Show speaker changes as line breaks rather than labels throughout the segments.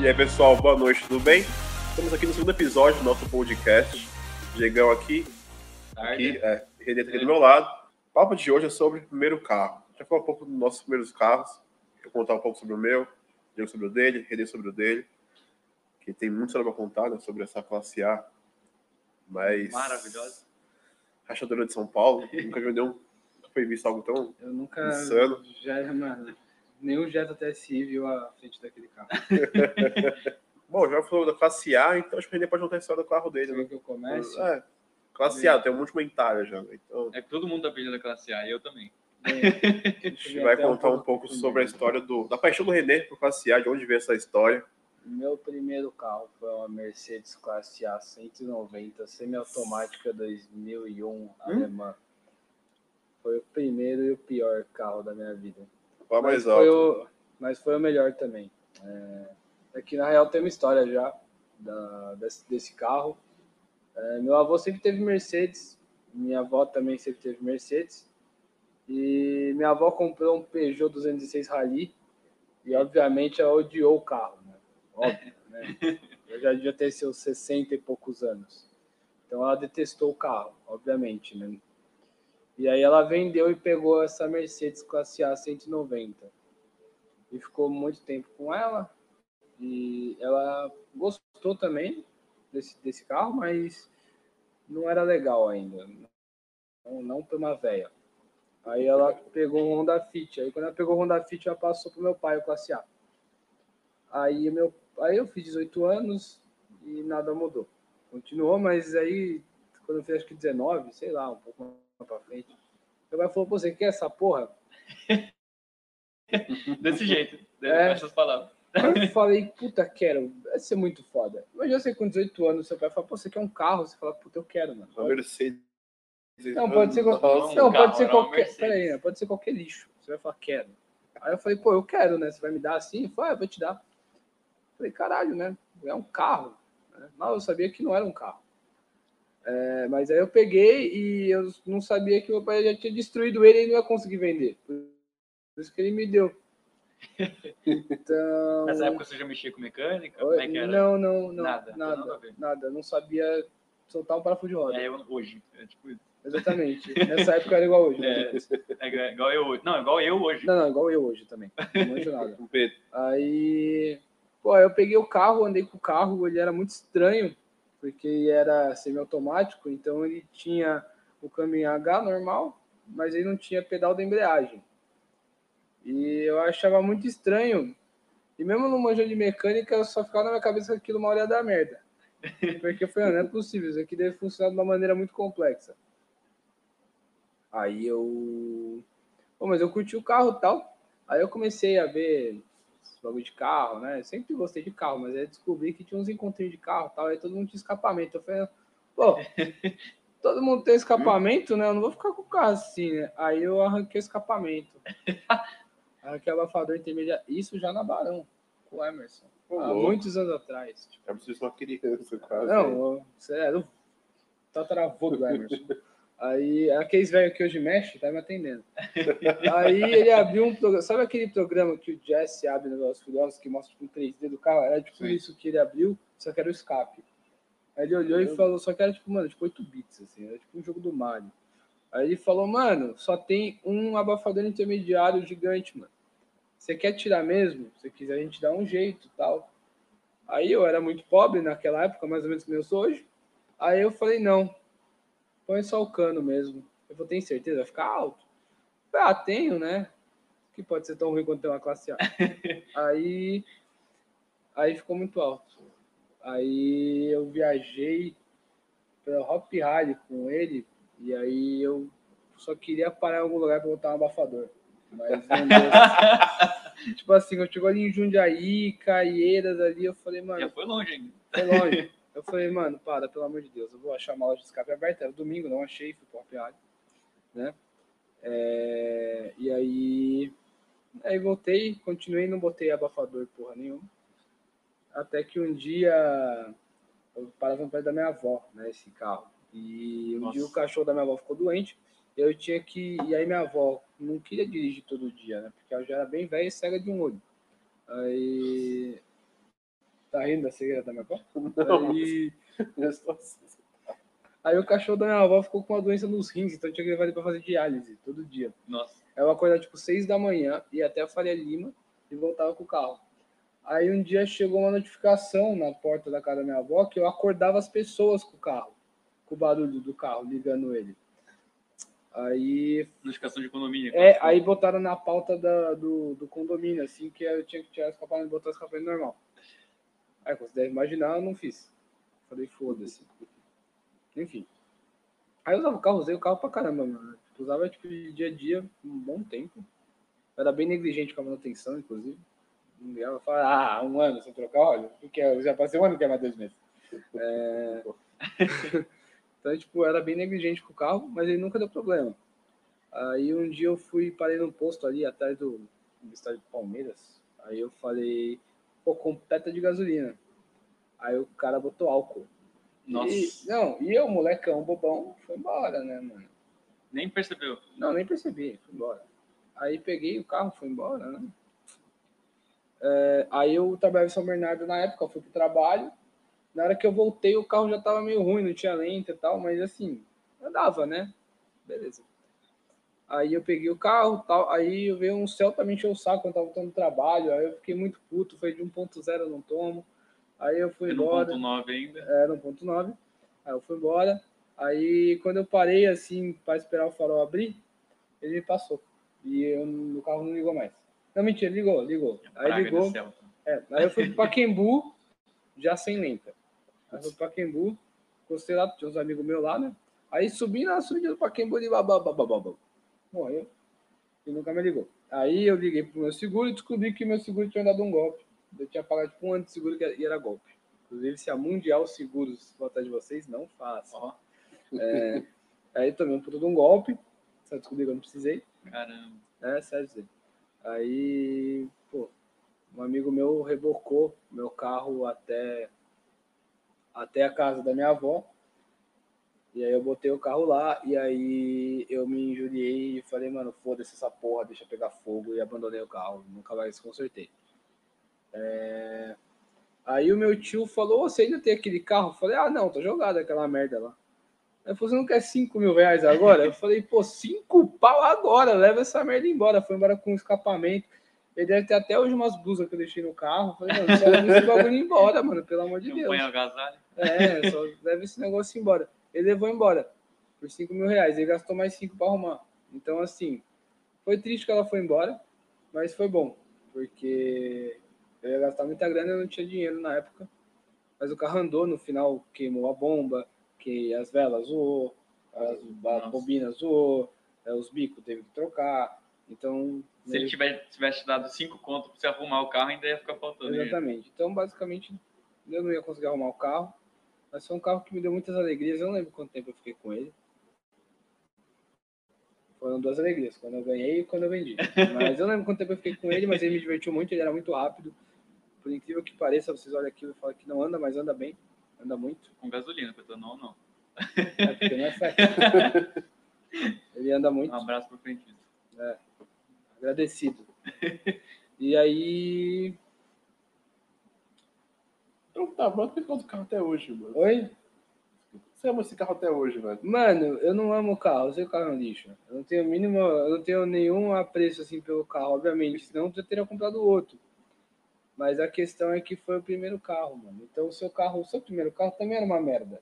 E aí, pessoal, boa noite, tudo bem? Estamos aqui no segundo episódio do nosso podcast. Diegão aqui, aqui é, Renê tá aqui do meu lado. O papo de hoje é sobre o primeiro carro. A gente vai falar um pouco dos nossos primeiros carros. Eu vou contar um pouco sobre o meu, Diego sobre o dele, Renê sobre o dele. Que tem muito para contar né, sobre essa classe A. Mas.
Maravilhosa.
Rachadora de São Paulo. Nunca vi nenhum. nunca Foi visto algo tão.
Eu nunca.
Insano.
Já, mano, nenhum Jetta TSI viu a frente daquele carro.
Bom, já falou da classe A, então acho que o Renê pode contar a história do carro dele, né?
Quer que eu comece?
É, classe A, tem um monte de mentalha já. né? Então,
É que todo mundo apelida da classe A, e eu também.
É,
a gente vai contar um pouco sobre a história do, da paixão do René por classe A, de onde veio essa história.
Meu primeiro carro foi uma Mercedes Classe A 190 semiautomática 2001
Hum?
alemã. Foi o primeiro e o pior carro da minha vida.
Fala mais
foi
alto. né?
o, mas foi o melhor também. É, aqui na real tem uma história já da- desse, desse carro. É, meu avô sempre teve Mercedes, minha avó também sempre teve Mercedes. E minha avó comprou um Peugeot 206 Rally e obviamente ela odiou o carro, né? Óbvio, né? Eu já devia ter seus 60 e poucos anos. Então ela detestou o carro, obviamente, né? E aí ela vendeu e pegou essa Mercedes classe A 190. E ficou muito tempo com ela. E ela gostou também desse, desse carro, mas não era legal ainda. Não, não pra uma véia. Aí ela pegou um Honda Fit. Aí quando ela pegou o Honda Fit, ela passou pro meu pai o classe A. Aí, meu, aí eu fiz 18 anos e nada mudou. Continuou, mas aí quando eu fiz acho que 19, sei lá, um pouco mais pra frente. Meu pai falou, pô, você quer essa porra?
Desse jeito, de-
É.
com essas palavras.
Aí eu falei, puta, quero, vai ser muito foda. Imagina você com 18 anos, seu pai fala, pô, você quer um carro? Você fala, puta, eu quero, mano.
Uma Mercedes.
Não, pode ser
Nossa,
qualquer-
Não,
carro,
pode ser
era uma
qualquer.
Mercedes.
Peraí, né? pode ser qualquer lixo. Você vai falar, quero. Aí eu falei, pô, eu quero, né? Você vai me dar assim? Ele falou, ah, eu vou te dar. Falei, caralho, né? É um carro. né? Mal eu sabia que não era um carro. É, mas aí eu peguei e eu não sabia que meu pai já tinha destruído ele e não ia conseguir vender. Por isso que ele me deu. Então.
Nessa época você já mexia com mecânica? Como é que era?
Não, não, não.
Nada,
Nada.
nada a
Nada.
ver.
Não sabia soltar um parafuso de roda.
É eu hoje. É, tipo, isso.
Exatamente. Nessa época era igual hoje. né?
é, é igual eu hoje. Não, igual eu hoje.
Não, não, igual eu hoje também. Não manjo nada.
Um Pedro.
Aí, pô, eu peguei o carro, andei com o carro, ele era muito estranho, porque ele era semiautomático, então ele tinha o câmbio em H normal, mas ele não tinha pedal da embreagem. E eu achava muito estranho. E mesmo no manjo de mecânica, eu só ficava na minha cabeça que aquilo uma hora ia dar merda. Porque eu falei, "Ah, não é possível, isso aqui deve funcionar de uma maneira muito complexa. Aí eu. Pô, mas eu curti o carro e tal. Aí eu comecei a ver esse bagulho de carro, né? Eu sempre gostei de carro, mas aí eu descobri que tinha uns encontrinhos de carro e tal, aí todo mundo tinha escapamento. Eu falei, pô, todo mundo tem escapamento, né? Eu não vou ficar com o carro assim, né? Aí eu arranquei o escapamento. arranquei o abafador intermediário. Isso já na Barão, com o Emerson.
Ô,
há
louco.
muitos anos atrás.
É preciso uma criança, quase.
Não, eu- sério, tataravô do Emerson. Aí, aqueles velhos que hoje mexe, tá me atendendo. Aí ele abriu um programa, sabe aquele programa que o Jesse abre no Velozes e Furiosos, que mostra tipo, um 3D do carro? Era tipo
Sim.
isso que ele abriu, só que era o escape. Aí ele olhou e falou, só que era tipo, mano, tipo 8 bits, assim, era tipo um jogo do Mario. Aí ele falou, mano, só tem um abafador intermediário gigante, mano. Você quer tirar mesmo? Se quiser, a gente dá um jeito e tal. Aí eu era muito pobre naquela época, mais ou menos como eu sou hoje. Aí eu falei, não, põe só o cano mesmo. Eu falei, tem certeza? Vai ficar alto? Eu Falei, ah, tenho, né? Que pode ser tão ruim quanto ter uma classe A. aí, aí ficou muito alto. Aí eu viajei pra Hop Rally com ele, e aí eu só queria parar em algum lugar pra botar um abafador. Mas não deu. Tipo assim, eu chegou ali em Jundiaí, Caieiras ali, eu falei,
Já
mano,
foi longe ainda.
foi longe. Eu falei, mano, para, pelo amor de Deus, eu vou achar uma loja de escape aberta. Era domingo, não achei, fui pro Happy Hour, né? É, e aí, aí voltei, continuei, não botei abafador porra nenhuma. Até que um dia eu parava no pé da minha avó, né, esse carro. E um
Nossa.
dia o cachorro da minha avó ficou doente, eu tinha que. E aí minha avó não queria dirigir todo dia, né? Porque ela já era bem velha e cega de um olho. Aí Tá rindo da cegueira da minha avó?
Não,
Aí,
mas-
aí o cachorro da minha avó ficou com uma doença nos rins, então eu tinha que levar ele pra fazer diálise todo dia.
Nossa.
Eu acordava tipo 6 da manhã, ia até a Faria Lima e voltava com o carro. Aí um dia chegou uma notificação na porta da casa da minha avó que eu acordava as pessoas com o carro, com o barulho do carro, ligando ele. Aí,
Notificação de condomínio.
é, aí botaram na pauta da- do, do condomínio, assim, que eu tinha que tirar as escapamento e botar as escapamento normal. Aí, como você deve imaginar, eu não fiz. Falei, foda-se. Enfim. Aí eu usava o carro, usei o carro pra caramba, mano. Usava, tipo, de dia a dia, um bom tempo. Eu era bem negligente com a manutenção, inclusive. Não ligava, eu falava, ah, um ano sem trocar óleo. Porque eu já passei um ano que é mais dois meses. É... então, tipo, eu era bem negligente com o carro, mas ele nunca deu problema. Aí um dia eu fui, parei num posto ali atrás do, do estádio do Palmeiras. Aí eu falei, pô, completa de gasolina. Aí o cara botou álcool.
Nossa.
E, não, e eu, molecão, bobão, foi embora, né, mano?
Nem percebeu.
Não, nem percebi, fui embora. Aí peguei o carro, fui embora, né? É, aí eu trabalhava em São Bernardo na época, fui pro trabalho. Na hora que eu voltei, o carro já tava meio ruim, não tinha lenta e tal, mas assim, andava, né? Beleza. Aí eu peguei o carro tal, aí eu veio um céu pra me encher o saco quando eu tava voltando do trabalho, aí eu fiquei muito puto, foi de 1.0 eu não tomo. Aí eu fui
Foi um
embora É,
no 1.9 ainda.
era 1.9. Aí eu fui embora. Aí quando eu parei assim para esperar o farol abrir, ele me passou. E eu, o carro não ligou mais. Não, mentira, ligou, ligou. Aí
Praga
ligou.
do Celta.
É, aí eu fui pro Paquembu, já sem lenta. Aí eu fui pro Paquembu, gostei lá, tinha uns amigos meus lá, né? Aí subi na subida do Paquembu e babababababá. Morreu. E nunca me ligou. Aí eu liguei pro meu seguro e descobri que meu seguro tinha dado um golpe. Eu tinha pago tipo um ano de seguro que era- e era golpe. Inclusive, se a Mundial Seguros votar de vocês, não faça.
Ó,
Aí tomei um puta de um golpe, só descobri que eu não precisei.
caramba.
É, sério, Zé. Aí, pô, um amigo meu rebocou meu carro até, até a casa da minha avó. E aí eu botei o carro lá, e aí eu me injuriei e falei, mano, foda-se essa porra, deixa eu pegar fogo, e abandonei o carro, nunca mais consertei. É, Aí o meu tio falou, "Ô, você ainda tem aquele carro? Eu falei, ah não, tá jogado aquela merda lá. Ele falou, você não quer 5 mil reais agora? Eu falei, pô, 5 pau agora, leva essa merda embora. Foi embora com um escapamento. Ele deve ter até hoje umas blusas que eu deixei no carro. Eu falei, mano, só leva esse bagulho embora, mano, pelo amor de
Não
Deus.
põe um agasalho.
É, só leva esse negócio embora. Ele levou embora por 5 mil reais. Ele gastou mais 5 para arrumar. Então, assim, foi triste que ela foi embora, mas foi bom, porque eu ia gastar muita grana eu não tinha dinheiro na época. Mas o carro andou, no final queimou a bomba, que as velas zoou, as, a
Nossa.
bobina zoou, eh, os bicos teve que trocar. Então,
Se ele
né,
tivesse, tivesse dado 5 conto pra você arrumar o carro, ainda ia ficar faltando. dinheiro.
Exatamente. Então, basicamente, eu não ia conseguir arrumar o carro. Mas foi um carro que me deu muitas alegrias. Eu não lembro quanto tempo eu fiquei com ele. Foram duas alegrias, quando eu ganhei e quando eu vendi. Mas eu não lembro quanto tempo eu fiquei com ele, mas ele me divertiu muito, ele era muito rápido. Por incrível que pareça, vocês olham aquilo e falam que não anda, mas anda bem. Anda muito.
Com gasolina, etanol não.
É porque não é fraco. Ele anda muito.
Um abraço pro frentista.
Agradecido. E aí.
Então tá, mas por que eu uso o carro até hoje, mano?
Oi?
Você ama esse carro até hoje, velho?
Mano, eu não amo o carro, eu sei que o carro é um lixo. Eu não tenho mínimo, eu não tenho nenhum apreço assim pelo carro, obviamente, senão eu já teria comprado outro. Mas a questão é que foi o primeiro carro, mano. Então o seu carro, o seu primeiro carro também era uma merda.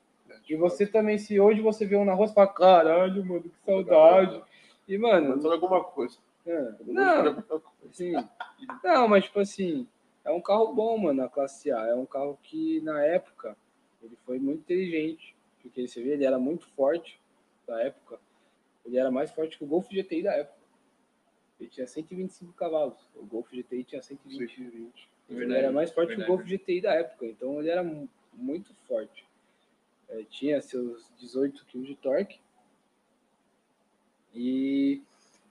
E você também, se hoje você vê um na rua, você fala, caralho, mano, que saudade. E,
Mano,
mano,
só alguma coisa.
é,
Só
não,
alguma coisa.
Sim. Não, mas tipo assim, é um carro bom, mano, a classe A. É um carro que na época ele foi muito inteligente, porque você vê, ele era muito forte da época. Ele era mais forte que o Golf GTI da época. Ele tinha 125 cavalos. O Golf GTI tinha 120.
120.
Ele
Verdade,
era mais forte que o
verdade.
Golf GTI da época, então ele era mu- muito forte. É, tinha seus 18 kg de torque. E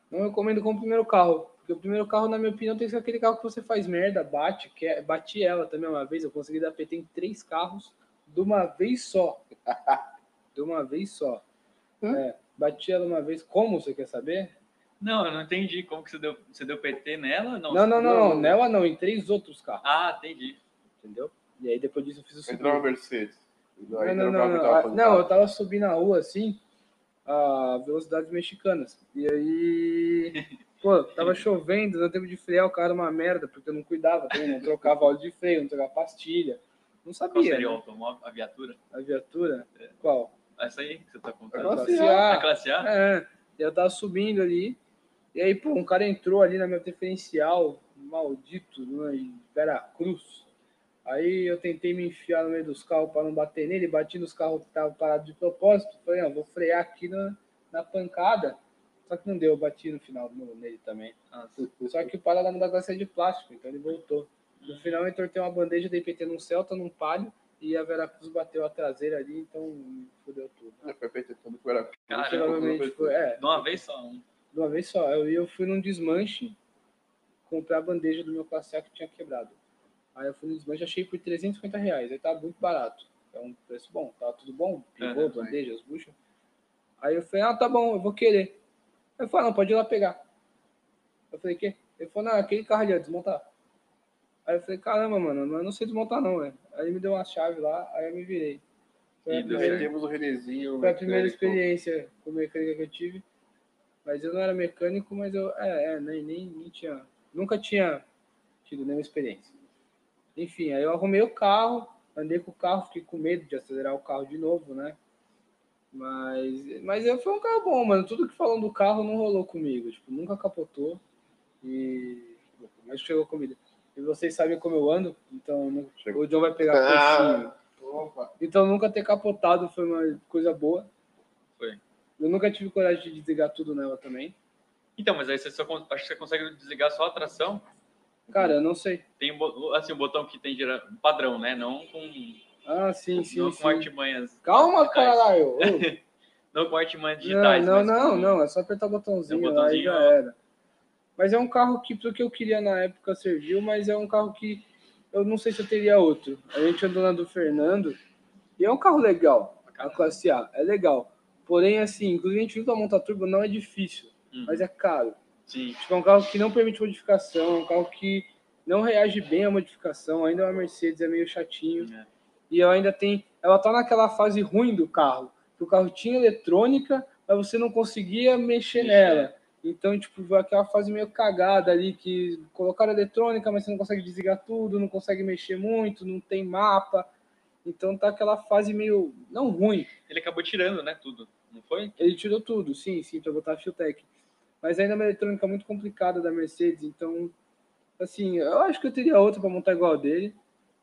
não recomendo como primeiro carro, porque o primeiro carro, na minha opinião, tem que ser aquele carro que você faz merda, bate, quer, bati ela também uma vez. Eu consegui dar PT em três carros de uma vez só. de uma vez só.
Hum?
É, bati ela uma vez, como você quer saber?
Não, eu não entendi. Como que você deu, você deu PT nela? Não,
Não, não,
não,
não, não,
não.
nela não, em três outros carros,
Ah, entendi.
entendeu? E aí depois disso eu fiz o
Entrou uma
seguro.
Mercedes.
Não, não, não, não. Ah, não, eu tava subindo a rua assim, a velocidades mexicanas. E aí. Pô, tava chovendo, não tempo de frear o cara uma merda, porque eu não cuidava, também, não trocava óleo de freio, não trocava pastilha.
Qual
Não sabia.
seria É. o
né?
automóvel, a viatura?
A viatura? Qual?
Essa aí que você tá
A
contando.
Nossa,
É classe
A
A.
classe A?
É, eu tava subindo ali. E aí, pô, um cara entrou ali na minha preferencial, maldito, né, em Veracruz. Aí eu tentei me enfiar no meio dos carros para não bater nele, bati nos carros que estavam parados de propósito. Falei, ah, vou frear aqui na, na pancada. Só que não deu, eu bati no final no- nele também.
Ah,
Só que o palha lá não dá classe de plástico, então ele voltou. No final eu entortei uma bandeja, dei PT num Celta, num palho, e a Veracruz bateu a traseira ali, então fudeu tudo.
Foi feito tudo que era.
Caramba,
Provavelmente foi, é,
De uma vez só, um.
de uma vez só. Eu, eu fui num desmanche comprar a bandeja do meu classe A que tinha quebrado. Aí eu fui no desmanche achei por 350 reais. Aí tava muito barato. É um preço bom, tava tudo bom. Pivô,
Aham.
bandeja, as buchas. Aí eu falei, ah, tá bom, eu vou querer. Aí eu falei, "Ah, não, pode ir lá pegar. Eu falei, quê? Ele falou, não, aquele carro ali, ó, desmontar. Aí eu falei, caramba, mano, mas eu não sei desmontar não, velho. Aí ele me deu uma chave lá, aí eu me virei. Foi a
E deu
primeira-
Aí temos o Renezinho.
foi a primeira experiência com mecânica que eu tive. Mas eu não era mecânico, mas eu é, é, nem, nem, nem tinha. Nunca tinha tido nenhuma experiência. Enfim, aí eu arrumei o carro, andei com o carro, fiquei com medo de acelerar o carro de novo, né? Mas, mas eu- foi um carro bom, mano. Tudo que falam do carro não rolou comigo. Tipo, nunca capotou. E. Mas chegou comida. E vocês sabem como eu ando, então não-
Chegou.
o John vai pegar coxinha.
Ah, opa.
Então nunca ter capotado foi uma coisa boa.
Foi.
Eu nunca tive coragem de desligar tudo nela também.
Então, mas aí você só con- acho que você consegue desligar só a tração.
Cara, eu não sei.
Tem um bo- assim, um botão que tem gera... um padrão, né? Não com,
Ah, sim, sim,
não
sim.
com artimanhas.
Calma,
digitais.
caralho! Ô,
Não com artimanhas digitais.
não, não,
mas
não,
com-
não. É só apertar o botãozinho,
né? É um
lá e
botãozinho,
já
ó.
era. Mas é um carro que, pro que eu queria na época, serviu, mas é um carro que eu não sei se eu teria outro. A gente andou na do Fernando e é um carro legal. A classe A é legal. Porém, assim, inclusive a gente viu que a montar turbo não é difícil,
Hum,
mas é caro.
Sim.
Tipo, é um carro que não permite modificação, é um carro que não reage bem à modificação, ainda é uma Mercedes, é meio chatinho.
É.
E ela ainda tem. Ela tá naquela fase ruim do carro, que o carro tinha eletrônica, mas você não conseguia mexer
Mexer.
nela. Então, tipo, foi aquela fase meio cagada ali, que colocaram eletrônica, mas você não consegue desligar tudo, não consegue mexer muito, não tem mapa. Então tá aquela fase meio. não ruim,
Ele acabou tirando, né? Tudo. Não foi?
ele tirou tudo, sim, sim, para botar a Fiotec. Mas ainda é uma eletrônica muito complicada da Mercedes, então, assim, eu acho que eu teria outra para montar igual a dele.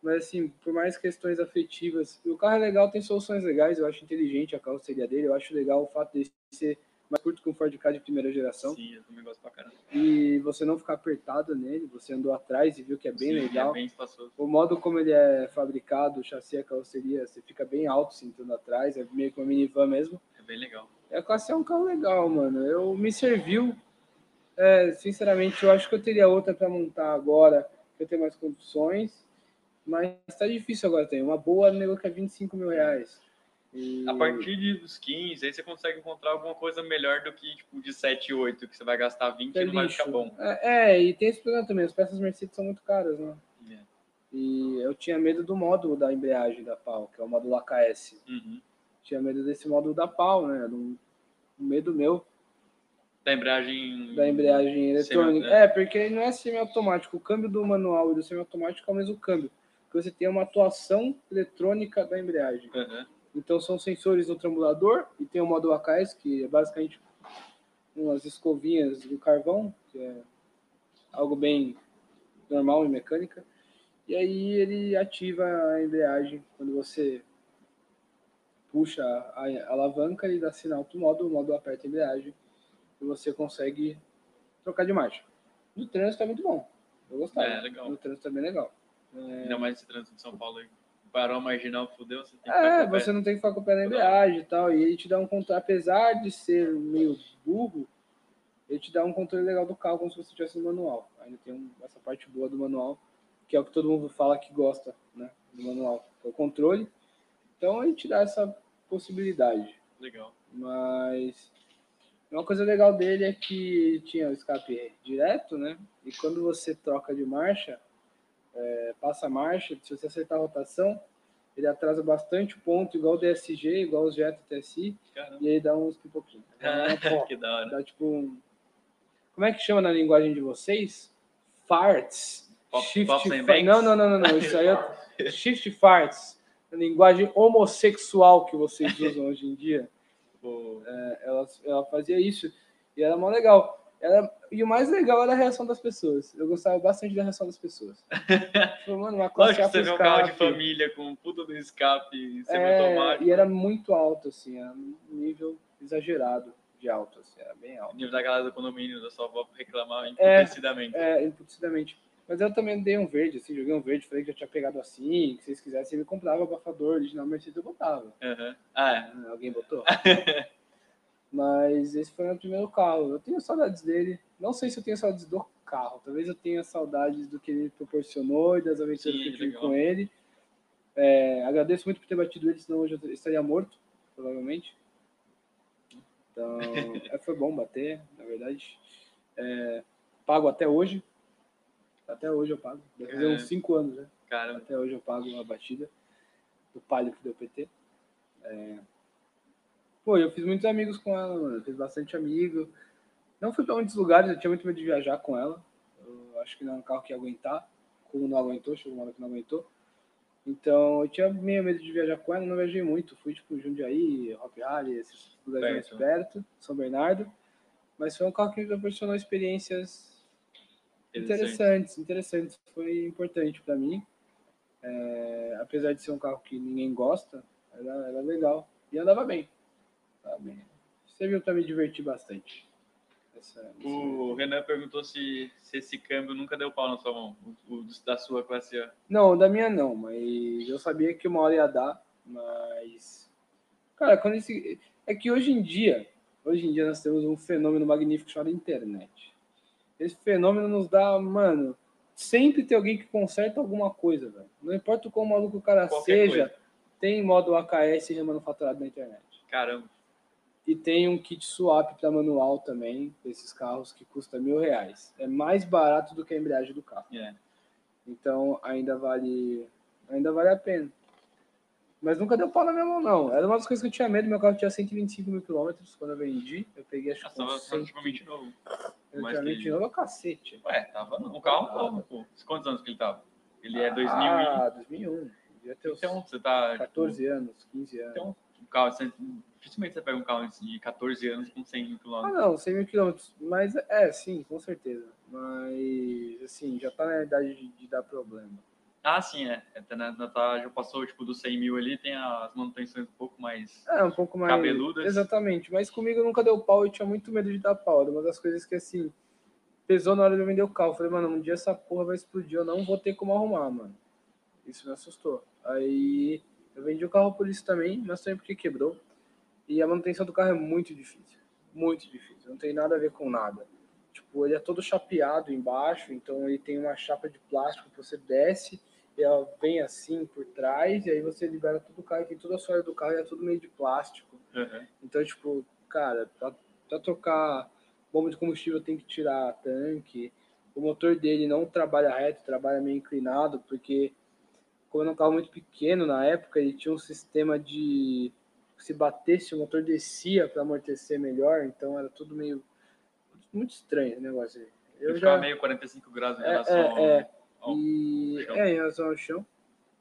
Mas, assim, por mais questões afetivas, o carro é legal, tem soluções legais, eu acho inteligente a carroceria dele, eu acho legal o fato de ser mais curto que um Ford Ka de primeira geração
Sim, eu também gosto pra caramba.
e você não ficar apertado nele, você andou atrás e viu que é bem
Sim,
legal.
É bem espaçoso.
O modo como ele é fabricado, o chassi, a carroceria, você fica bem alto sentando atrás, é meio que uma minivan mesmo.
É bem legal.
É, A classe é um carro legal, mano. Eu me serviu. É, sinceramente, eu acho que eu teria outra para montar agora, que eu tenho mais condições. Mas tá difícil agora, tem. Uma boa nego que é 25 mil reais. E-
A partir de- dos 15, aí você consegue encontrar alguma coisa melhor do que tipo de 7, 8, que você vai gastar 20
é
e não vai
lixo.
ficar bom.
É, é, e tem esse problema também. As peças Mercedes são muito caras, né?
É.
E eu tinha medo do módulo da embreagem da pau, que é o módulo AKS.
Uhum.
Tinha medo desse módulo da pau, né? Era um um medo meu.
Da embreagem.
da embreagem eletrônica.
Semi-
É, porque não é semiautomático. O câmbio do manual e do semiautomático é o mesmo câmbio. Porque você tem uma atuação eletrônica da embreagem.
Uhum.
Então são sensores no trambulador e tem o modo AKS, que é basicamente umas escovinhas do carvão, que é algo bem normal em mecânica. E aí ele ativa a embreagem quando você puxa a a alavanca e dá sinal para o módulo, o módulo aperta a embreagem e você consegue trocar de marcha. No trânsito é muito bom. Eu gostava.
É, legal.
No trânsito é bem legal. É.
Ainda mais esse trânsito de São Paulo aí. Parou a marginal, fudeu, você tem que
É,
ficar com o pé.
você não tem que ficar com o pé na embreagem e tal. E ele te dá um controle, apesar de ser meio burro, ele te dá um controle legal do carro, como se você tivesse no manual. Ainda tem um- essa parte boa do manual, que é o que todo mundo fala que gosta, né? Do manual, que é o controle. Então ele te dá essa possibilidade.
Legal.
Mas uma coisa legal dele é que tinha o escape direto, né? E quando você troca de marcha, é, é, passa a marcha, se você acertar a rotação, ele atrasa bastante o ponto, igual o DSG, igual os Jetta TSI,
Caramba.
e aí dá uns pipoquinhos. Dá,
que da hora.
dá tipo um... Como é que chama na linguagem de vocês? Farts.
Pop- pops and
fa-
bangs?
Não, não, não, não, não. Isso aí é shift farts. A linguagem homossexual que vocês usam hoje em dia É,
Pô,
ela, ela fazia isso e era mó legal. Era, e o mais legal era a reação das pessoas. Eu gostava bastante da reação das pessoas. Tipo, mano, uma classe
Lógico que você vê
A pro
um carro de
escape.
família com um puta do escape
É,
semiautomático.
e era muito alto, assim, era um nível exagerado de alto, assim, era bem
O
alto.
nível da galera do condomínio, da sua avó reclamar
É,
enfurecidamente.
É, impulsivamente. Mas eu também dei um verde, assim, joguei um verde, falei que já tinha pegado assim, que se vocês quisessem, eu comprava abafador original Mercedes, eu botava.
Aham. Ah, é.
Ah, Alguém botou? Mas esse foi meu primeiro carro. Eu tenho saudades dele. Não sei se eu tenho saudades do carro. Talvez eu tenha saudades do que ele proporcionou e das aventuras
Sim,
que eu tive
legal.
com ele. É, agradeço muito por ter batido ele, senão hoje eu estaria morto, provavelmente. Então, é, foi bom bater, na verdade. É, pago até hoje. Até hoje eu pago. Deve fazer
É.
uns 5 anos, né?
Cara,
Até hoje eu pago a batida do palio que deu PT. É... Pô, eu fiz muitos amigos com ela, mano. Eu fiz bastante amigo. Não fui pra muitos lugares, eu tinha muito medo de viajar com ela. Eu acho que não era um carro que ia aguentar. Como não aguentou, chegou uma hora que não aguentou. Então eu tinha meio medo de viajar com ela, não viajei muito. Fui tipo Jundiaí, Hop Harley, esses lugares mais
Perto.
perto, São Bernardo. Mas foi um carro que me proporcionou experiências
interessante.
Interessantes, interessantes. Foi importante para mim. É, apesar de ser um carro que ninguém gosta, era, era legal. E andava bem. Andava bem. Serviu para me divertir bastante. Essa- essa-
O Renan perguntou se, se esse câmbio nunca deu pau na sua mão, o, o da sua classe A.
Não, da minha não, mas eu sabia que uma hora ia dar, mas. Cara, quando esse. É que hoje em dia, hoje em dia nós temos um fenômeno magnífico chamado internet. Esse fenômeno nos dá, mano, sempre tem alguém que conserta alguma coisa, velho. Não importa o quão maluco o cara
Qualquer
seja, tem modo AKS remanufaturado na internet.
Caramba.
E tem um kit swap para manual também, desses carros, que custa mil reais. É mais barato do que a embreagem do carro.
É.
Então ainda vale, ainda vale a pena. Mas nunca deu pau na minha mão, não. Era uma das coisas que eu tinha medo. Meu carro tinha 125 mil quilômetros quando eu vendi. Eu peguei, acho
Nossa,
que
tava
com 100.
praticamente novo.
Eu
mais
tinha
que-
29 ao cacete.
Ué, tava no- o carro novo, pô. Quantos anos que ele tava? Ele é 2000 e...
Ah, 2001. Devia ter uns
Então, você tá... tipo,
14 anos, 15 anos.
Então, um carro... Você, dificilmente você pega um carro de 14 anos com 100 mil
Ah,
quilômetros.
não, 100 mil quilômetros. Mas é, sim, com certeza. Mas, assim, já tá na idade de, de dar problema.
Ah, sim, é. Até na, na, tá, já passou, tipo, dos 100 mil ali, tem as manutenções um pouco mais...
É, um pouco mais.
Cabeludas.
Exatamente. Mas comigo nunca deu pau, eu tinha muito medo de dar pau. Era uma das coisas que, assim, pesou na hora de eu vender o carro. Eu falei, mano, um dia essa porra vai explodir, eu não vou ter como arrumar, mano. Isso me assustou. Aí eu vendi o carro por isso também, mas também porque quebrou. E a manutenção do carro é muito difícil. Muito difícil. Não tem nada a ver com nada. Tipo, ele é todo chapeado embaixo, então ele tem uma chapa de plástico que você desce, e ela vem assim por trás, e aí você libera todo o carro, e tem toda a sola do carro e é tudo meio de plástico.
Aham.
Então, tipo, cara, pra, pra trocar bomba de combustível tem que tirar tanque. O motor dele não trabalha reto, trabalha meio inclinado, porque como era um carro muito pequeno na época, ele tinha um sistema de se batesse, o motor descia para amortecer melhor, então era tudo meio muito estranho esse negócio. aí.
Eu
Eu
ficava
já
meio 45 graus em
É,
relação
é,
ao...
é.
ao-
e
chão.
é em relação ao chão.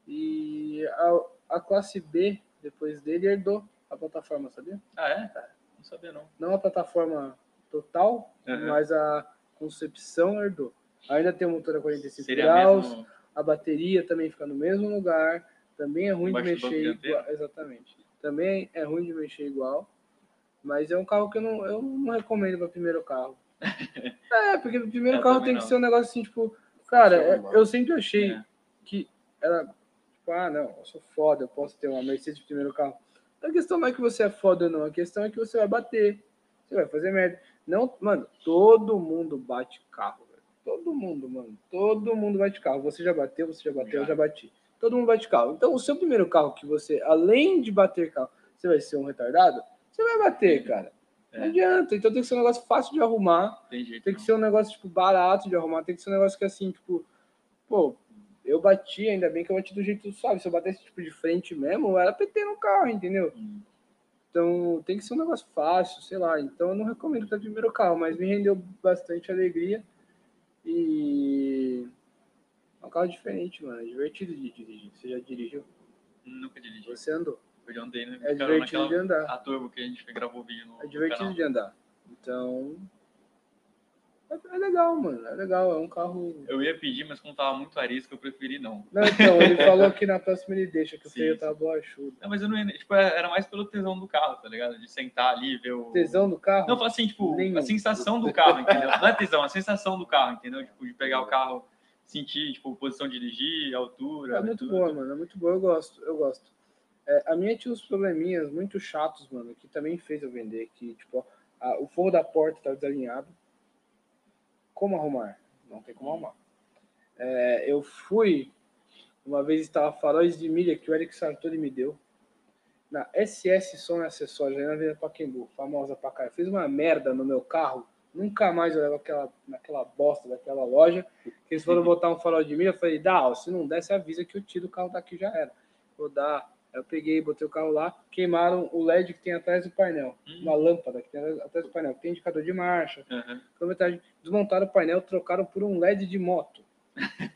E a, a classe B depois dele herdou a plataforma, sabia?
Ah, é? Não sabia, não.
não a plataforma total,
Aham.
mas a concepção herdou. Ainda tem o motor a 45
Seria
graus,
mesmo...
a bateria também fica no mesmo lugar, também é ruim de
Embaixo do
mexer
banco dianteiro?
igual. Exatamente. Também é ruim de mexer igual, mas é um carro que eu não, eu não recomendo para primeiro carro. é, porque o primeiro
Eu
carro
também
tem que
não.
ser um negócio assim, tipo, cara,
Sei
é-
lá.
eu sempre achei
É.
que era tipo, ah, não, eu sou foda, eu posso ter uma Mercedes de primeiro carro. A questão não é que você é foda ou não, a questão é que você vai bater. Você vai fazer merda. Não, mano, todo mundo bate carro, velho. Todo mundo, mano. Todo mundo bate carro. Você já bateu, você já bateu, eu
Já.
já bati. Todo mundo bate carro. Então, o seu primeiro carro que você, além de bater carro, você vai ser um retardado, você vai bater, cara. Não
É.
adianta. Então tem que ser um negócio fácil de arrumar.
Tem jeito.
Tem que ser um negócio, tipo, barato de arrumar, tem que ser um negócio que assim, tipo, pô, Eu bati, ainda bem que eu bati do jeito suave. Se eu batesse tipo de frente mesmo, era PT no carro, entendeu? Então tem que ser um negócio fácil, sei lá. Então eu não recomendo para primeiro carro, mas me rendeu bastante alegria. E é um carro diferente, mano. É divertido de dirigir. Você já dirigiu?
Nunca dirigi.
Você andou.
Eu já andei, né?
É divertido de andar.
A turbo que a gente gravou o vídeo no.
É
no
divertido
canal.
de andar. Então. É é legal, mano. É legal. É um carro.
Eu ia pedir, mas como tava muito arisco, eu preferi não.
Não, então, ele falou que na próxima ele deixa, que o
Sim,
freio
sim.
tá borrachudo.
Não, mas eu não ia. Tipo, era mais pelo tesão do carro, tá ligado? De sentar ali, ver o.
Tesão do carro?
Não, eu falo assim, tipo,
Nenhum.
a sensação do carro, entendeu? Não é tesão, a sensação do carro, entendeu? Tipo, de pegar
É.
o carro, sentir, tipo, posição de dirigir, altura.
É muito
tudo.
boa, mano. É muito boa, eu gosto, eu gosto. É, a minha tinha uns probleminhas muito chatos, mano, que também fez eu vender, que, tipo, a- o forro da porta tá desalinhado. Como arrumar? Não tem como arrumar. É, eu fui, uma vez estava faróis de milha que o Eric Sartori me deu. Na SS Som e Acessórios, ali na Avenida Paquembu, famosa pra caralho. Fez uma merda no meu carro, nunca mais eu levo aquela, naquela bosta daquela loja. Que eles foram botar um farol de milha, eu falei, dá, ó, se não der, você avisa que eu tiro o carro daqui já era. Vou dar. Aí Eu peguei, botei o carro lá, queimaram o LED que tem atrás do painel.
Hum.
Uma lâmpada que tem atrás do painel. que Tem indicador de marcha,
Aham.
quilometragem. Desmontaram o painel, trocaram por um LED de moto.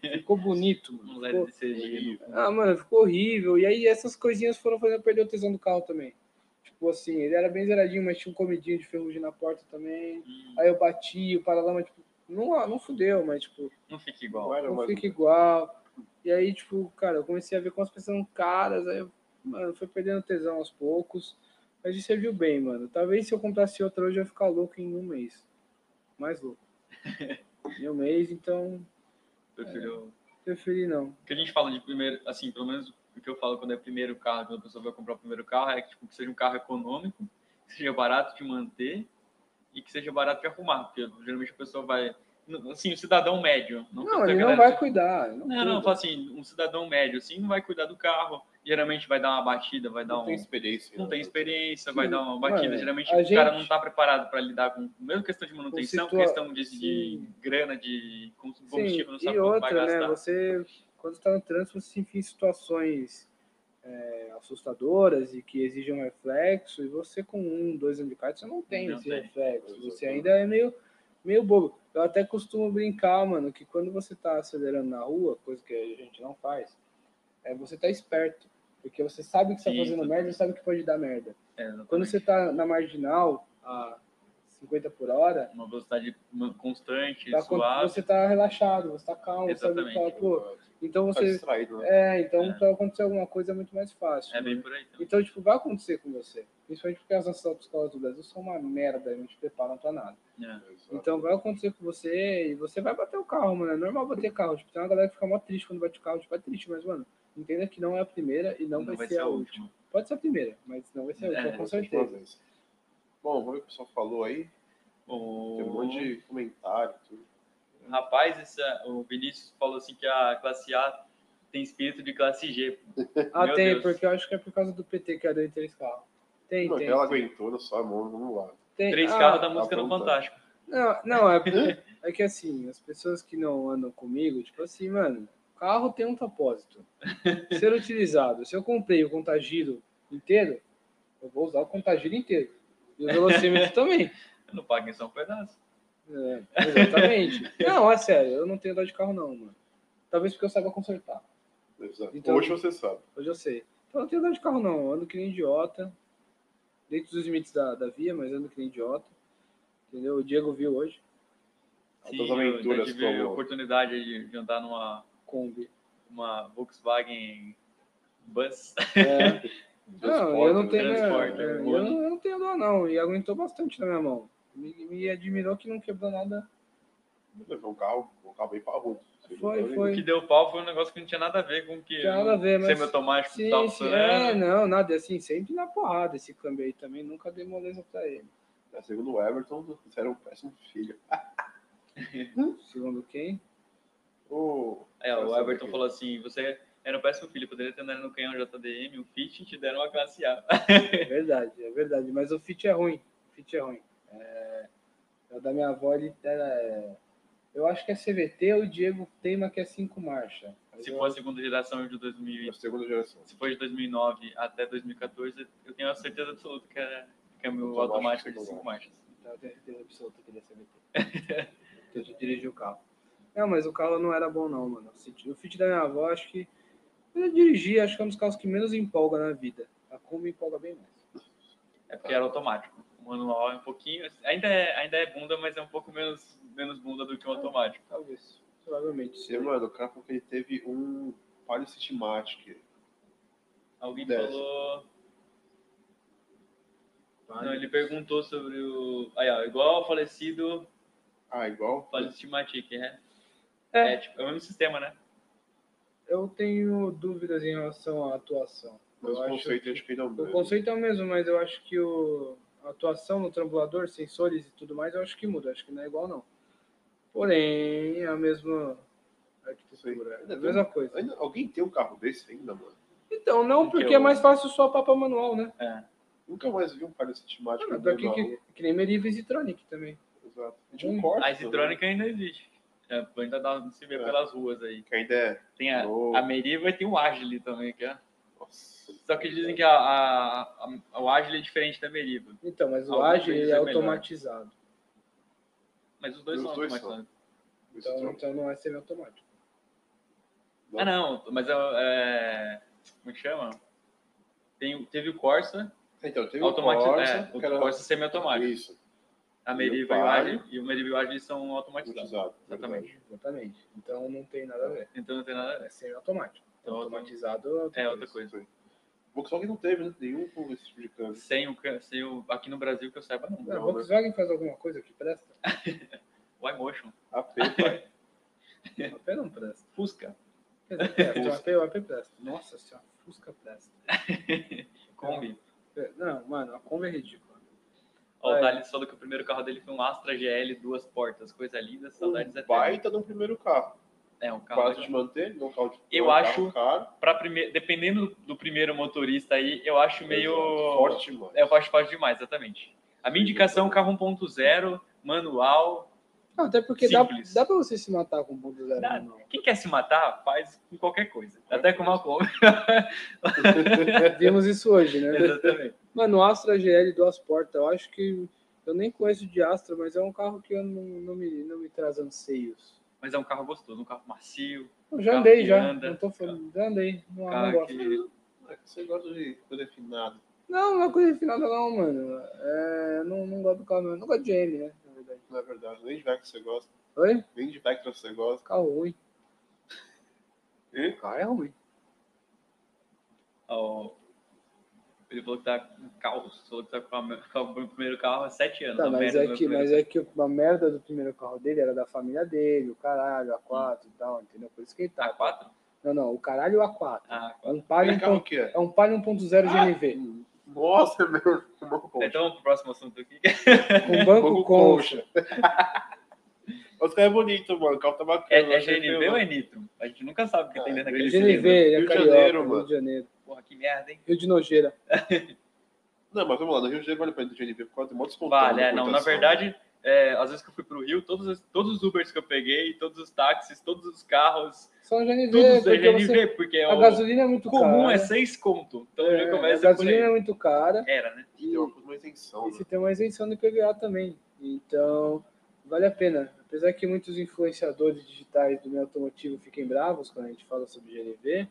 Ficou bonito, mano.
Um LED
Ficou-
de CGI.
ah, mano, ficou horrível. E aí essas coisinhas foram fazendo eu perder o tesão do carro também. Tipo assim, ele era bem zeradinho, mas tinha um comidinho de ferrugem na porta também.
Hum,
Aí eu bati, o paralama, tipo, não, não fudeu, mas tipo,
Não fica igual.
Era,
não
mas-
fica igual. E aí, tipo, cara, eu comecei a ver como as pessoas são caras, aí, eu, mano, foi perdendo tesão aos poucos. Mas isso serviu bem, mano. Talvez se eu comprasse outra hoje eu ia ficar louco em um mês. Mais louco. em um mês, então,
Prefiro.
preferi não.
O que a gente fala de primeiro, assim, pelo menos o que eu falo quando é primeiro carro, quando a pessoa vai comprar o primeiro carro, é que, tipo, que seja um carro econômico, que seja barato de manter e que seja barato de arrumar, porque geralmente a pessoa vai, não- assim, o cidadão médio. Não,
Não,
que a
ele não
galera- assim,
vai cuidar. ele Não,
Não, não, eu
cuida.
falo assim, um cidadão médio, assim, não vai cuidar do carro, geralmente vai dar uma batida, vai dar
Não
um...
tem experiência.
Não
né?
tem experiência, vai
Sim.
dar uma batida.
Mano,
Geralmente
a
o cara
gente-
não tá preparado para lidar com, mesmo questão de manutenção,
situa-
questão de, de
Sim.
grana, de
Sim,
combustível, não sabe
e
quanto vai
outra,
gastar.
né? Você, quando está no trânsito, você se enfia em situações é, assustadoras e que exigem um reflexo, e você com um, dois anos de kart, você não tem
Não
esse
tem.
reflexo.
Exatamente.
Você ainda é meio, meio bobo. Eu até costumo brincar, mano, que quando você tá acelerando na rua, coisa que a gente não faz, é você tá esperto. Porque você sabe que você tá
Sim,
fazendo
exatamente.
merda e sabe que pode dar merda.
É,
Quando
exatamente.
você tá na marginal, a 50 por hora,
uma velocidade ma- constante,
tá-
suave.
você tá relaxado, você tá calmo, sabe? que Tá,
Exatamente.
pô, então
Tá
você.
distraído, né?
É, então
É.
pra acontecer alguma coisa é muito mais fácil.
É
né?
bem por aí também.
Então, tipo, vai acontecer com você. Principalmente porque as nossas autoescolas do Brasil são uma merda, não te preparam pra nada.
É.
Exato.
Então vai acontecer com você e você vai bater o carro, mano. É normal bater carro. Tipo, tem uma galera que fica mó triste quando bate o carro, tipo, é triste, mas, mano, entenda que não é a primeira e não, vai, ser, a última. Pode ser a primeira, mas não vai ser a
É,
última, com
Mas, mais uma
certeza.
vez. Bom, vamos ver o que o pessoal falou aí. Tem
Uhum.
um
O...
monte de comentário. Tudo.
Rapaz, essa- o Vinícius falou assim que a classe A tem espírito de classe G.
Ah,
Meu
tem,
Deus.
porque eu acho que é por causa do PT que é deu em três carros. Tem,
Não,
tem.
ela aguentou na sua mão, vamos lá.
tem.
Três
Ah,
carros da música no
pronto.
Fantástico.
Não, não é, porque- é que assim, as pessoas que não andam comigo, tipo assim, mano, carro tem um propósito. Ser utilizado. Se eu comprei o contagiro inteiro, eu vou usar o contagiro inteiro. E o velocímetro também.
Eu não pago em só um pedaço.
É, exatamente. Não, é sério, eu não tenho dó de carro, não, mano. Talvez porque eu saiba consertar.
Exato.
Então-
Hoje você sabe.
Hoje eu sei. Então eu não tenho dó de carro, não. Eu ando que nem idiota. Dentro dos limites da, da via, mas ando que nem idiota. Entendeu? O Diego viu hoje.
Altas aventuras
eu tive a
como-
oportunidade de- de andar numa
Kombi.
uma Volkswagen Bus.
É. Não,
Transporte,
eu não
né?
tenho, é,
transporte,
eu,
né?
não- eu não tenho dó, não. E aguentou bastante na minha mão. Me, me admirou que não quebrou nada.
Levou um carro, um carro bem parrudo.
Foi,
Não,
O
foi.
que deu pau foi um negócio que não tinha nada a ver com o que
Tinha nada a ver, mas-
semi-automático que
Sim,
tava
sim. É,
funcionando.
não, nada. Assim, sempre na porrada esse câmbio aí também. Nunca dei moleza pra ele.
né, Segundo o Everton, você era um péssimo filho.
Segundo quem?
Ô,
É, o
Nossa,
Everton
que-
falou assim: você era um péssimo filho, poderia ter andado no canhão JDM, o Fit, e te deram uma classe A.
É verdade, é verdade. Mas o fit é ruim. O fit é ruim. É, o da minha avó, ele era. Eu acho que é CVT, o Diego tem uma que é cinco marcha.
Se for a segunda geração de 2000,
A segunda geração.
se for de 2009 até 2014, eu tenho a certeza absoluta que é, que é meu
Automático
automático,
de
de
cinco
5 marchas.
Então eu tenho certeza absoluta que ele ia ser BT. que eu dirigi o carro. Não, mas o carro não era bom não, mano. O Fit- O Fit da minha avó, acho que... Eu dirigi, acho que é um dos carros que menos empolga na vida. A Kombi empolga bem mais.
É porque era automático. O manual é um pouquinho. Ainda é, ainda é bunda, mas é um pouco menos, menos bunda do que o automático.
Talvez. Provavelmente.
Sim, mano, o cara falou que ele teve um Palio Citymatic.
Alguém
Desce.
falou. Não, ele perguntou sobre o. Aí, ó, igual ao falecido
Ah, igual?
Palestimatic, né?
É.
É, tipo, é o mesmo sistema, né?
Eu tenho dúvidas em relação à atuação.
Mas
Eu
o
acho
conceito
que-
acho que ele é o
O
mesmo.
conceito é o mesmo, mas eu acho que o... a atuação no trambulador, sensores e tudo mais, eu acho que muda. Eu Acho que não é igual, não. Porém, é a mesma arquitetura. É a mesma coisa.
Ainda- alguém tem um carro desse ainda, mano?
Então, não,
Porque
porque é
o-
mais fácil só papa manual, né?
É.
Nunca mais vi um Palio Citymatic.
Ah, daqui que, que nem Meriva e Zitronic também.
Exato. E tinha um
Hum.
Corsa
A Citrônica ainda existe. É, ainda dá se ver
É.
pelas ruas aí.
também, Que ainda é...
Tem a,
Oh.
a Meriva e tem o Agile também, que é.
Nossa.
Só que dizem que a, a, a- o Agile é diferente da Meriva.
Então, mas o
Alguma
Agile
coisa
ele é
é melhor.
automatizado.
Mas os dois
Os
são
dois
automatizados.
Esse
Então,
troço.
então não é semi-automático.
Ah, não, mas é, é, Como que chama? Tem, o- teve o Corsa,
Então, teve
automatizado.
um
É,
Corsa,
o
que era-
Corsa semi-automático.
Isso,
A
E o
Meriva e o
Palio.
Agile. E o Meriva e o Agile são automatizados.
automatizado.
Exatamente.
Exatamente. Então não tem nada a ver.
Então não tem nada a ver.
É semi-automático.
Então,
automatizado
É outra coisa.
Foi. Volkswagen não teve né, nenhum com esse tipo de câmbio.
Sem o, ca- sem o. Aqui no Brasil que eu saiba, não.
A
Não, né?
Volkswagen faz alguma coisa que presta?
O iMotion.
AP, pai.
O AP não presta.
Fusca.
Quer dizer, é, o AP, o AP presta. Nossa senhora, Fusca presta.
Kombi.
Não, mano, a Kombi é ridícula.
Ó,
É.
o Thales falou que o primeiro carro dele foi um Astra GL, duas portas, coisa linda, saudades
um
até.
baita de um primeiro carro.
É, um carro.
Fácil
legal.
de manter, não é um carro de
Eu
é um
acho-
carro caro.
Pra primeiro, dependendo do primeiro motorista aí, eu acho
é
meio.
Exato, Forte, mano.
É, eu acho forte demais, exatamente. A minha indicação é um carro 1.0, manual.
Não, até porque dá,
Simples.
dá pra você se matar com um ponto zero
Dá.
na mão.
Quem quer se matar, faz com qualquer coisa.
É
Até com uma Kombi.
Vimos isso hoje, né?
Exatamente.
Mano, o Astra GL duas portas, eu acho que. Eu nem conheço de Astra, mas é um carro que eu não, não me, não me traz anseios.
Mas é um carro gostoso, um carro macio.
Eu já
Carro
andei,
que
já.
anda.
não tô falando. Já andei. Não, não
Carro
gosto.
que.
É que Você gosta de coisa refinada.
Não, não é coisa refinada, não, mano. É, não, não gosto do carro, não. Não gosto de GM, né? Na verdade.
Na verdade, nem de Vectra você gosta,
Oi?
nem de Vectra você gosta.
Carro ruim.
E?
Carro é ruim.
ó, ele falou que tá com carro, falou que tá com, a- com o primeiro carro há sete anos.
Tá,
a
mas
merda do
é,
meu
que,
primeiro
mas é que a merda do primeiro carro dele era da família dele, o caralho, A4 e tal, entendeu? Por isso que ele tá.
carro. A4?
Não, não, o caralho A4.
Ah,
É um
Que
Palio,
carro
ponto-
que é?
é um palio 1.0 GNV,
Nossa, meu irmão.
então vamos pro próximo assunto aqui.
com banco
Banco
concha.
Os caras é bonito, mano. O carro tá bacana.
É,
eu
é
achei
GNV
feio,
ou
não.
é Nitro? A gente nunca sabe o que tem
Ah,
dentro
é
daquele
GNV,
cilindro.
ele é
Rio de
carioca,
Janeiro,
Rio
mano.
de Janeiro.
Porra, que merda, hein?
Rio de Nojeira.
Não, mas vamos lá, no Rio de Janeiro vale a pena do GNV por causa de motos
Vale, é, não.
assim,
Na verdade, é, às vezes que eu fui pro Rio, todos, os- todos os Ubers que eu peguei, todos os táxis, todos os carros,
Só o GNV,
tudo é,
porque
GNV,
você...
porque é
a
o
gasolina é muito
comum
cara.
é seis conto. Então
É,
já
a
começa por
gasolina é
aí.
muito cara
Era, né?
Tem uma, uma isenção.
e
né?
você tem uma isenção do IPVA também. Então, vale a pena. Apesar que muitos influenciadores digitais do meio automotivo fiquem bravos quando a gente fala sobre GNV,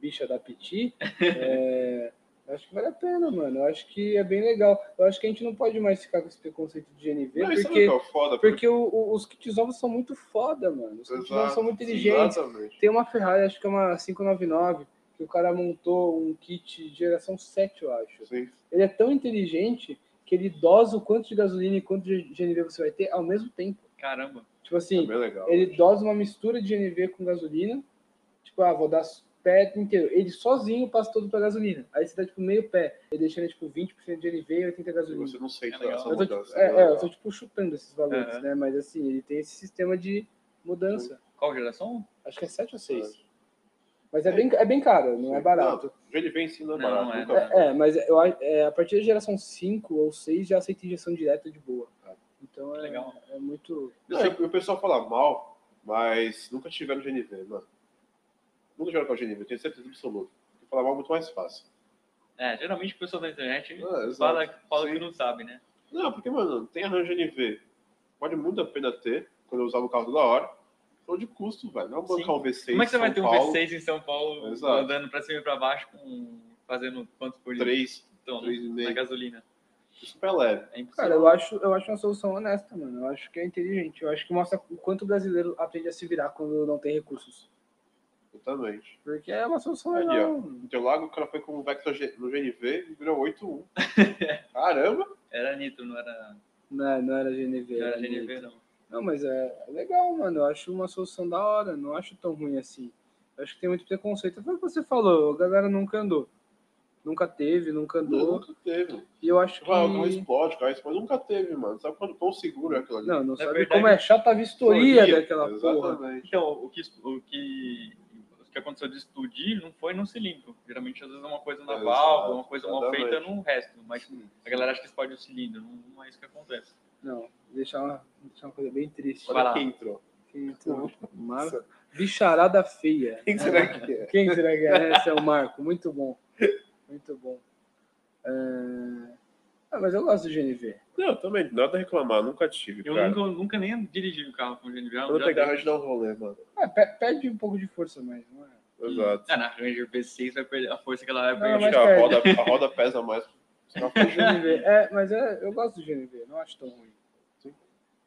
bicha da Piti, é, eu acho que vale a pena, mano. Eu acho que é bem legal. Eu acho que a gente não pode mais ficar com esse preconceito de GNV,
Não, isso é
porque
legal, foda.
Porque o- o- os kits novos são muito foda, mano. Os kits novos
Exato,
são
é
muito inteligentes.
Exatamente.
Tem uma Ferrari, acho que é uma 599, que o cara montou um kit de geração 7, eu acho.
Sim.
Ele é tão inteligente que ele dosa o quanto de gasolina e quanto de GNV você vai ter ao mesmo tempo.
Caramba.
Tipo
É
assim,
bem legal.
ele dosa uma mistura de GNV com gasolina. Tipo, ah, vou dar pé inteiro. Ele sozinho passa todo pra gasolina. Aí você dá tipo meio pé. Ele deixando tipo 20% de GNV e 80% de gasolina.
Você não sente
É legal.
essa
Eu tô, tipo,
mudança.
é,
né? É.
é, eu tô tipo chutando esses valores,
Aham.
né? Mas assim, ele tem esse sistema de mudança.
Qual geração?
Acho que é 7 ou 6. Mas é bem, é bem caro, não é
Sim.
barato.
Não, GNV em si não é
Não,
barato.
não é,
nunca
não
é.
É, é, mas eu, a- é, a partir da geração 5 ou 6 já aceita injeção direta de boa.
Tá.
Então é,
Legal.
é muito.
Não, e o pessoal fala mal, mas nunca tiveram GNV, mano. mundo joga com a Geneva, eu tenho certeza absoluta. Tem que falar mal é muito mais fácil.
É, geralmente o pessoal da
É,
internet
Ah, exato.
fala, fala
Sim.
que não sabe, né?
Não, porque, mano, tem arranjo NV. Vale muito a pena ter, quando eu usava o carro toda hora. Então, de custo, velho. Não
Sim.
bancar um V6
Como é que você
São
vai ter um
Paulo,
V6 em São Paulo
Exato.
andando pra cima e pra baixo com fazendo quanto por litro?
3,
Então,
3,5.
na gasolina?
super leve.
É impossível.
Cara, eu acho, eu acho uma solução honesta, mano. Eu acho que é inteligente. Eu acho que mostra o quanto o brasileiro aprende a se virar quando não tem recursos.
Totalmente.
Porque é uma solução
Aí, ó.
legal.
No teu lago, o cara foi com o Vector G- no GNV e virou 8-1. Caramba!
Era nitro, não era,
Não, não era GNV.
não era
era
GNV, não.
Não, mas é é legal, mano. Eu acho uma solução da hora. Não acho tão ruim assim. Eu acho que tem muito preconceito. Foi o que você falou. A galera nunca andou. Nunca teve, nunca
Tá
andou.
Nunca teve.
E eu acho que.
Vai, o carro explode, o carro explode. Nunca teve, mano. Sabe quando, quão seguro é aquilo ali?
Não, não sabe
verdade,
como é chata a vistoria
Teoria.
daquela porra.
Exatamente.
Então, o que, o que, o que aconteceu de explodir não foi num cilindro. Geralmente, às vezes, é uma coisa na
Exato,
válvula, uma coisa mal
exatamente.
feita no resto. Mas
Sim.
a galera acha que explode o cilindro. Não, não é isso que acontece.
Não, deixar uma, deixar uma coisa bem triste.
Vai
Olha
lá.
quem entrou.
Quem entrou? Marco. Bicharada feia.
Quem será que é?
Quem será que é? Esse é o Marco. Muito bom. Muito bom. É, Ah, mas eu gosto do GNV.
Não, também, nada a reclamar, nunca tive,
Eu
cara.
nunca, nunca nem dirigi o carro com GNV. eu
Quando
já
eu pegar, a
dei-
gente dá um rolê, mano.
Ah, pe- perde um pouco de força, mas não é.
Exato.
Ah, na Ranger V6 vai perder a força que ela vai
Não,
perder.
Acho
mas
que a
perde.
roda, a roda pesa mais. Senão
O GNV. É, mas é, eu gosto do GNV, não acho tão ruim.
Sim.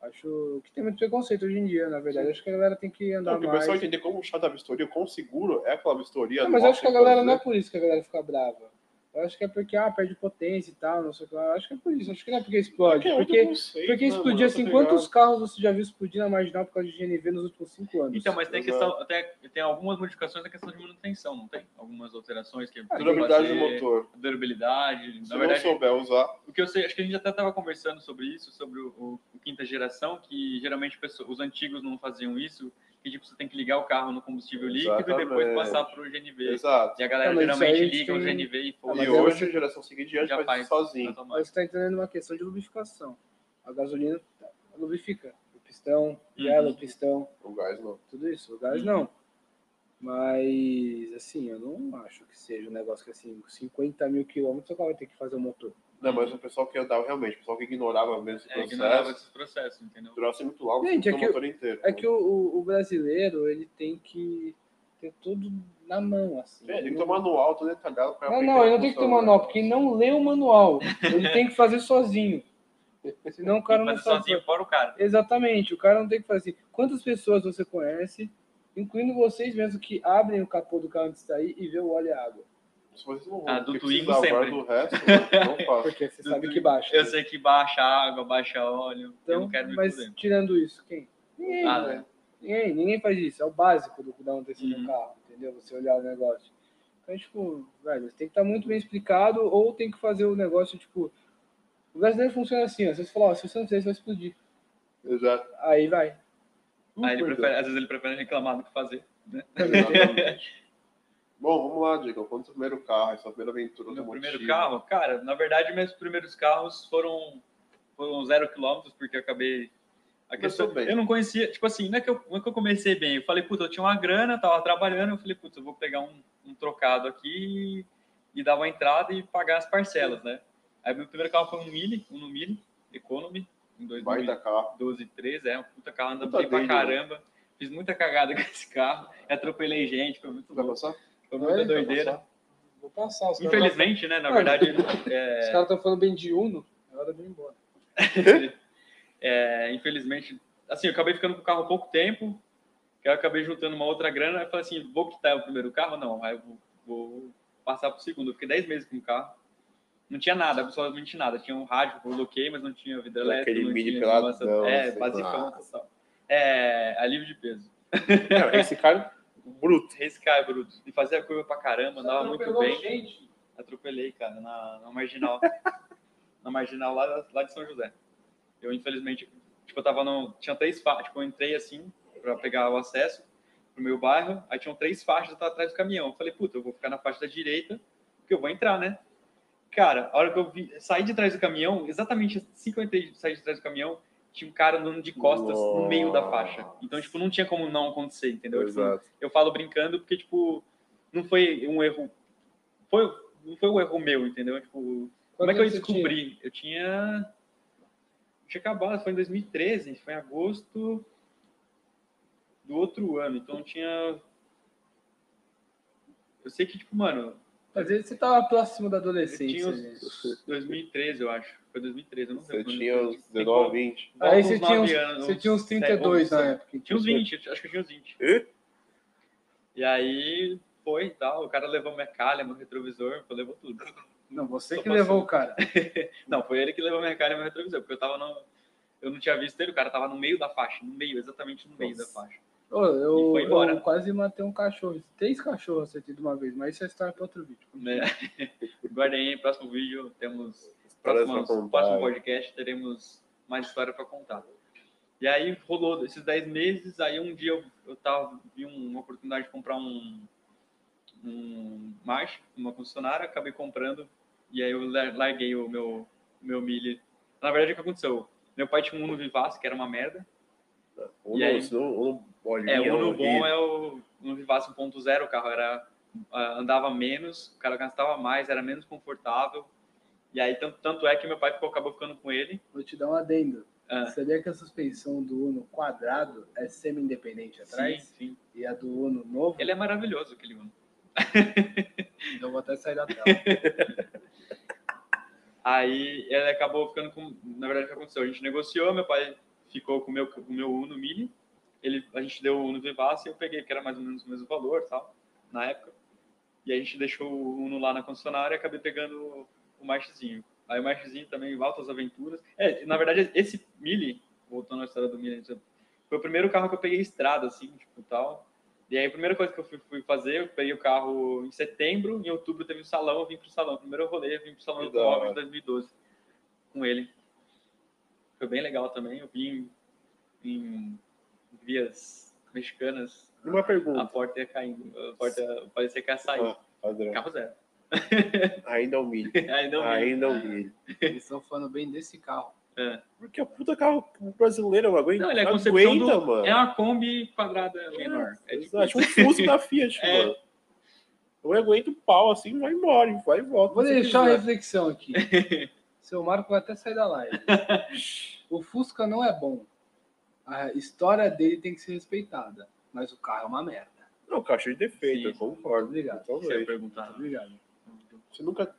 Acho que tem muito preconceito hoje em dia, na verdade. Acho que a galera tem que andar
Não, porque o
mais.
pessoal entender como o chato da vistoria, o quão seguro é aquela vistoria. né?
Não, mas eu
nossa,
acho que a galera
fazer.
não é por isso que a galera fica brava. Eu acho que é porque ah, perde potência e tal, não sei o que lá. Eu acho que é por isso, acho que não é porque explode.
Porque é outro
Porque,
conceito,
porque
né,
explodir
mano?
assim,
Tá
quantos
ligado?
carros você já viu explodir na marginal por causa de GNV nos últimos cinco anos?
Então, mas tem a
Exato.
questão, até tem algumas modificações na questão de manutenção, não tem? Algumas alterações que
Ah,
Durabilidade do
pode fazer,
motor.
Durabilidade.
Se não
Na é- verdade,
souber usar,
o que eu sei, acho que a gente até estava conversando sobre isso, sobre o, o- o quinta geração, que geralmente pessoa- os antigos não faziam isso, que tipo, você tem que ligar o carro no combustível líquido e depois
Exatamente.
passar para o GNV.
exato.
E a galera
Não, mas isso aí
geralmente
a gente
liga o
tem-
GNV e
Ah,
foda-se,
e
mas
hoje
eu-
a geração seguinte já
é já
faz,
faz
isso sozinho.
Mas
automático.
você tá entrando numa questão de lubrificação. A gasolina lubrifica. O pistão,
Uhum.
ela, o pistão,
O gás não.
tudo isso. O gás
Uhum.
não. Mas, assim, eu não acho que seja um negócio que, assim, com 50 mil quilômetros, o cara vai ter que fazer o motor.
Não, mas o pessoal que andava realmente, o pessoal que ignorava mesmo esse
É,
processo,
ignorava esses processos, entendeu?
durava assim muito longo,
Gente, é
o
que
motor inteiro.
É que o, o- o brasileiro, ele tem que ter tudo na mão, assim.
É, tem que
Ele
ter um manual todo detalhado pra
Ah, Não,
aprender
não,
a
ele não tem que ter
função,
o
né?
manual, porque ele não lê o manual. Ele tem que fazer sozinho. Senão o cara
Tem
não
que fazer
sabe.
sozinho fora o cara.
Exatamente, o cara não tem que fazer. Quantas pessoas você conhece, incluindo vocês mesmo, que abrem o capô do carro antes de sair e vê o óleo e a água?
Se vocês não
Ah, do
porque
Twingo
precisar agora
sempre.
do resto, né, não faço.
Porque você sabe que baixa.
Eu sei que baixa água, baixa óleo, eu não quero me
Então, mas
fuder.
tirando isso, quem? Ninguém,
Ah,
né?
né?
ninguém, ninguém faz isso. É o básico do da manutenção
Uhum.
do carro, entendeu? Você olhar o negócio. Então, tipo, velho, tem que estar muito bem explicado ou tem que fazer o negócio, tipo. O brasileiro funciona assim, ó. Se você falar, ó, se você não fizer, isso vai explodir.
Exato.
Aí vai.
Aí Ah, ele
Cuidado.
prefere, às vezes ele prefere reclamar do que fazer. Né?
Exatamente. Bom, vamos lá, Diego. Quanto o primeiro carro, essa primeira aventura
Meu
automotiva?
primeiro carro, cara, na verdade, meus primeiros carros foram, foram zero quilômetros, porque eu acabei. A
Começou
questão,
bem.
eu não conhecia, tipo assim, não é, que eu, não é que eu comecei bem. Eu falei, puta, eu tinha uma grana, tava trabalhando. Eu falei, puta, eu vou pegar um, um trocado aqui e dar uma entrada e pagar as parcelas, né? Aí meu primeiro carro foi um Mille, um no Mille, Economy, em
Vai
2000,
da carro.
12, 13, é, um puta carro, anda
Puta
bem pra
dengue, né?
caramba. Fiz muita cagada com esse carro, atropelei gente, foi muito
Vai
louco,
passar?
foi
Vai,
É,
muita
então,
vai
doideira.
Passar?
Vou passar. os caras- tá-
Infelizmente, né, na verdade,
Os caras estão falando bem de Uno, é hora de ir embora.
é, infelizmente, assim, eu acabei ficando com o carro há pouco tempo, que eu acabei juntando uma outra grana, aí eu falei assim, vou quitar o primeiro carro? Não, aí eu vou, vou passar pro segundo. Eu fiquei 10 meses com o carro, não tinha nada, absolutamente nada. Tinha um rádio que eu coloquei, mas não tinha vidro elétrico.
Aquele
não
mini
tinha
peladão,
massa- É,
assim,
basicão.
nossa.
só. É, alívio de peso.
Cara, esse cara, bruto.
Esse cara é bruto. E fazia curva pra caramba, andava muito
Atropelou
bem.
gente.
Atropelei, cara, na, na marginal. na marginal lá, da- lá de São José. Eu, infelizmente, tipo, eu tava no. Tinha três faixas. Tipo, eu entrei assim, pra pegar o acesso pro meu bairro. Aí tinham três faixas, eu tava atrás do caminhão. Eu falei, puta, eu vou ficar na faixa da direita, porque eu vou entrar, né? Cara, a hora que eu vi, saí de trás do caminhão, exatamente assim que eu entrei, saí de trás do caminhão, tinha um cara andando de costas no meio da faixa. Então, tipo, não tinha como não acontecer, entendeu? Tipo,
Exato.
eu falo brincando porque, tipo, não foi um erro. Foi, não foi um erro meu, entendeu? Tipo, como é que eu
Quantos anos você tinha?
descobri? Eu tinha. Tinha acabado, foi em 2013, foi em agosto do outro ano. Então eu tinha. Eu sei que, tipo, mano,
Às vezes você tava próximo da
eu tinha
adolescência. gente.
uns 2013, eu acho. Foi 2013, eu não sei.
Você tinha uns 19, 20.
Aí você tinha uns- Você tinha uns 32 na
né?
época.
Tinha uns 20, acho que eu tinha uns 20.
Hã?
E aí foi e tal. O cara levou minha calha, meu retrovisor, pô, levou tudo.
Não, você
Só
que
passou.
levou o cara.
Não, foi ele que levou minha cara e meu retrovisor, porque eu tava no. Eu não tinha visto ele, o cara tava no meio da faixa, no meio, exatamente no meio
Nossa.
da faixa.
Ô,
E
eu,
foi embora.
eu quase matei um cachorro. Três cachorros acertei de uma vez, mas isso é história para outro vídeo.
Né? Guardem aí, próximo vídeo, temos.
Histórias
próximas-
pra contar.
próximo podcast, teremos mais história pra contar. E aí rolou esses 10 meses, aí um dia eu, eu tava, vi um- uma oportunidade de comprar um. um March, uma concessionária, acabei comprando, e aí eu la- larguei o meu, meu milho. Na verdade, o que aconteceu? Meu pai tinha um Uno Vivace, que era uma merda.
Um
E aí?
no- um no bolinha,
É, o
um
Uno
no
bom é o Uno Vivace 1.0, o carro era, ah, andava menos, o cara gastava mais, era menos confortável. E aí, tanto, tanto é que meu pai ficou, acabou ficando com ele.
Vou te dar um adendo.
Ah.
Sabia que a suspensão do Uno quadrado é semi-independente atrás
Sim, sim.
e a do Uno novo? Então
Ele é maravilhoso, aquele Uno.
Eu vou até sair da tela.
Aí ele acabou ficando com. Na verdade, o que aconteceu? A gente negociou, meu pai ficou com o meu, com o meu Uno Mini. Ele, a gente deu o Uno Vivace e eu peguei, porque era mais ou menos o mesmo valor e tal, na época. E a gente deixou o Uno lá na concessionária e acabei pegando o Marchzinho. Aí o Marchzinho também, Altas Aventuras. É, na verdade, esse Mini, voltando à história do Mini, foi o primeiro carro que eu peguei estrada, assim, tipo tal. E aí a primeira coisa que eu fui, fui fazer, eu peguei o carro em setembro, em outubro teve o salão, eu vim pro salão. Primeiro rolê, eu vim pro salão
Que
do
da
Móvel de
hora.
2012 com ele. Foi bem legal também. Eu vim em vias mexicanas,
Uma
a
pergunta.
porta ia caindo, a porta parecia que ia sair.
Ah, padrão.
Carro zero.
Ainda é um milho.
Aí não vi.
Ainda é um milho.
Eles estão falando bem desse carro.
Porque o puta carro brasileiro, eu aguento.
Não, ele é a concepção
aguenta,
do...
mano.
É uma Kombi quadrada menor. É tipo
Exato, um fuso da Fiat,
É.
mano. Eu aguento o pau assim, vai embora, e vai e volta.
Vou
se
deixar uma
quiser.
reflexão aqui. Seu Marco vai até sair da live. O Fusca não é bom. A história dele tem que ser respeitada. Mas o carro é uma merda.
Não, caixa de defeito,
Sim.
eu concordo.
Obrigado.
isso que eu ia
Talvez.
Tá
perguntar.
Obrigado.
Você nunca.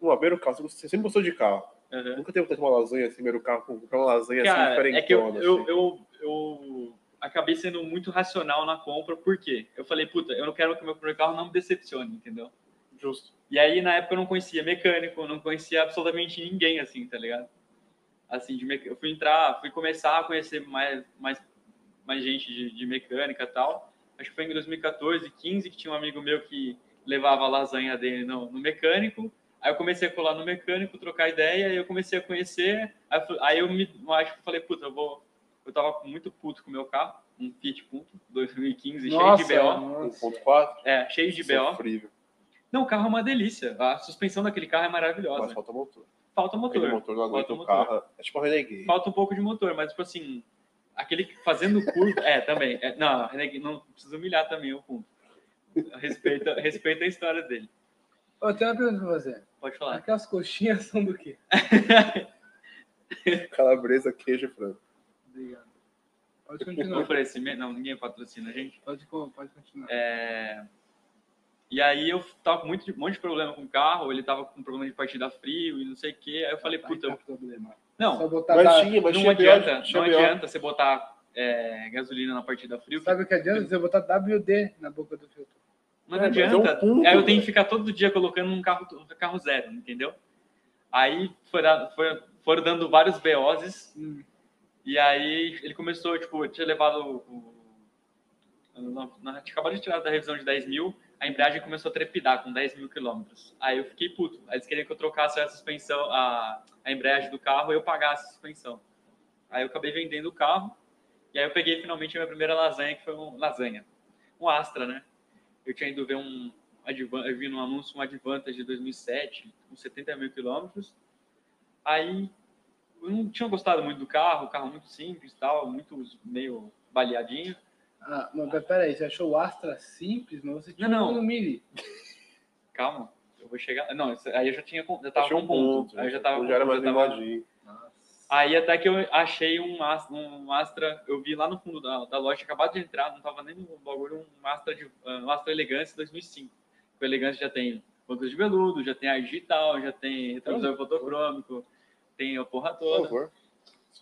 Uma beira o carro, você sempre gostou de carro.
Aham.
Nunca teve vontade de uma lasanha assim, beira o carro, comprar uma lasanha assim,
Cara,
diferentona.
é que eu, eu,
assim.
eu, eu acabei sendo muito racional na compra, por quê? Eu falei, puta, eu não quero que o meu primeiro carro não me decepcione, entendeu?
Justo.
E aí, na época, eu não conhecia mecânico, eu não conhecia absolutamente ninguém, assim, tá ligado? Assim, de mec... eu fui entrar, fui começar a conhecer mais, mais, mais gente de, de mecânica e tal. Acho que foi em 2014, 15, que tinha um amigo meu que levava a lasanha dele no, no mecânico. Aí eu comecei a colar no mecânico, trocar ideia, aí eu comecei a conhecer. Aí eu fu- Aí eu me, eu acho que eu falei, puta, eu vou... Eu tava muito puto com o meu carro, um Fiat Punto, 2015,
Nossa,
cheio de BO.
nossa.
1.4.
É, cheio de BO.
Sofrível.
Não, o carro é uma delícia. A suspensão daquele carro é
Mas
maravilhosa.
falta motor.
Falta
Aquele
motor.
motor não aguenta
Falta
o
motor.
carro. É tipo uma Renegade.
Falta um pouco de motor, mas, tipo assim, aquele que fazendo curva. É, também. É, não, Reneg- não precisa humilhar também o ponto. Respeita, respeita a história dele.
Eu tenho uma pergunta pra você.
Pode falar.
Aquelas coxinhas são do quê?
Calabresa, queijo e frango.
Obrigado. Pode
Um
continuar.
oferecimento. Não, ninguém patrocina a gente.
Pode, co- pode continuar.
É, E aí eu tava com muito, um monte de problema com o carro, ele tava com problema de partida frio e não sei o quê. Aí eu falei,
Vai
puta,
dar
eu-
tá, então problema.
não,
Só botar
Mas
da-
tinha, Tá, então." mas
Tá, não
tinha
adianta,
BO, tinha
não
BO.
adianta você botar é, gasolina na partida frio, que
Sabe o que adianta? Você botar WD na boca do filtro.
Mas
É,
não
mas é um
adianta.
ponto,
Aí eu
velho.
tenho que ficar todo dia colocando um carro, um carro zero, entendeu? Aí foram, foram, foram dando vários BOs
Hum.
e aí ele começou, tipo, eu tinha levado o. o- na- na- tinha acabado de tirar da revisão de 10 mil, a embreagem começou a trepidar com 10 mil quilômetros. Aí eu fiquei puto. Aí eles queriam que eu trocasse a suspensão, a, a embreagem do carro e eu pagasse a suspensão. Aí eu acabei vendendo o carro e aí eu peguei finalmente a minha primeira lasanha, que foi um lasanha. Um Astra, né? Eu tinha ido ver um. Advan- Eu vi num anúncio um Advantage de 2007, com 70 mil quilômetros. Aí eu não tinha gostado muito do carro, carro muito simples tal, muito meio baleadinho.
Ah, mas peraí, você achou o Astra simples, mas você tinha
Não, não.
um Mini.
Calma, eu vou chegar. Não, isso- aí eu já tinha. Eu tava
Achei
com um ponto. Aí eu já tava. com
já era
ponto,
mais
já tava-
invadido.
Nossa.
Aí até que eu achei um Astra, um Astra eu vi lá no fundo da, da loja, acabado de entrar, não tava nem no bagulho, um Astra, de, um Astra Elegance 2005. O Elegance já tem bancos de veludo, já tem ar digital, já tem retrovisor fotocrômico, tem a porra
Por
toda.
favor.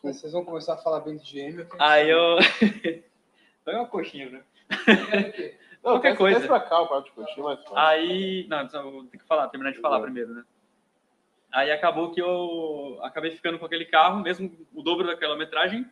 Mas vocês vão começar a falar bem de GM. quero
Aí
saber.
Ah, eu... Foi uma coxinha, né?
Não,
Qualquer
desce-
coisa. Ah.
Desce pra cá o quarto de coxinha mais fácil.
Aí. Não, só vou ter que falar, terminar de falar primeiro, né? Aí acabou que eu acabei ficando com aquele carro, mesmo o dobro da quilometragem,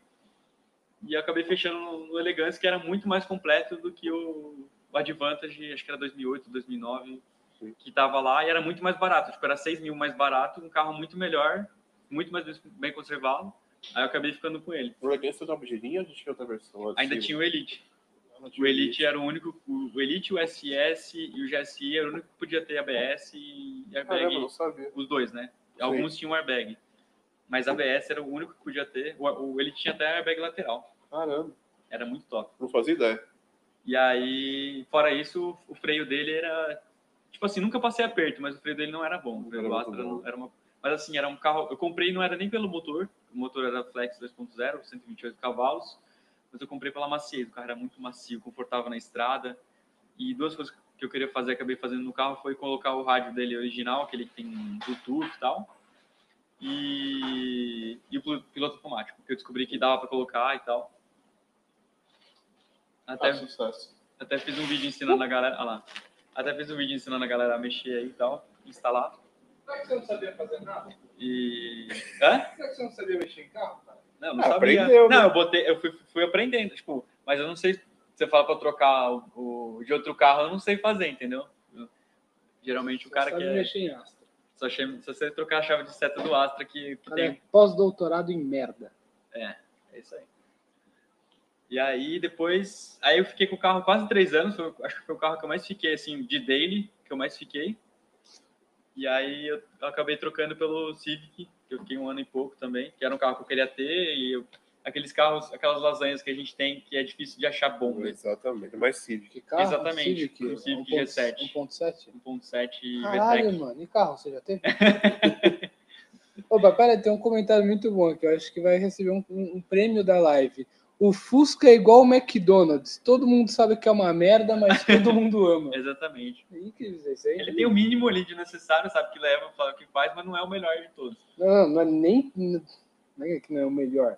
e eu acabei fechando no, no Elegance, que era muito mais completo do que o, o Advantage, acho que era 2008, 2009,
Sim.
que tava lá, e era muito mais barato, tipo, era 6 mil mais barato, um carro muito melhor, muito mais bem- bem conservado, aí eu acabei ficando com ele.
Por aqui, você dá uma girinha ou a gente tinha outra versão?
Ainda
Assim,
tinha o Elite.
ela tinha
O Elite era o único, o Elite, o SS e o GSI era o único que podia ter ABS e
Caramba, eu
airbag,
não sabia.
os dois, né? Alguns tinham airbag, mas ABS era o único que podia ter. O, o Elite tinha até airbag lateral,
Caramba,
era muito top.
não fazia ideia.
E aí, fora isso, o freio dele era tipo assim, nunca passei aperto, mas o freio dele não era bom. O freio
Não
do
era muito
Astra
bom.
não- era uma, mas assim, era um carro, eu comprei não era nem pelo motor, o motor era Flex 2.0, 128 cavalos, mas eu comprei pela maciez, o carro era muito macio, confortável na estrada. E duas coisas que eu queria fazer, acabei fazendo no carro, foi colocar o rádio dele original, aquele que tem Bluetooth e tal, e, e o pil- piloto automático, que eu descobri que dava para colocar e tal. Até
Ah, sucesso.
até fiz um vídeo ensinando a galera. Ah lá. Até fiz um vídeo ensinando a galera a mexer aí e tal, instalar.
Como é que você não sabia fazer nada?
E. Hã?
Como é que você não sabia mexer em carro, cara?
Não, não
Ah,
sabia.
aprendeu, né?
Não, eu botei, eu fui, fui aprendendo, tipo, mas eu não sei. Você fala pra eu trocar o, o- de outro carro, eu não sei fazer, entendeu? Eu- geralmente o cara
Você
que
sabe
é.
mexer em Astra.
Só chama- se você trocar a chave de seta do Astra que, que
Cara,
tem.
é pós-doutorado em merda.
É isso aí. E aí depois. Aí eu fiquei com o carro quase três anos. foi- acho que foi o carro que eu mais fiquei, assim, de daily, que eu mais fiquei. E aí eu, eu acabei trocando pelo Civic, que eu fiquei um ano e pouco também, que era um carro que eu queria ter. E eu- aqueles carros, aquelas lasanhas que a gente tem que é difícil de achar bom, né?
Exatamente, mais Civic.
Que carro?
Exatamente,
Civic,
um Civic
1.7.
G7.
1.7?
1.7
Caralho,
VTEC.
mano, e carro você já teve? Opa, pera, tem um comentário muito bom aqui. Eu acho que vai receber um, um- um prêmio da live. O Fusca é igual o McDonald's. Todo mundo sabe que é uma merda, mas todo mundo ama.
Exatamente.
É incrível isso aí.
Ele tem um- o mínimo ali de necessário, sabe? Que leva, fala o que faz, mas não é o melhor de todos.
Não, não, não é nem. Não é que não é o melhor.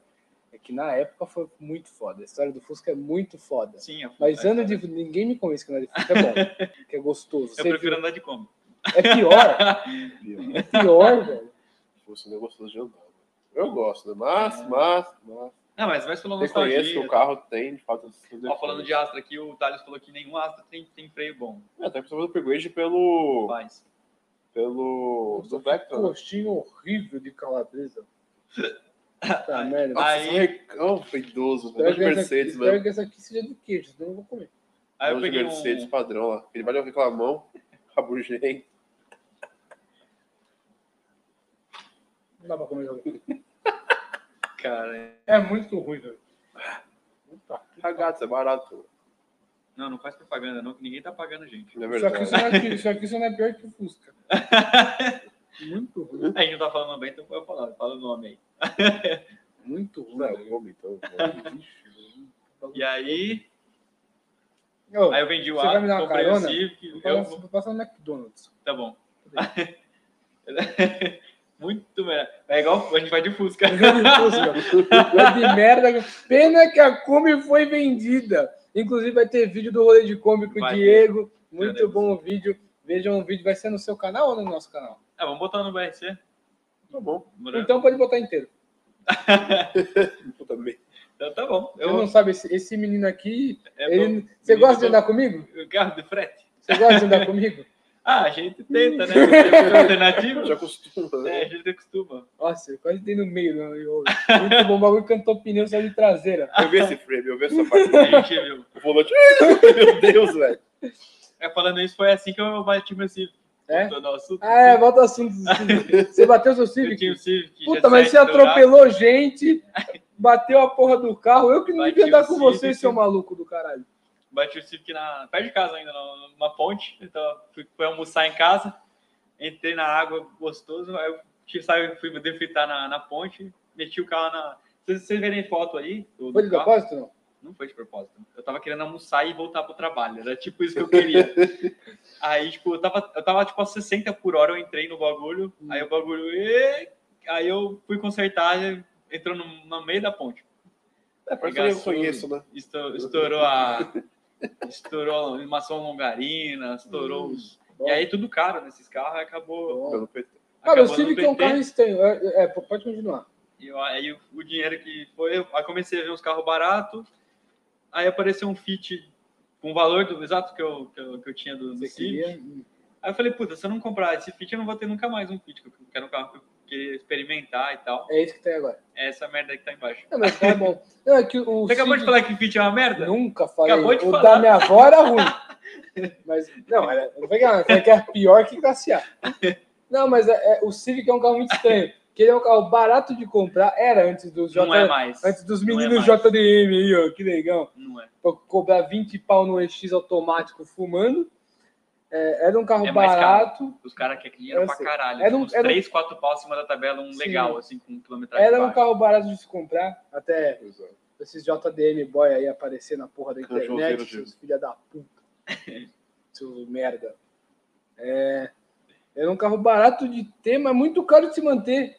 É que na época foi muito foda. A história do Fusca é muito foda.
Sim, a- é
Mas
a-
anda de. Ninguém me convence que andar de Fusca é bom. que é gostoso.
Eu
Você-
prefiro andar de Kombi.
É pior, é pior, velho.
né? Fosse um negócio de andar. Eu gosto, né? mas, mas, mas.
Não, mas vai pela É. nostalgia.
Reconheço que o carro tem, de fato, esses
Ó,
defeitos.
falando de Astra aqui, o Thales falou que nenhum Astra tem, tem freio bom.
É, até precisando do upgrade pelo.
Faz.
pelo. do Vectra, né?
um Gostinho horrível de calabresa. Tá, merda.
Nossa,
Aí-
esse recão foi idoso, velho.
Espero que
de
essa-
Mercedes,
espero
Ah, mano.
que essa aqui seja do queijo, senão eu não vou comer.
Aí eu
Dono de
peguei
Mercedes
um...
padrão lá. Ele vai reclamão, rabugento.
Não dá pra comer jogo.
Cara,
É muito ruim, velho.
Ragazzo, é barato.
não, não faz propaganda não, que ninguém tá pagando, gente.
Na
Só que
verdade.
isso não é, isso aqui só não é pior que o Fusca. Muito ruim.
A gente não tá falando bem, então eu falar, fala o nome aí.
Muito ruim.
Não, eu vou então. eu vou.
E aí,
Ô,
aí eu vendi o
Você vai me dar
Astra,
uma
comprei
carona?
o Civic, eu
passa- Passa no McDonald's.
Tá bom. Muito melhor. É igual, a gente vai de Fusca.
Coisa É de merda. Pena que a Kombi foi vendida. Inclusive vai ter vídeo do rolê de Kombi com
Vai
o
ter.
Diego. Muito
Teremos.
bom o vídeo. Vejam o vídeo. Vai ser no seu canal ou no nosso canal?
Ah, vamos botar no BRC.
Tá bom.
Morango.
Então pode botar inteiro.
Puta merda.
Então tá bom.
Você não
Eu,
sabe, esse, esse menino aqui.
é
ele- você gosta de
do-
andar comigo?
bom. Carro de frete.
Você gosta de andar comigo?
Ah, a gente tenta, né? Tem Alternativa.
Já acostuma,
É,
né?
a gente acostuma.
Nossa, eu quase dei no meio. né? Eu- Muito bom. O bagulho cantou pneu só de traseira.
Eu vi esse frame, eu vi essa parte.
A gente viu.
O volante. Meu Deus, velho.
É, falando isso, foi assim que eu bati meu Civic.
É?
voltando ao assunto.
Ah, é, volta ao assunto. do Civic. Você bateu seu
eu tinha o
Civic?
Civic.
Puta, mas você atropelou
né?
gente, bateu a porra do carro. Eu que não
Bati
devia andar
o
com você,
Civic.
seu maluco do caralho.
Bati o Civic na, perto de casa ainda, na- numa ponte. Então, fui, fui almoçar em casa, entrei na água gostoso, aí eu tive- saí, fui defritar na, na ponte, meti o carro na. Vocês, vocês verem foto aí? do- do
Foi de
carro?
propósito, não?
Não foi de propósito. Eu tava querendo almoçar e voltar pro trabalho. Era tipo isso que eu queria. aí, tipo, eu tava, eu tava tipo a 60 por hora, eu entrei no bagulho,
Hum.
aí o bagulho. "Ê!" Aí eu fui consertar, entrou no, no meio da ponte.
É, parece que eu
Regaçou.
conheço, né?
Estou- Estourou a. Estourou a maçã longarina, estourou
Hum.
os.
Bom.
E aí tudo caro nesses carros, aí acabou.
Bom.
Pelo PT.
Cara, o
acabou no
Civic é um
PT.
carro estranho. É, é, pode continuar.
E eu- aí o- o dinheiro que foi, eu aí comecei a ver uns carros baratos. Aí apareceu um Fit com o valor do exato que eu, que eu, que eu tinha do, do
Você
Civic.
queria?
Aí eu falei, puta, se eu não comprar esse Fit, eu não vou ter nunca mais um Fit, que eu quero um carro que eu queria experimentar e tal.
É isso que tem agora.
É essa merda que tá embaixo.
Não, mas tá bom. Não, é que o
Você acabou de
Civic-
falar que Fit é uma merda?
Nunca falei.
Acabou de
o
falar.
da minha avó era ruim. Mas, não, era, eu falei que era- eu falei que era pior que classe A. Não, mas é- é- o Civic é um carro muito estranho. Que ele é um carro barato de comprar. Era antes dos
Não é
J,
mais.
antes dos
Não é
meninos
mais.
JDM aí, ó. Que legal.
Não é.
Pra cobrar 20 pau no EX automático fumando. É, era um carro
É mais caro.
barato.
Os caras querem dinheiro
Eu
pra
sei.
caralho.
Era um-
uns
era um-
3, 4 pau acima da tabela, um
Sim.
legal, assim, com quilometragem
Era um
baixa.
carro barato de se comprar. Até esses JDM boy aí aparecer na porra da
Cachorro
internet,
verde.
seus filha da puta, seus merda. É, era um carro barato de ter, mas muito caro de se manter.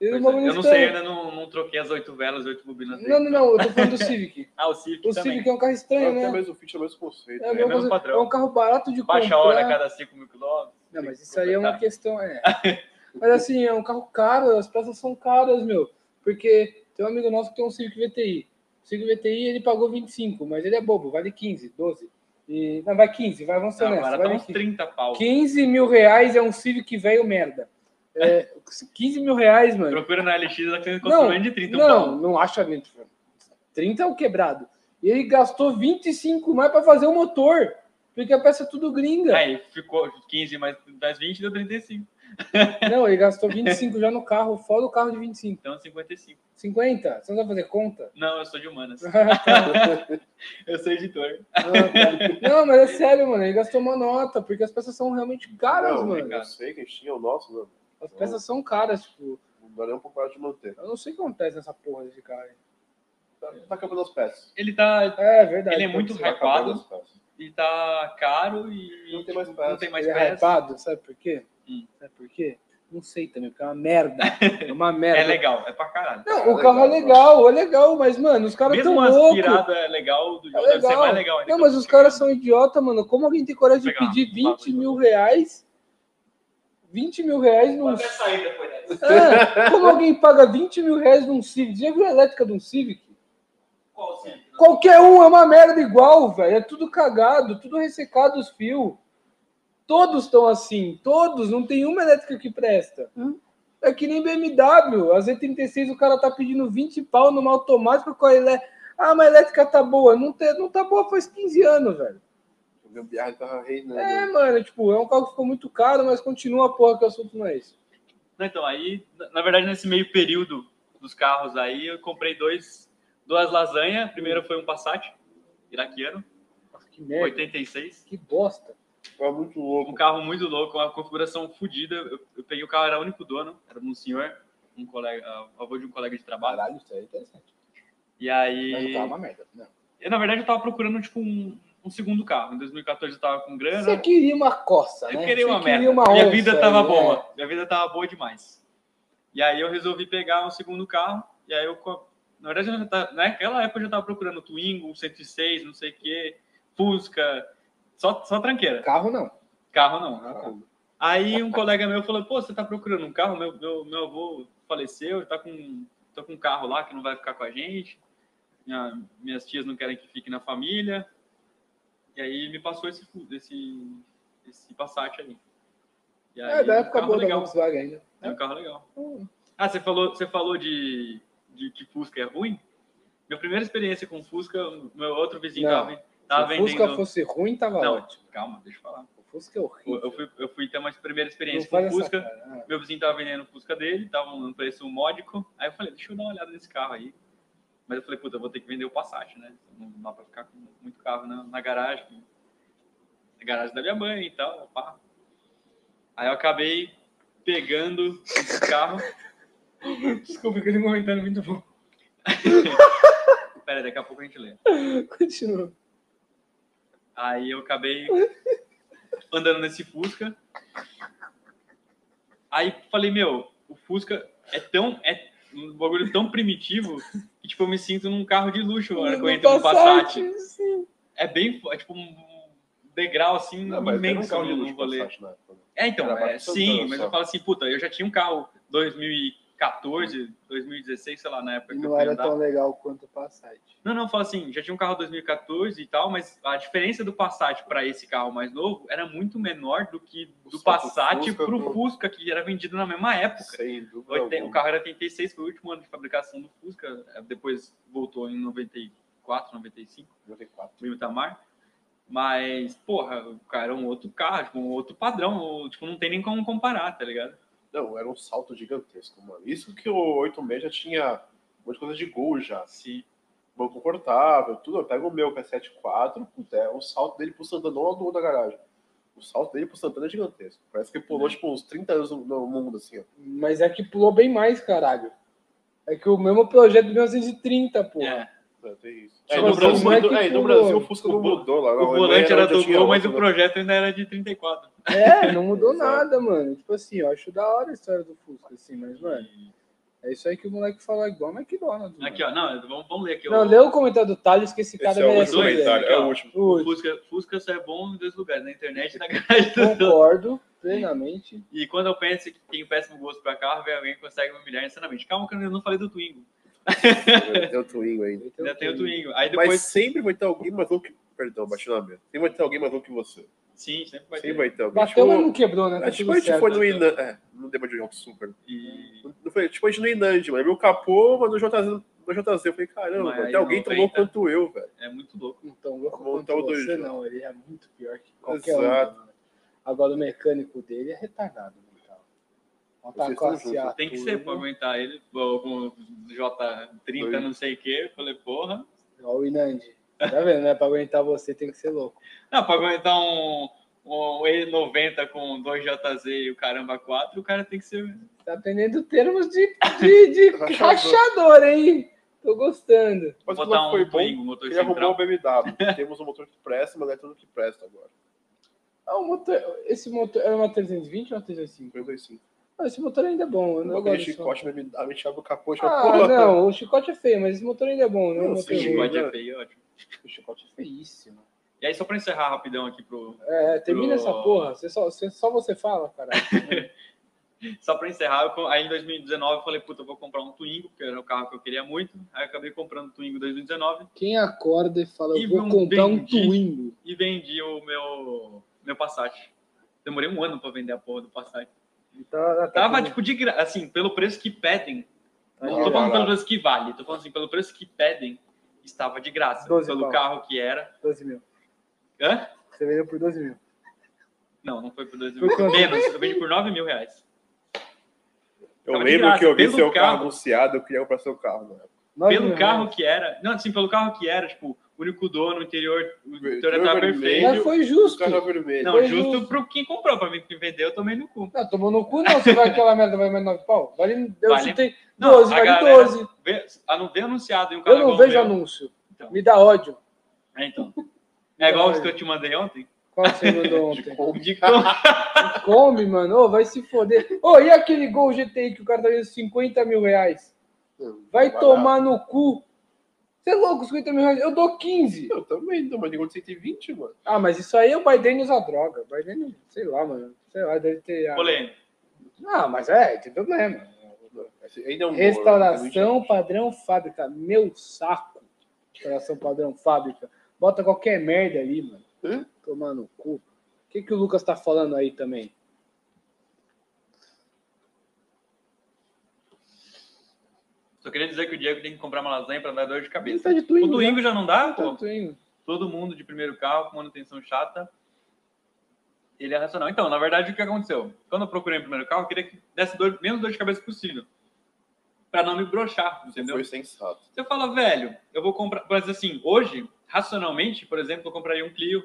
Ele é um
Pois é.
bagulho
Eu não sei, eu
estranho.
ainda não, não troquei as 8 velas, 8 bobinas dele.
Não, não, não, eu tô falando do Civic.
Ah, o Civic
O
também.
Civic é um carro estranho,
Até
né?
mesmo o Fit é o mesmo conceito.
É,
né?
mesmo
mesmo-
padrão.
é um carro barato de
Baixa a
comprar.
hora a cada 5 mil quilômetros.
Não, mas
Tem que
isso aí é uma
completar.
questão. É. Mas assim, é um carro caro, as peças são caras, meu. Porque tem um amigo nosso que tem um Civic VTI. O Civic VTI ele pagou 25, mas ele é bobo, vale 15, 12. E, não, vai 15, vai avançar
Ah,
nessa.
Agora tá
Vale
uns
15.
30 pau.
15 mil reais é um Civic velho merda. É, 15 mil reais, mano.
Procura na LX, ela tem
Não,
menos tá de 30 um
Não,
pau.
não acha nem. 30 é o quebrado. E ele gastou 25 mais pra fazer o motor. Porque a peça é tudo gringa.
Aí ficou 15 mais, mais 20, deu 35.
Não, ele gastou 25 já no carro, fora o carro de 25.
Então 55.
50? Você não vai fazer conta?
Não, eu sou de humanas. eu sou editor.
não, mas é sério, mano. Ele gastou uma nota, porque as peças são realmente caras,
não,
mano.
Eu sei que a gente tinha o nosso, mano.
As peças são caras, tipo.
Não dá nem um pouco pra de manter.
Eu não sei o que acontece nessa porra desse cara. aí.
Tá, tá acabando as peças.
Ele tá,
É verdade.
Ele é muito
Pode ser.
Tá acabando as peças.
ele tá caro e
Não tem mais
não
peças.
tem mais
Ele é
peça.
hypado, sabe por quê?
Hum.
Sabe por quê? Não sei também, porque é uma merda. É uma merda.
É legal, é pra caralho.
Não, o carro é legal, é legal, mas, mano, os caras tão
Mesmo
loucos.
aspirado é legal, do
É
jogo deve ser
legal.
mais legal ainda.
Não, mas os caras são idiota, mano. Como alguém tem coragem de
Pegar um uma-
pedir
uma
20
coisa.
mil reais? 20 mil reais num.
Até sair depois dessa.
Ah, como alguém paga 20 mil reais num Civic? Já viu a elétrica de um Civic?
Qual sim?
Qualquer um é uma merda igual, velho. É tudo cagado, tudo ressecado os fios. Todos estão assim, todos. Não tem uma elétrica que presta. É que nem BMW. A Z36 o cara tá pedindo 20 pau numa automática com a ele... Ah, mas a elétrica tá boa. Não, te- não tá boa faz 15 anos, velho.
O gambiarra tava reinando. né?
É, mano, tipo, é um carro que ficou muito caro, mas continua a porra que o assunto não é isso.
Não, então, aí, na- na verdade, nesse meio período dos carros aí, eu comprei dois, duas lasanhas. A primeira foi um Passat iraquiano,
Nossa, que merda.
86.
Que bosta.
Tava Tipo, é muito
Um
louco.
carro muito louco, uma configuração fodida. Eu, eu peguei o carro, era o único dono, era um senhor, um colega, ah, avô de um colega de trabalho.
isso aí é interessante.
E aí,
tá merda. né? Não.
eu, na verdade, eu tava procurando, tipo, um, um segundo carro. Em 2014 eu tava com grana.
Você queria uma coça, né?
Né? Eu queria
Você
uma merda.
uma
Minha
onça
vida
aí,
tava
né?
boa. Minha vida tava boa demais. E aí eu resolvi pegar um segundo carro. E aí eu. co- Na verdade, eu já tava, naquela época eu já tava procurando Twingo, um 106, não sei o quê, Fusca. Só, só tranqueira.
Carro não.
Carro não.
Ah, tá.
Aí um colega meu falou: pô, você tá procurando um carro? Meu, meu, meu avô faleceu, tá com, tô com um carro lá que não vai ficar com a gente. Minha- minhas tias não querem que fique na família. E aí me passou esse, fu- esse, esse Passat aí. E aí,
É, da
um
época
carro
boa da
legal.
Volkswagen né? ainda.
É um carro legal.
Hum.
Ah, você falou, você falou de, de que Fusca é ruim? Minha primeira experiência com Fusca, meu outro vizinho
Não.
tava, tava
Se o Fusca
vendendo.
fosse ruim, tava
Não,
ótimo.
calma, deixa eu falar.
O Fusca é horrível.
Eu fui, eu fui ter uma primeira
Não
experiência
faz
com
essa
Fusca.
cara.
Meu vizinho tava vendendo o Fusca dele, tava um preço módico. Aí eu falei, deixa eu dar uma olhada nesse carro aí. Mas eu falei, puta, eu vou ter que vender o Passat, né? Não dá pra ficar com muito carro na, na garagem. Na garagem da minha mãe e tal, pá. Aí eu acabei pegando esse carro.
Desculpa, aquele comentário muito bom.
Pera aí, daqui a pouco a gente lê.
Ah, Continua.
Aí eu acabei andando nesse Fusca. Aí falei, meu, o Fusca é tão. É um bagulho tão primitivo que, tipo, eu me sinto num carro de luxo na hora que eu entro no Passat.
sim.
É bem. fo- É tipo um degrau assim,
Não, mas era um
imenso
carro de
no,
luxo
no rolê.
Passat na época. né?
É, então,
Era
é,
bastante
sim,
só.
mas eu falo assim, puta, eu já tinha um carro 2014, 2016, sei lá, na época
E
que eu
não
fui
era
andar.
tão legal quanto o Passat.
Não, não, fala assim, já tinha um carro 2014 e tal, mas a diferença do Passat para esse carro mais novo era muito menor do que do
Só pro
Passat
Fusca,
para o
pro-
Fusca, que era vendido na mesma época.
Sem dúvida.
Oitenta- O
alguma.
carro era 86, foi o último ano de fabricação do Fusca, eh, depois voltou em 94, 95,
94.
no Itamar. Mas, porra, o cara era um outro carro, tipo, um outro padrão, ou, tipo, não tem nem como comparar, tá ligado?
Não, era um salto gigantesco, mano. Isso que o 86 já tinha um monte de coisa de gol já.
Sim.
Banco confortável, tudo. Pega o meu, que é 74, puta, é o salto dele pro Santana, não é o do da garagem. O salto dele pro Santana é gigantesco. Parece que ele
Né?
pulou, tipo, uns 30 anos no- no mundo, assim, ó.
Mas é que pulou bem mais, caralho. É que o mesmo projeto de 1930, porra.
É.
É, tem isso.
Tipo,
É, no
o Fusca
Brasil, é, no
que pulou.
Brasil o Fusca não
O vo-
mudou lá. na
O
Alemanha
volante era
onde eu tinha
dobrou, mas o
um outro, né?
projeto ainda era de 34.
É, não mudou
Exato.
nada, mano. Tipo assim, eu acho da hora a história do Fusca, assim, mas, mano, é isso aí que o moleque falou igual McDonald's. mano.
Aqui, ó. Não, vamos, vamos ler aqui.
Não,
ó.
lê o comentário do Thales que esse cara
Esse é o
merece.
último
dois,
ler.
comentário, é
aqui,
o
ó.
último.
O último.
Fusca, Fusca só é bom em dois lugares, na internet e na garagem dos outros.
Concordo plenamente.
E quando eu penso que tem um péssimo gosto pra carro, vem alguém que consegue me humilhar insanamente. Calma que eu não falei do Twingo.
Tem é o Twingo ainda.
Ainda tem o Twingo. Aí depois,
Mas sempre vai ter alguém mais louco que... Perdão, bati na mesa. Sempre vai ter alguém mais louco que você.
sim, sempre vai
Sempre
ter.
vai ter alguém.
Bateu, mas não
tipo,
quebrou, né? Tá
é, tipo,
tudo
a gente
certo.
foi no Inan... É, não deu pra de um super.
E...
Não foi, tipo, a gente no Inand, mano. Meu capô, mas no JZ... No JZ. Eu falei, caramba,
Mas
mano,
aí
tem alguém tão louco
90.
quanto eu, velho.
É muito louco.
Então, louco
Vou
quanto
voltar o dois,
você,
né?
não. Ele é muito pior que qualquer
Exato.
um. mano. Agora, o mecânico dele é retardado. mental. Montar
Vocês
classe
estão juntos.
A
Tem que
tudo,
ser pra
né?
aguentar ele. ou Com J30,
Dois.
não sei o quê. Eu Falei, porra.
Ó, o Inandi. Tá vendo, né? Pra aguentar você tem que ser louco.
Não, pra aguentar um, um E90 com 2JZ e o caramba 4, o cara tem que ser.
Tá aprendendo termos de, de, de
Rachador.
rachador, hein? Tô gostando.
Mas o
botar
que foi
um
bom,
Twingo, motor
ele arrumou o
central.
BMW. Temos um motor que presta, mas não é tudo que presta agora.
Ah, o motor, esse motor era uma 320 ou uma 305?
55.
Ah, esse motor ainda é bom. Eu não
Aquele
gosto desse
chicote BMW, a gente abre o capô e
motor.
fala,
Ah,
porra,
não, o chicote é feio, mas esse motor ainda é bom. Não, é um
Não,
motor
sim,
Esse
Twingo,
ruim.
bigode
né?
é feio, ótimo.
O chicote é feíssimo.
E aí, só pra encerrar rapidão aqui pro.
É,
Pro-
termina essa porra. Você só, você, só você fala, cara.
Só pra encerrar, eu co- aí em 2019 eu falei, puta, eu vou comprar um Twingo, porque era o carro que eu queria muito. Aí eu acabei comprando o Twingo em 2019
Quem acorda e fala,
E
eu vou
não
comprar um
vendi.
Twingo?
e vendi o meu, meu Passat. Demorei um ano pra vender a porra do Passat.
Tá,
Tava, tipo, de graça, assim, pelo preço que pedem. Não
Tá,
de
tô falando
graça.
pelo preço que vale, tô falando assim, pelo preço que pedem, estava de graça.
12
Pelo
pau.
carro que era.
12 tá, mil.
Hã?
Você vendeu por 12 mil.
Não, não foi por 2
Por
mil.
quanto?
Menos, eu vendi por 9 mil reais.
Eu
Tava de
lembro
graça,
que eu vi
pelo
seu carro
carro.
anunciado, eu queria comprar seu carro, mano.
Nove
pelo
mil
carro
reais.
que era. Não, assim, pelo carro que era, tipo, único dono, o interior, o
Interior
interior tava
vermelho.
perfeito.
Mas foi
O
justo.
carro é vermelho.
Não,
Foi
justo,
justo.
pro quem comprou, pra mim que vendeu, eu tomei no cu.
Não, Ah, tomou no cu, não. Você vai aquela merda, vai mais 9 pau? Vale, eu
Vale.
chutei
Não,
12,
a
vale
galera-
12.
Vê- A não ver anunciado em um
Eu
carro
não
igual
vejo
o meu.
anúncio.
Então.
Me dá ódio.
É, então. É igual os que eu te mandei ontem.
Qual que você mandou
De
ontem?
O
Kombi.
de Kombi.
Kombi, mano. Ô, vai se foder. Ô, e aquele Gol GTI que o cara tá vendendo 50 mil reais? Vai
Barato.
tomar no cu. Você é louco, 50 mil reais? Eu dou 15.
Eu também, não, mas ligou de 120, mano.
Ah, mas isso aí o Biden usa droga. O Biden, sei lá, mano. Sei lá, deve ter. ah,
Polêmico.
Ah, mas é, tem problema.
Esse Ainda é um
Restauração
bom, né?
padrão fábrica. Meu saco. Restauração padrão fábrica. Bota qualquer merda ali, mano.
Hã?
Tomar no cu. O que, que o Lucas tá falando aí também?
Só queria dizer que o Diego tem que comprar uma lasanha pra dar dor de
Ele
cabeça.
tá de
O
Twingo. né?
Twingo já não dá?
Tá
Pô,
de Twingo.
todo mundo de primeiro carro, com manutenção chata. ele é racional. Então, na verdade, o que aconteceu? Quando eu procurei o primeiro carro, eu queria que desse dor, menos dor de cabeça possível. Pra não me brochar, entendeu?
Foi sensato.
Você fala, velho, eu vou comprar. Mas assim, hoje, racionalmente, por exemplo, eu compraria um Clio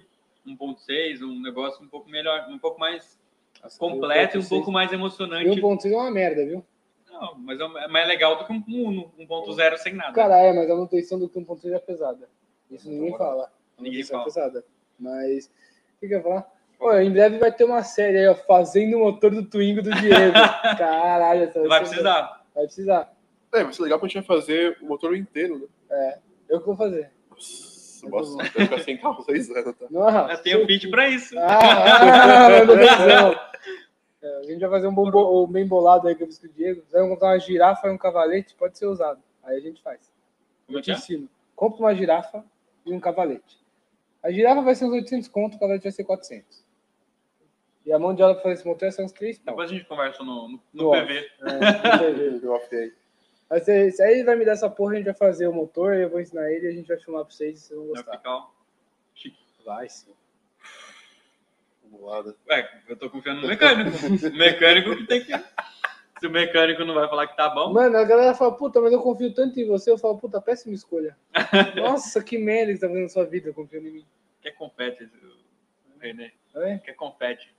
1.6, um negócio um pouco melhor, um pouco mais
Nossa,
completo e um
1.6
pouco mais
E
emocionante.
o ponto 6 é uma merda, viu?
Não, mas é mais legal do que um Uno 1.0 sem nada.
Cara, é, mas a manutenção do campo 3 é pesada. Isso ninguém fala. A
Ninguém
manutenção
fala.
É pesada. Mas, o que, que eu ia falar? Pô, em breve vai ter uma série aí, ó, Fazendo o Motor do Twingo do Diego. Caralho, essa
Vai
ser-
precisar.
Vai precisar.
É, vai ser legal porque a gente vai fazer o motor inteiro, né?
Eu que vou fazer.
Nossa, bosta, vai ficar sem carro seis anos, tá?
Não, ah,
Eu tenho vídeo pra isso.
Ah, ah, mandou benzão. É, a gente vai fazer um bom bo- um bem bolado aí que eu fiz com o Diego. Vocês vão comprar uma girafa e um cavalete, pode ser usado. Aí a gente faz.
Como é
Eu te
que é?
ensino. Compra uma girafa e um cavalete. A girafa vai ser uns 800 conto, o cavalete vai ser 400. E a mão de obra pra fazer esse motor vai ser uns 3 pau.
Depois a gente conversa no, no, no
Nossa.
PV.
É,
Eu afiei.
Mas se, se aí ele vai me dar essa porra, a gente vai fazer o motor, eu vou ensinar ele e a gente vai filmar pra vocês e vocês vão
Vai
gostar.
ficar, ó.
Vai sim.
Acumulada.
Ué, É, eu tô confiando no mecânico. O mecânico que tem que. Se o mecânico não vai falar que tá bom,
Mano, a galera fala, puta, mas eu confio tanto em você. Eu falo, puta, péssima escolha. Nossa, que merda que você tá fazendo na sua vida confiando em mim.
quer confete, René.
Tá vendo?
Quer confete.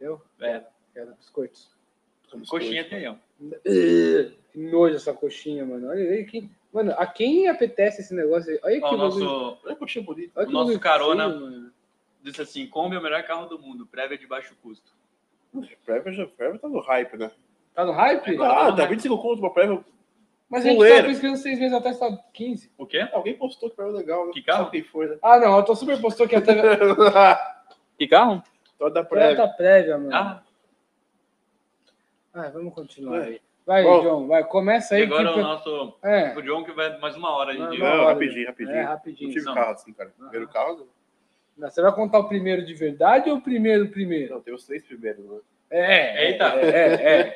Eu?
É,
Quero biscoitos.
coxinha tem aí, ó.
É,
Que nojo essa coxinha, mano. Olha aí que... Mano, a quem apetece esse negócio aí? Olha que
Ó, o
bagulho-
nosso
É, coxinha bonita.
olha que
o nosso
bagulho
carona-
feio, mano.
disse assim: Kombi é o melhor carro do mundo, prévia de baixo custo.
Prévia já prévia tá no hype, né?
Tá no hype?
Agora-
Ah,
no
tá
hype. 25
25 conto uma prévia.
Mas a gente
Fuleira.
tá pesquisando seis meses atrás, tá 15.
O quê?
Alguém postou que prévia legal, né?
Que carro?
Sabe quem foi, né?
Ah, não, eu tô super postou que até...
Que carro?
Toda da prévia.
Preta prévia, mano. Ah.
Ah,
vamos continuar
Vai.
aí. Vai,
Bom.
João, vai. Começa
e
aí.
agora
que...
o nosso.
É,
O John que vai mais uma hora
Não,
de
não.
Não, rapidinho, rapidinho.
é,
Não
rapidinho.
tive
Não.
carro assim, cara. Primeiro carro,
Não, Você vai contar o primeiro de verdade ou o primeiro primeiro?
não, tem os três primeiros, né?
É,
Eita.
é,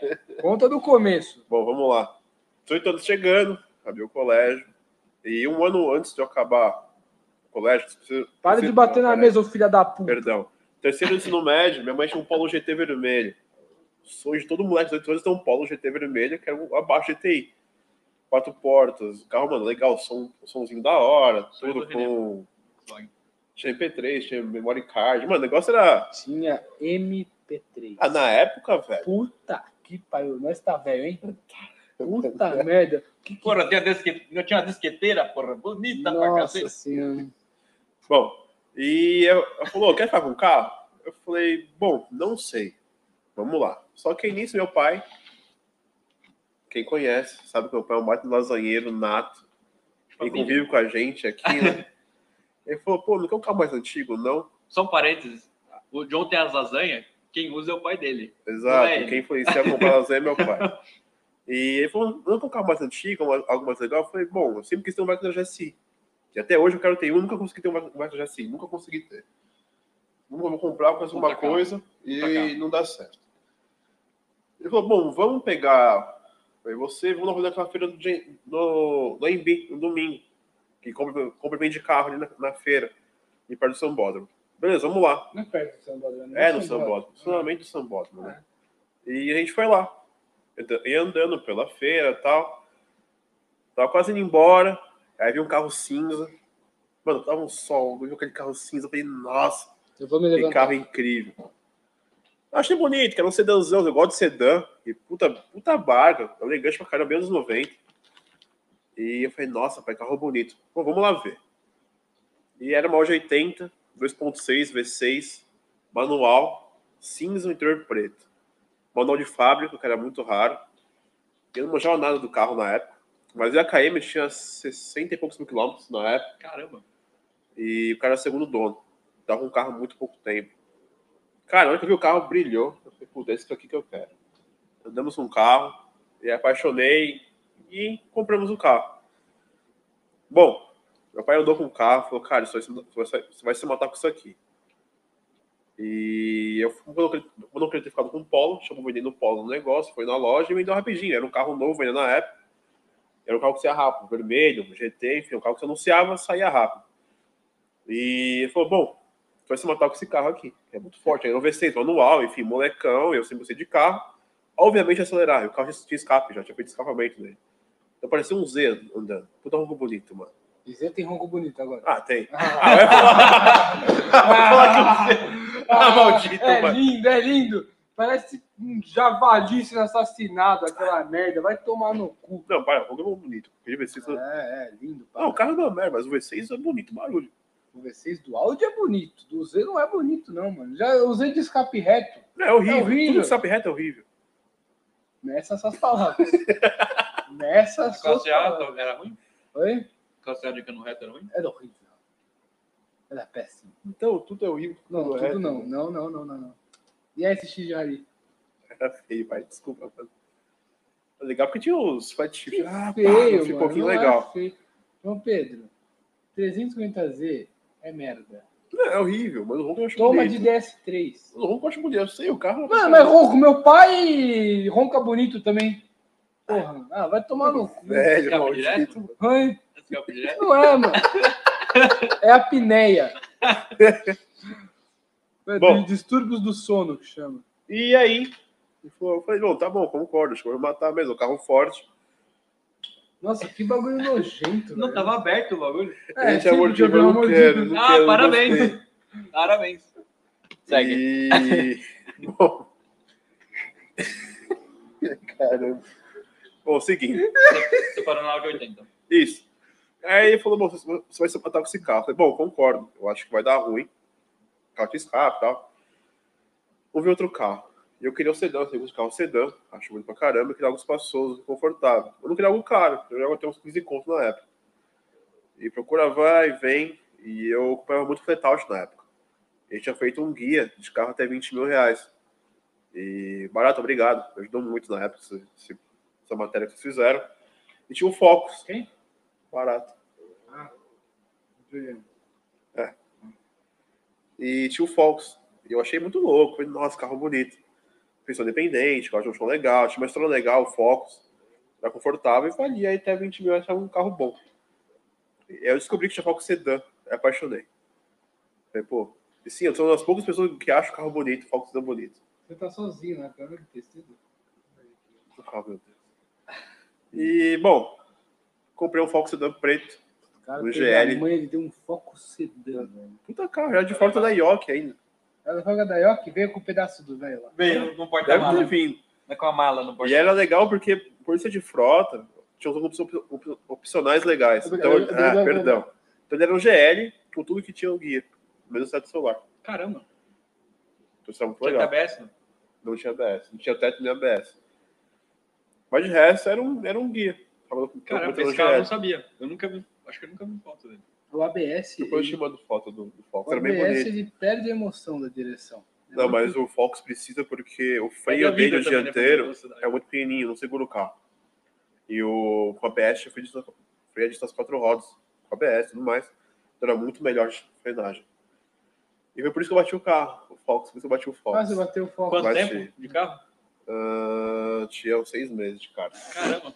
é, é. Conta do começo.
Bom, vamos lá. 18 anos chegando, abri o colégio. E um ano antes de eu acabar o colégio, tá, preciso-
Para de
preciso-
bater
não,
na
peraí,
mesa, ô filha da puta.
Perdão. Terceiro ensino médio, minha mãe tinha um Polo GT vermelho. Sonho de todo moleque de 18 anos tem um Polo GT vermelho, que era um abaixo GTI. Quatro portas, carro, mano, legal, som, somzinho da hora,
Sonho
tudo
do René.
com. Tinha MP3, tinha memory card. Mano, o negócio era.
Tinha MP3.
Ah, na época, velho.
Puta que pariu. Nós tá velho, hein? Puta merda.
Porra, tem a disque... eu tinha uma disqueteira, porra, bonita pra
Nossa
cacete.
senhora.
Bom, e eu- ela falou, quer ficar com o carro? Eu falei, bom, não sei. Vamos lá. Só que nisso meu pai, quem conhece, sabe que meu pai é um baita lasanheiro nato. Quem
Família.
convive com a gente aqui, né? Ele falou, pô, não quer um carro mais antigo, não?
Só um parênteses: o John tem as lasanhas, quem usa é o pai dele.
Exato,
Não é.
quem influencia a comprar lasanha é meu pai. E ele falou, não quer um carro mais antigo, uma- algo mais legal? Eu falei, bom, eu sempre quis ter um Vectra GSI. E até hoje eu quero ter um, nunca consegui ter um Vec- Vectra GSI, nunca consegui ter. Nunca vou comprar, eu faço
Puta
uma
cara.
coisa
Puta cara.
e não dá certo. Ele falou, bom, vamos pegar eu e você, vamos fazer aquela feira do, Gen- no, no AMB, no domingo, que compra, compra e vende carro ali na, na feira, e perto do Sambódromo. Beleza, vamos lá.
Não é perto do Sambódromo. não
É, no
Sambódromo.
Sambódromo, principalmente no Sambódromo, né? E a gente foi lá. Anda- E andando pela feira e tal. Tava quase indo embora. Aí vi um carro cinza. Mano, tava um sol, eu vi aquele carro cinza. Eu falei, nossa,
Eu vou me
que
levantar.
carro incrível. Eu achei bonito, que era um sedãzão, eu gosto de sedã. E puta, puta barca, elegante pra caramba, bem anos 90. E eu falei, nossa, pai, carro bonito. Pô, vamos lá ver. E era uma 80, 2.6, V6, manual, cinza, interior preto. Manual de fábrica, que era muito raro. Eu não manjava nada do carro na época. Mas a KM tinha 60 e poucos mil quilômetros na época
Caramba.
e o cara é segundo dono. Tava com um carro há muito pouco tempo. Cara, na hora que eu vi o carro, brilhou. Eu falei, putz, é isso aqui que eu quero. Andamos um carro, e apaixonei e compramos o carro. Bom, meu pai andou com o carro, falou, cara, isso vai se- você vai se- você vai se matar com isso aqui. E eu, fui- eu não queria- eu não queria ter ficado com o Polo, chamou vendendo o Polo no negócio, foi na loja e vendeu rapidinho. Era um carro novo ainda na época. Era um carro que saía rápido, um vermelho, GT, enfim, um carro que você anunciava, saía rápido. E ele falou, bom, Tu vai se matar com esse carro aqui, que é muito forte. Aí no V6, manual, enfim, molecão, eu sempre gostei de carro. Obviamente acelerar, e o carro já tinha escape, já tinha feito escapamento dele. Então parecia um Z andando. Puta ronco bonito, mano.
Dizer tem ronco bonito agora.
Ah, tem. Ah, vai falar. vai falar que o Z. Ah, maldito,
é
mano.
lindo, é lindo. Parece um javali sendo assassinado, aquela merda. Vai tomar no cu.
Não, para, o ronco é bonito. Porque de V6
É, é lindo.
Não, o
cara.
carro não é merda, mas o V6 é bonito o barulho.
O V6 do Audi é bonito. Do Z não é bonito, não, mano. Já usei de escape reto.
É horrível.
É horrível.
Tudo que sabe reto é horrível.
Nessas suas palavras. Nessas suas
Classe A
palavras.
tá- era ruim?
Oi?
Classe A de cano reto era ruim?
Era horrível. Era péssimo.
Então, tudo é horrível.
Não,
tudo
tudo
reto.
não. Não, não, não, não, não. E aí, esse Xijari?
Era é, feio, pai. Desculpa, mano. Tá Legal porque tinha uns flat chip. Ah, pá,
feio,
ficou um
mano.
pouquinho
não é
legal.
feio. João Pedro, 350Z é merda.
Não, é horrível, mas o Ronco eu acho
Toma de
bonito.
DS3.
O Ronco eu acho bonito. Eu sei, o carro.
Mano, mas ronco, meu pai ronca bonito também. Porra, ah, vai tomar no cu.
Velho,
Escape
maldito.
direto?
mano.
Ai,
Esse é o projeto?
Não é, mano. É a pinéia. É
Bom.
dos distúrbios do sono que chama.
E aí? ele falou- Eu falei, não, tá bom, concordo. Acho que eu vou matar mesmo. O carro forte.
Nossa, que bagulho nojento,
Não,
velho.
tava aberto o bagulho.
A gente é
sempre um
mordido,
jogar
eu
uma
não quero.
mordida.
não
Ah,
quero, não
parabéns.
gostei.
Parabéns. Segue.
E... bom. Caramba. Bom, seguinte.
Você parou na hora de 80.
Isso. Aí ele falou, bom, você você vai se matar com esse carro. Eu falei, bom, concordo. Eu acho que vai dar ruim. O carro tinha escape e tal. Vou ver outro carro. E Eu queria o sedã, eu tenho um carro sedã. Acho bonito pra caramba. Eu queria algo espaçoso, confortável. Eu não queria algo caro. Eu já até uns 15 conto na época. E procura vai, vem. E eu acompanhava muito Fletout na época. Ele tinha feito um guia de carro até 20 mil reais. E barato, obrigado. Ajudou muito na época esse- esse- essa matéria que vocês fizeram. E tinha um Focus.
Quem?
Barato. E tinha o Fox. E eu achei muito louco. Falei, nossa, carro bonito. Pensão independente, carro de um chão legal, tinha uma estrada legal, o Focus. Era confortável e valia aí até 20 mil, eu achava um carro bom. E aí eu descobri que tinha Focus Sedan, eu apaixonei. Falei, pô, e sim, eu sou uma das poucas pessoas que acham carro bonito, Focus Sedan bonito.
Você tá sozinho, né? Cara, que tecido.
Ah, meu Deus. E, bom, comprei um Focus Sedan preto.
O cara
No
teve
GL.
A mãe, ele deu um foco sedã, velho.
Puta carro, era de falta da Yoke ainda.
Ela joga da York e veio com o pedaço do velho lá.
Bem, no
Deve ter
porta-mala.
vindo.
Com a mala no
E
porta-mala.
era legal porque por ser de frota, tinha uns opcio- opcio- opcionais legais. Então, ah, perdão. Então ele era um GL com tudo que tinha o guia. Mesmo sete celular.
Caramba.
Então isso era muito
Tinha
legal.
TBS, não?
Não tinha ABS. Não tinha teto nem ABS. Mas de resto era um, era um guia. Tava- tava
Caramba,
botando
esse cara eu
GL.
não sabia. Eu nunca vi. Acho que eu nunca vi foto dele.
O ABS,
Depois eu te
ele,
mando foto do, do Fox.
o
Era bem
ABS
bonito.
ele perde a emoção da direção.
Não, mas o Fox precisa porque o
Perde a
freio
vida
dele, o
também, né,
dianteiro,
pela velocidade.
é muito pequenininho, não segura o carro. E o com a ABS tinha freio de- freio de das quatro rodas, com a ABS e tudo mais. Então era muito melhor de frenagem. E foi por isso que eu bati o carro, o Fox, por isso que eu bati o Fox.
Ah, você bateu o foco.
Quanto
Vai
tempo de carro?
Ah, tinha uns seis meses de cara.
Caramba.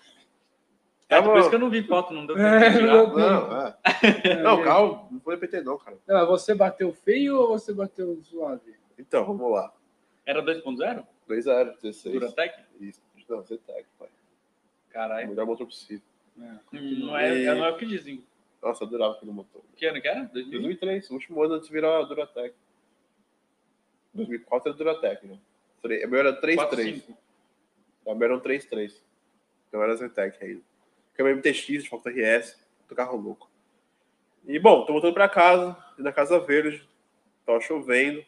É,
Tava-
por isso que eu não vi foto, não deu tempo
É,
de tirar.
não-
Não, é. não, o carro não foi PT não, cara.
Não, mas Ah, você bateu feio ou você bateu suave?
Então, vamos lá.
Era 2.0?
2 a 0, 16.
Duratec?
Isso. Não, você tá, pai. O
Caralho.
melhor motor possível. Hum,
Não é, é- não é o que dizem.
Nossa, eu adorava aquele motor.
Que ano que era? 2000?
2003, o último ano antes de virar a Duratec. 2004 era Duratec, né? Tre- A minha era 3-3.
4.5.
A minha era um 3-3. Então era Zetec ainda. Porque é era MTX, de falta RS, do carro louco. E bom, tô voltando pra casa, e na Casa Verde, tava chovendo,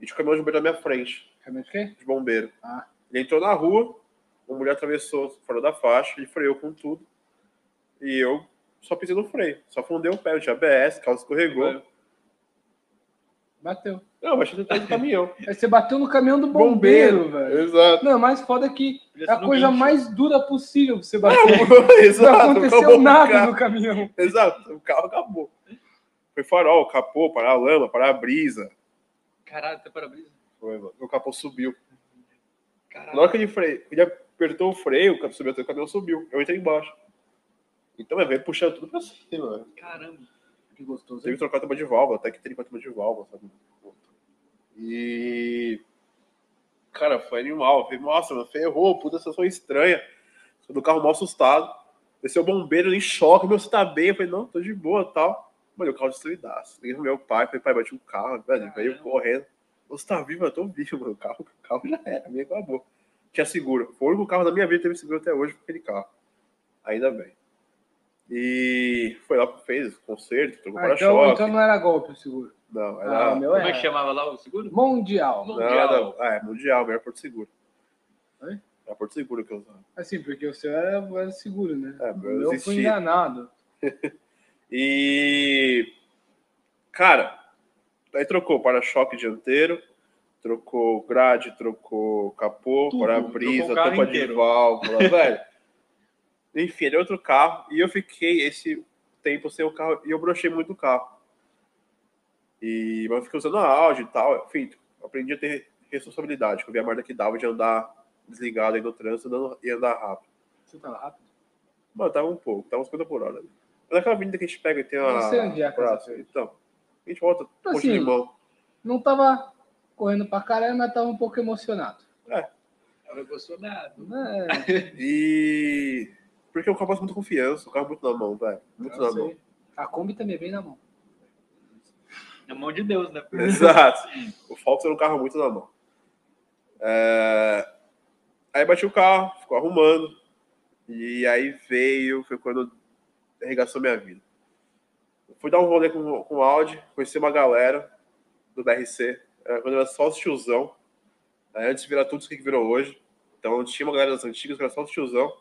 e tinha o caminhão de bombeiro na minha frente,
Realmente o quê?
de bombeiro.
Ah.
Ele entrou na rua, uma mulher atravessou fora da faixa, ele freou com tudo, e eu só pisei no freio, só fundei o pé, eu tinha ABS, o carro escorregou.
Bateu.
Não, mas tinha tentado no caminhão.
Aí você bateu no caminhão do bombeiro, velho.
Exato.
Não, mais foda é que é a
no
coisa
guincho.
mais dura possível pra você bater. Não
Exato. acabou
aconteceu
o
nada
carro.
no caminhão.
Exato, o carro acabou. Foi farol, capô, para-lama, para-brisa.
Caralho, até para-brisa.
Foi, mano. O capô subiu. Na
Caralho.
hora que ele, freio, ele apertou o freio, o capô subiu, o caminhão subiu. Eu entrei embaixo. Então, eu veio puxando tudo pra cima. velho.
Caramba.
Que gostoso.
Teve que trocar a tampa de válvula, até que tripa a tampa de válvula, sabe? E. Cara, foi animal. Eu falei, nossa, mano, ferrou, puta sensação estranha. Tô do carro mal assustado. Desceu o bombeiro ali em choque, meu, você tá bem? Eu falei, não, tô de boa tal. Mano, o carro destruidaço. Liguei pro meu pai, falei, pai, bati um carro, velho, ele veio
Caramba.
correndo. Você tá vivo? Eu tô vivo, mano. O carro, o carro já era, meio acabou. Tinha seguro. Foi o único carro da minha vida que teve seguro até hoje, foi aquele carro. Ainda bem. E foi lá, fez concerto, trocou
Ah, então,
para-choque.
então não era golpe o seguro.
Não, era.
Ah, o meu
Como é que
é.
chamava lá o seguro?
Mundial.
Não,
Mundial.
não, é, mundial, melhor Porto Seguro.
Oi?
É Porto Seguro que eu usava.
Assim, porque o seu era, era seguro, né?
É,
o
meu, eu
meu
desisti.
fui enganado.
E. Cara, aí trocou para-choque dianteiro, trocou grade, trocou capô,
Tudo,
para-brisa,
trocou o carro
tampa de
inteiro.
válvula, velho. Enfim, era outro carro. E eu fiquei esse tempo sem o carro e eu brochei muito o carro. E, mas eu fiquei usando a Audi e tal. Enfim, aprendi a ter responsabilidade. que Eu vi a merda que dava de andar desligado aí no trânsito andando- e andar rápido.
Você tá rápido?
Mano, tava um pouco, tava uns 50 por hora. Né? Mas aquela avenida que a gente pega e tem uma.
Você onde é a casa
praça,
verde?
Então, a gente volta com
Assim.
de limão.
Não tava correndo pra caralho, mas tava um pouco emocionado.
Tava emocionado.
É,
E. Porque o carro passa muito confiança, o carro é muito na mão, velho. Muito
não
na mão.
sei. A Kombi também é bem na mão.
Na mão de Deus, né?
Exato. O Falcon era um carro muito na mão. É, Aí bati o carro, ficou arrumando. E aí veio, foi quando arregaçou minha vida. Eu fui dar um rolê com, com o Audi, conheci uma galera do BRC, era É, quando era só os tiozão. Aí antes virar tudo isso que virou hoje. Então tinha uma galera das antigas, que era só os tiozão.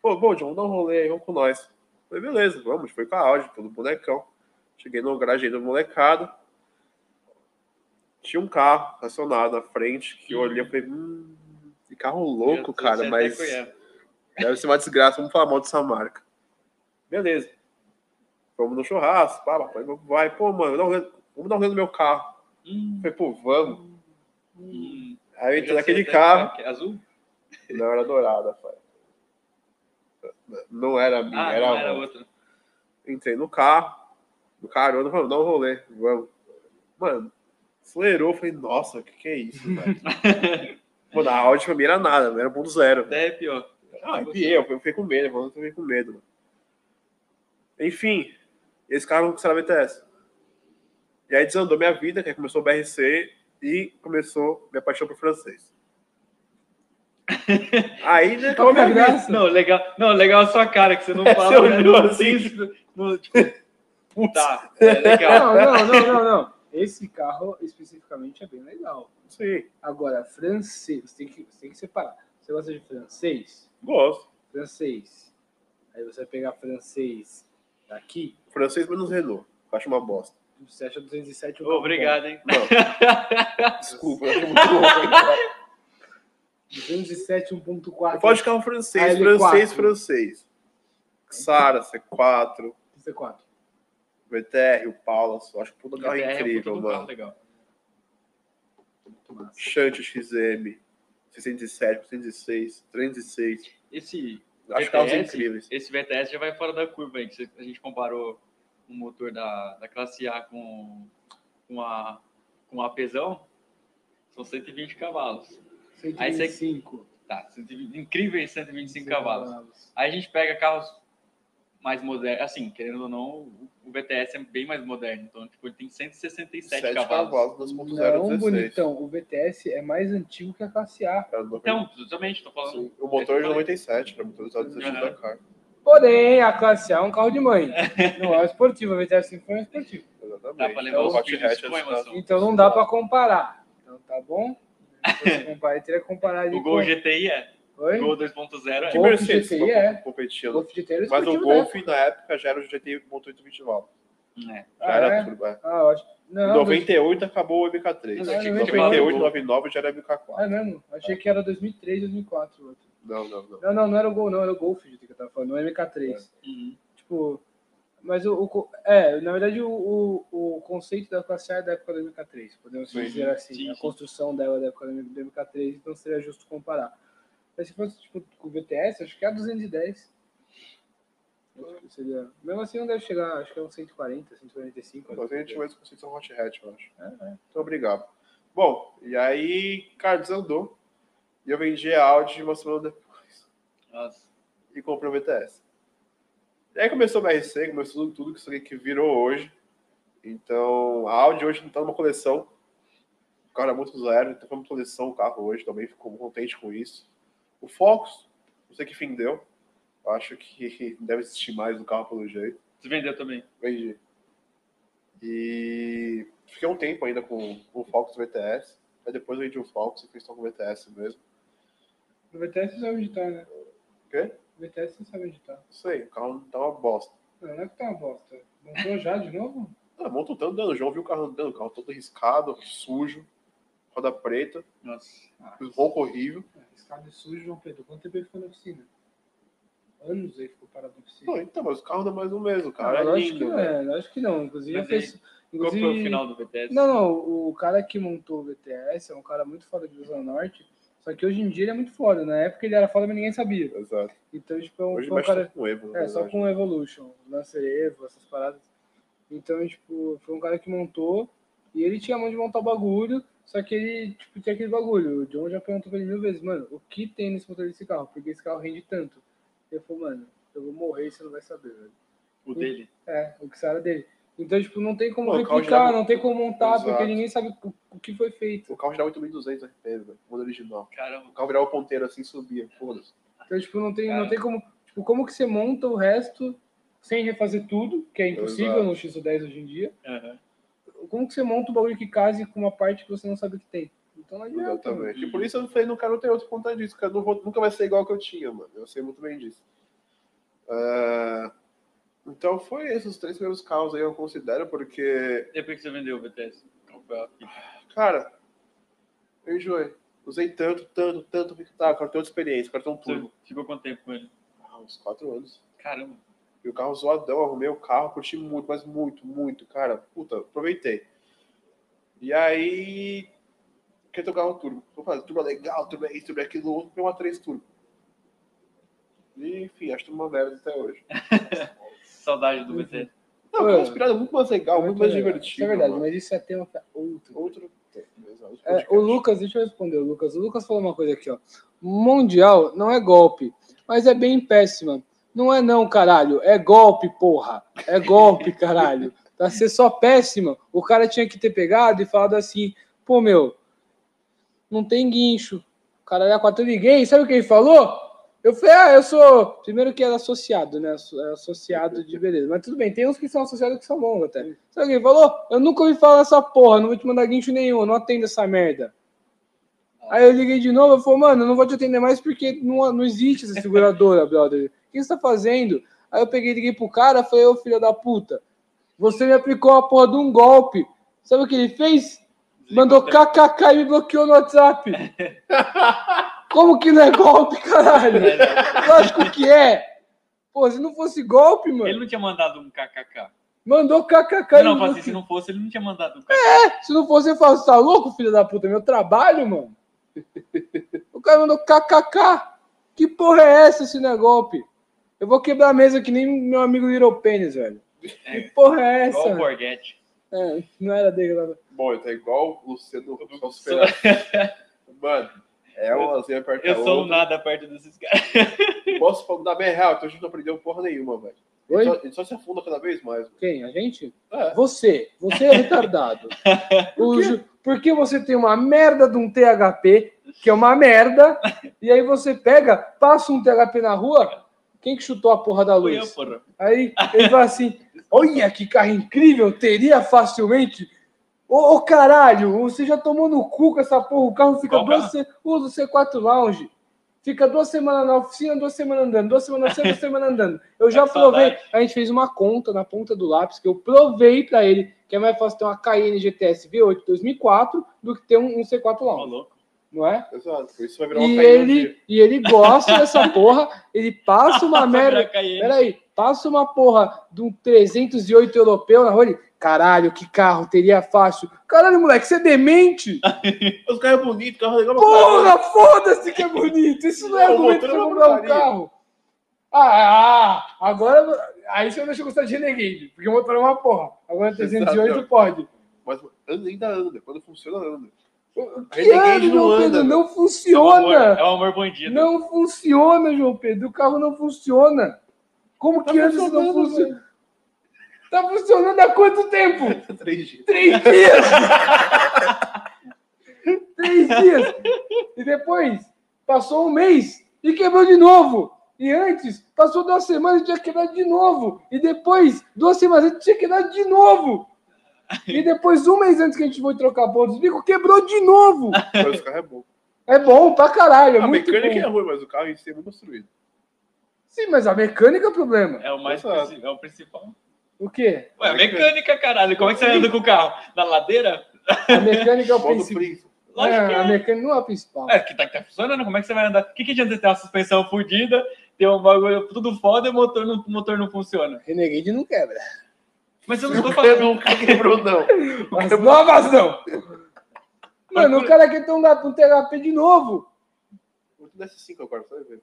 Pô, bom, John, vamos dar um rolê aí, vamos com nós. Falei, beleza, vamos, foi com a Audi, todo bonecão. Cheguei no garagem do molecado. Tinha um carro estacionado na frente, que eu olhei e falei, hum, que carro louco, cara, mas. Deve ser uma desgraça, vamos falar mal dessa marca. Beleza. Vamos no churrasco, pá, papai, vai, pô, mano, dá um rolê- vamos dar um rolê no meu carro.
Hum,
Eu falei, pô, vamos. Aí eu entrei naquele é
tá
carro,
Azul?
não era dourada, pai. Não era a minha,
Ah,
era,
não,
a
era
outra.
outra.
Entrei no carro, no carona, vamos dar um rolê, vamos. Mano, acelerou, falei, nossa, o que, que é isso, velho? Pô, na Audi pra mim era nada, era um ponto zero.
Até é pior.
Ah, arrepiei, eu fiquei com medo, mano, eu fiquei com medo. Mano. Enfim, é esse cara não precisava BTS. E aí desandou minha vida, que aí começou o BRC e começou minha paixão por francês. Aí, né,
Qual que é a
minha-
graça?
Não, legal, não, legal a sua cara, que você não fala.
Você
né?
olhou
Não
assim.
diz, não, tipo, tá, é legal.
Não, não, não, não, não. Esse carro especificamente é bem legal.
Sim,
Agora, francês, você tem que, você tem que separar. Você gosta de francês?
gosto.
Francês. Aí você vai pegar francês daqui,
Francês menos Renault. Eu acho uma bosta.
você acha 207 um carro bom.
Obrigado, hein?
Não. Desculpa, eu acho muito louco. cara.
207 1.4.
Eu falo de carro um francês,
AL4.
francês, francês. Sara, C4,
34.
VTR, o Palas. Eu acho que todo carro
É, é um puta
incrível,
do
mano.
carro legal.
Muito massa.
Shant XM, 607, 606, 306.
Esse
Acho que
VTS,
carros incríveis.
Esse VTS já vai fora da curva aí, que você- a gente comparou o motor da, da classe A com, com a com a pesão, são 120 cavalos. Aí você-
125.
Tá, 120, incríveis 125 cavalos. Aí a gente pega carros mais modernos, assim, querendo ou não, o- o VTS é bem mais moderno, então tipo, ele tem 167
7
cavalos.
cavalos, 2.0,
Não, é
16.
bonitão. O VTS é mais antigo que a classe A.
Era do-
Então, justamente, tô falando.
Sim, o motor é de 97, era motorizado 16
Aham.
da carga.
Porém, a classe A é um carro de mãe. Não é um esportivo. O VTS sempre foi um esportivo.
Exatamente.
Dá pra levar
Então,
os
o hot
filhos
hatch
com
é
emoção.
assinado.
Então não dá pra comparar. Então tá bom? Se comparar, teria que comparar de
O Gol GTI é.
com- Oi?
Gol 2.0 é.
Que
Golf
Mercedes
GTI é.
comp- competindo.
Golf GT era
Mas o
é esportivo, né?
Golf, na época, já era o GTI 1.820 válvulas.
É.
Ah,
Já era
é?
turbo, é.
Ah, ótimo.
Em
Não,
98 acabou o
Não,
MK3. Em
não, não,
98,
não.
99 já era MK4.
É mesmo? Achei que era 2003, 2004. o outro.
Não, não, não.
Não, não, não era o Gol, não. Era o Golf GT que eu tava falando. Não é MK3.
Uhum.
Tipo... Mas o, o co- É, na verdade, o, o, o conceito da classe A é da época do MK3. Podemos
Sim,
dizer assim.
sim,
a
sim.
construção dela é da época do MK3, então seria justo comparar. Mas se fosse, tipo, com o VTS, acho que é a 210. Acho que seria... Mesmo assim não deve chegar, acho que é uns 140, 145.
Então, a gente vai discutir se é um hot hatch, eu acho.
É, é.
Então, obrigado. Bom, e aí, cara, desandou. E eu vendi a Audi uma semana depois.
Nossa.
E comprei o BTS. E aí começou o BRC, começou tudo, tudo que isso aqui que virou hoje. Então, a Audi hoje não tá numa coleção. O carro é muito zero, então foi uma coleção o carro hoje também. Ficou contente com isso. O Focus, não sei que fim deu. Eu acho que deve existir mais o carro pelo jeito.
Você vendeu também.
Vendi. E fiquei um tempo ainda com com o Focus VTS. Aí depois eu vendi o Focus e fiz só com o VTS mesmo.
O VTS você sabe
tá,
editar, né?
O quê?
O VTS você sabe editar.
Não sei, o carro tá uma bosta.
Não, não é que tá uma bosta. Montou já de novo?
Ah, montou tanto dano. Já ouvi o carro andando, o carro todo riscado, sujo, roda preta,
Nossa.
Ah,
um pouco horrível.
é,
escada sujo, João Pedro. Quanto tempo ele ficou na oficina? Anos ele ficou parado na oficina.
Não, então, mas o carro não é mais o mesmo, cara.
Cara,
é
lógico
lindo,
que não,
velho.
é, lógico que não. Inclusive,
Mas
já fez-
Qual foi o
inclusive-
final do BTS?
Não, não, o cara que montou o VTS é um cara muito foda de Zona Norte, só que hoje em dia ele é muito foda. Na época ele era foda, mas ninguém sabia.
Exato.
Então, tipo, é um,
Hoje
foi um
mexe
cara.
com né? o Evo. na
É, só
verdade.
com Evolution, Lancer Evo, essas paradas. Então, tipo, foi um cara que montou e ele tinha a mão de montar o bagulho, só que ele, tipo, tinha aquele bagulho. O John já perguntou pra ele mil vezes, mano, o que tem nesse motor desse carro? Porque esse carro rende tanto. Ele falou, mano, eu vou morrer e você não vai saber, velho.
O dele.
É, o que saiu dele. Então, tipo, não tem como
Pô, o carro
replicar,
já-
não tem como montar,
Exato.
porque ninguém sabe o, o que foi feito.
O carro já dá 8.200 RPM, velho. Modelo né? original.
Caramba.
O carro virava o ponteiro assim e subia. Foda-se.
Então, tipo, não tem,
É.
Cara.
não tem como. Tipo, como que você monta o resto sem refazer tudo, que é impossível
Exato.
no X10 hoje em dia.
Aham.
Como que você monta um bagulho que case com uma parte que você não sabe que tem? Então não adianta. mano.
Exatamente. E por isso eu falei, não quero ter outro por conta disso, cara. Não vou- nunca vai ser igual que eu tinha, mano. Eu sei muito bem disso. Ah, Então foi esses os três primeiros carros aí eu considero, porque,
Depois que você vendeu o BTS? Qual foi a fita?
cara, eu enjoei. Usei tanto, tanto, tanto, que tá, quero ter outra experiência, quero ter um turbo.
Você ficou quanto tempo com ele?
Ah, uns quatro anos.
Caramba.
E o carro zoadão, arrumei o carro, curti muito, mas muito, muito, cara. Puta, aproveitei. E aí. Quer ter o carro turbo? Vou fazer turbo é legal, turbo é isso, turbo é aquilo, outro, tem uma 3 turbo. E, enfim, acho que é uma merda até hoje.
Saudade do BTS.
Não,
Ué,
o inspirado é muito mais legal, muito mais
legal.
divertido.
Isso é verdade,
mano.
mas isso é tema pra outro.
Outro. Exato, outro
É,
podcast.
o Lucas, deixa eu responder o Lucas. O Lucas falou uma coisa aqui, ó. Mundial não é golpe, mas é bem péssima. Não é não, caralho. É golpe, porra. É golpe, caralho. Pra ser só péssima, o cara tinha que ter pegado e falado assim, pô, meu, não tem guincho. O cara era quatro ninguém. Sabe o que ele falou? Eu falei, ah, eu sou... Primeiro que era associado, né? Asso- é Associado de beleza. Mas tudo bem, tem uns que são associados que são bons até. Sabe o que ele falou? Eu nunca ouvi falar essa porra, não vou te mandar guincho nenhum, eu não atendo essa merda. Aí eu liguei de novo, eu falei, mano, eu não vou te atender mais porque não, não existe essa seguradora, brother. O que você tá fazendo? Aí eu peguei, liguei pro cara, falei, ô filho da puta, você me aplicou a porra de um golpe. Sabe o que ele fez? Mandou kkk e me bloqueou no WhatsApp. Como que não é golpe, caralho?
É, né?
Lógico que é. Pô, se não fosse golpe,
Ele
mano,
não tinha mandado um kkk.
mandou kkk e me
não, mas assim, se
bloqueou.
não fosse, ele não tinha
É
mandado um kkk.
Se não fosse, eu falo, você tá louco, filho da puta? É Meu trabalho, mano. O cara mandou kkk. Que porra é essa, esse não é golpe? Eu vou quebrar a mesa que nem meu amigo Little Penis, velho. Que porra é essa?
Igual o Borghetti.
É, não era dele, não.
Bom, ele tá igual o Luciano só
Sou-
superar. Mano, é uma lazinha perto da
Eu sou um
outra.
nada perto desses caras.
Posso falar da minha real, então a gente não aprendeu porra nenhuma, velho. Ele
Oi?
só- Ele só se afunda cada vez mais. mano.
Quem? A gente?
É.
Você. Você é retardado. O ju- Porque você tem uma merda de um THP, que é uma merda, e aí você pega, passa um THP na rua. Quem que chutou a porra da
Fui
luz?
eu, porra.
Aí ele fala assim: Olha que carro incrível, teria facilmente. Ô, ô, caralho, você já tomou no cu com essa porra. O carro fica
Qual
duas se... usa o C4 Lounge. Fica duas semanas na oficina, duas semanas andando, duas semanas na oficina, duas semanas andando. Eu já
que
provei.
saudade.
A gente fez uma conta na ponta do lápis que eu provei pra ele que é mais fácil ter uma Cayenne GTS V8 2004 do que ter um, um C4
Ô, tá
Lounge,
louco.
não é?
Exato, isso vai virar uma
E
caída de-
ele, e ele gosta dessa porra, ele passa uma merda.
Pra cair.
Peraí, passa uma porra de um 308 europeu na rua ele, caralho, que carro teria fácil. Caralho, moleque, você é demente?
Os carros é bonito, carro é legal, mas
Porra, foda-se que é bonito. Isso não é
Não,
argumento
motor
pra
é uma
comprar um
porcaria.
carro. Ah, ah, agora. Aí você não deixa eu gostar de Renegade, porque o motor é uma porra. Agora 308
Exato.
pode.
Mas anda- ainda anda, quando funciona, anda.
Que ano,
Renegade não
João Pedro?
anda.
Não
É um amor,
funciona!
é um amor bandido.
Não funciona, João Pedro. O carro não funciona. Como
Tá
que anda se não
funcionando,
funciona? Tá funcionando há quanto tempo?
Três dias.
Três dias! Três dias! E depois, passou um mês e quebrou de novo. E antes, passou duas semanas e tinha quebrado de novo. E depois, duas semanas antes, tinha quebrado de novo. E depois, um mês antes que a gente foi trocar pontos, o bico quebrou de novo.
Mas o carro é bom.
É bom pra caralho, é
a
muito
mecânica
bom.
é ruim, mas o carro em si é bem construído.
Sim, mas a mecânica é o problema.
É o mais
Exato.
princi- é o principal.
O quê?
Ué, mecânica, caralho. Como é que você anda com o carro? Na ladeira?
A mecânica é o
Modo
principal.
príncipe.
Lógico
É,
que
a
é.
mecânica não é a principal.
É, que tá, que tá funcionando, como é que você vai andar? O que, que adianta você ter uma suspensão fodida, ter um bagulho tudo foda e o motor não, o motor não funciona?
Renegade não quebra.
Mas eu não tô falando.
Quebrou, nunca quebrou, não.
As
É
novas não! Mano, o cara quer ter um, gato- um THP de novo.
Muito da S5 agora, você vai ver.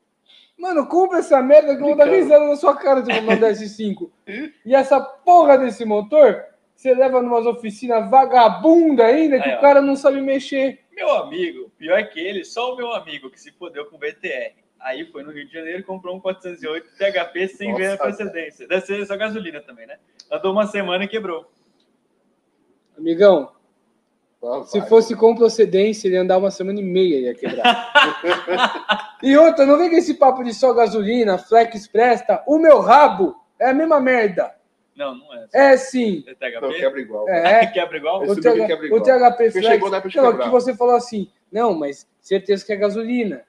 Mano, compra essa merda que eu vou dar
Então.
Brincando.
risada na sua cara se eu mandar esse 5. E essa porra desse motor, você leva numas oficinas vagabunda ainda que
Aí, ó.
o cara não sabe mexer.
Meu amigo, pior é que ele, só o meu amigo que se fodeu com o BTR. Aí foi no Rio de Janeiro e comprou um 408 THP sem ver a
Nossa,
procedência. Deve ser só gasolina também, né? Andou uma semana e quebrou.
Amigão,
Lá
se
vai.
fosse com procedência, ele ia andar uma semana e meia ia quebrar. e outra, não vem com esse papo de só gasolina, flex presta. O meu rabo é a mesma merda.
Não, não é.
É sim.
É
Não,
THP?
quebra igual.
É.
Quebra igual?
Esse
O,
Esse
TH
bico quebra
o
igual.
THP
Porque
Flex.
chegou na época de
não, é
quebrar.
que você falou assim, não, mas certeza que é gasolina.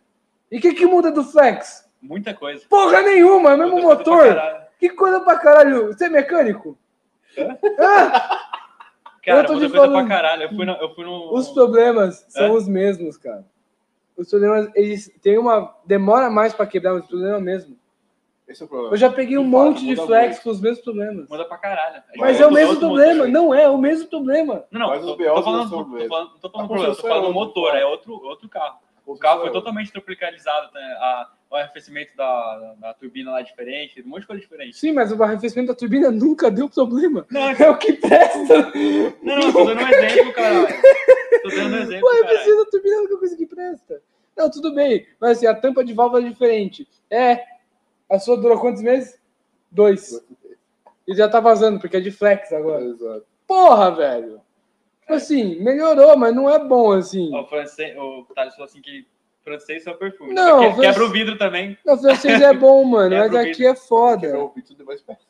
E o que, que muda do Flex?
Muita coisa.
Porra nenhuma, é o mesmo
Muda tudo pra
motor.
caralho.
Que coisa pra caralho. Você é mecânico? Ah,
Cara,
tô
muita
te
coisa
falando.
pra caralho. Eu fui, no, eu fui no.
os problemas são
É?
os mesmos, cara. Os problemas, eles têm uma. Demora mais pra quebrar, mas o problema é o mesmo.
Esse é o problema.
Eu já peguei um
De fato,
monte de
muda
Flex
muito.
com os mesmos problemas.
Muda pra caralho.
Mas
Mas
é o
os
mesmo
outros
problema.
motores-
Não é, é o mesmo problema.
Não, não,
Mas
tô,
os BOs
tô falando,
não são
tô,
mesmo.
falando, não tô
Ah,
falando
A
problema, tô
construção é
falando
outra,
motor,
claro.
é outro, outro carro. O carro foi
Construção.
totalmente tropicalizado, né? A- o arrefecimento da, da, da turbina lá é diferente, um monte de coisa diferente.
Sim, mas o arrefecimento da turbina nunca deu problema.
Não,
É o que presta.
não, não, tô dando um exemplo, caralho. Tô dando um exemplo,
Ué,
caralho.
precisa da turbina, é a única coisa que presta. Não, tudo bem, mas assim, a tampa de válvula é diferente. É, a sua durou quantos meses? Dois. E já tá vazando, porque é de flex agora.
Exato.
Porra, velho. Tipo assim, melhorou, mas não é bom assim.
Ó, O francês, o Thales falou assim que francês só perfume.
Não,
Que-
francês-
Quebra o vidro também.
Não, francês é bom, mano, mas
Quebra o vidro.
aqui é
Quebrar
foda.
o vidro tudo mais perto.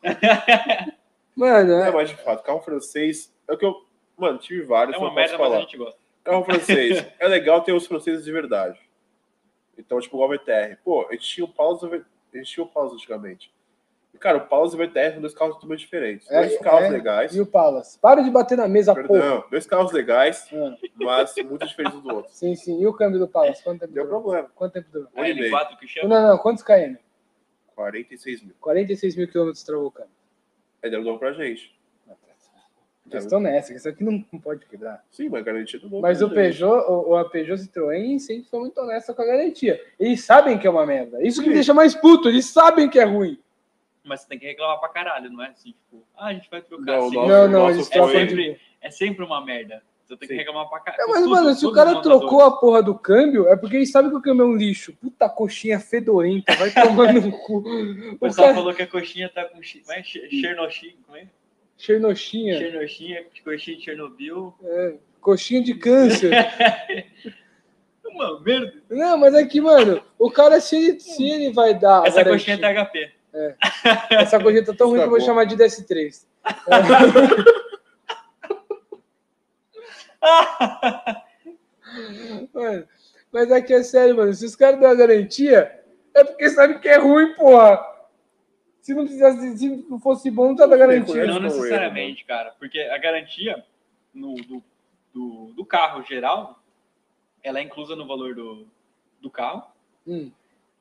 Mano,
É,
é...
mas de fato, carro francês é o que eu. Mano, tive vários,
É
não
uma
posso
merda, mas a
falar.
gente gosta.
Carro francês. é legal ter os franceses de verdade. Então, tipo, igual o VTR. Pô, a gente tinha o Paus, e o V- a gente tinha o Paus antigamente. E, cara, o Paus e o VTR são dois carros totalmente diferentes.
É,
dois carros
é.
legais.
e o Palace? Para de bater na mesa, porra.
Perdão, dois carros legais,
Ah,
mas muito diferentes um do outro.
sim, sim. E o câmbio do Palace? Quanto tempo
Deu
durou?
problema.
Quanto tempo durou?
Um e meio.
L4 que
Não,
chama.
não, quantos KM?
46 mil.
46 mil quilômetros travou o câmbio.
É deu novo pra gente.
A questão não é essa, a questão é que não não pode quebrar.
Sim, mas garantia do novo.
Mas
pra
o
gente.
Peugeot, o, o- a Peugeot Citroën sempre foi muito honesta com a garantia. Eles sabem que é uma merda. Isso que me
Sim.
deixa mais puto, eles sabem que é ruim.
Mas você tem que reclamar pra caralho, não é assim, tipo, ah, a gente vai trocar
Não,
assim.
Nossa,
não, não,
nossa,
eles
é
trocam
sempre-
de.
É sempre uma merda. Você tem que
Sim.
reclamar pra caralho.
É, mas,
Tudo,
mano, se o
todos
cara
os montadores.
trocou a porra do câmbio, é porque eles sabem que o câmbio é um lixo. Puta coxinha fedorenta, vai tomando no cu.
O
O
pessoal
cara.
falou que a coxinha tá com. chi- Como é? Che- Chernoxin, como é?
Chernoxinha,
Chernoxinha, coxinha de Chernobyl.
coxinha de câncer.
É Uma merda.
Não, mas aqui, mano, o cara, se ele, se ele vai dar. a
Essa coxinha
garantia-
é THP.
Essa coxinha tá tão ruim que eu vou
Estragou.
chamar de DS3. Mano, mas aqui é sério, mano. Se os caras dão a garantia, é porque sabe que é ruim, porra. Se não precisasse, se não fosse bom, não tava
Não tem
garantia.
coisa.
Não
Esse não é,
necessariamente, cara. Porque a garantia no- do, do, do carro geral, ela é inclusa no valor do, do carro.
Hum,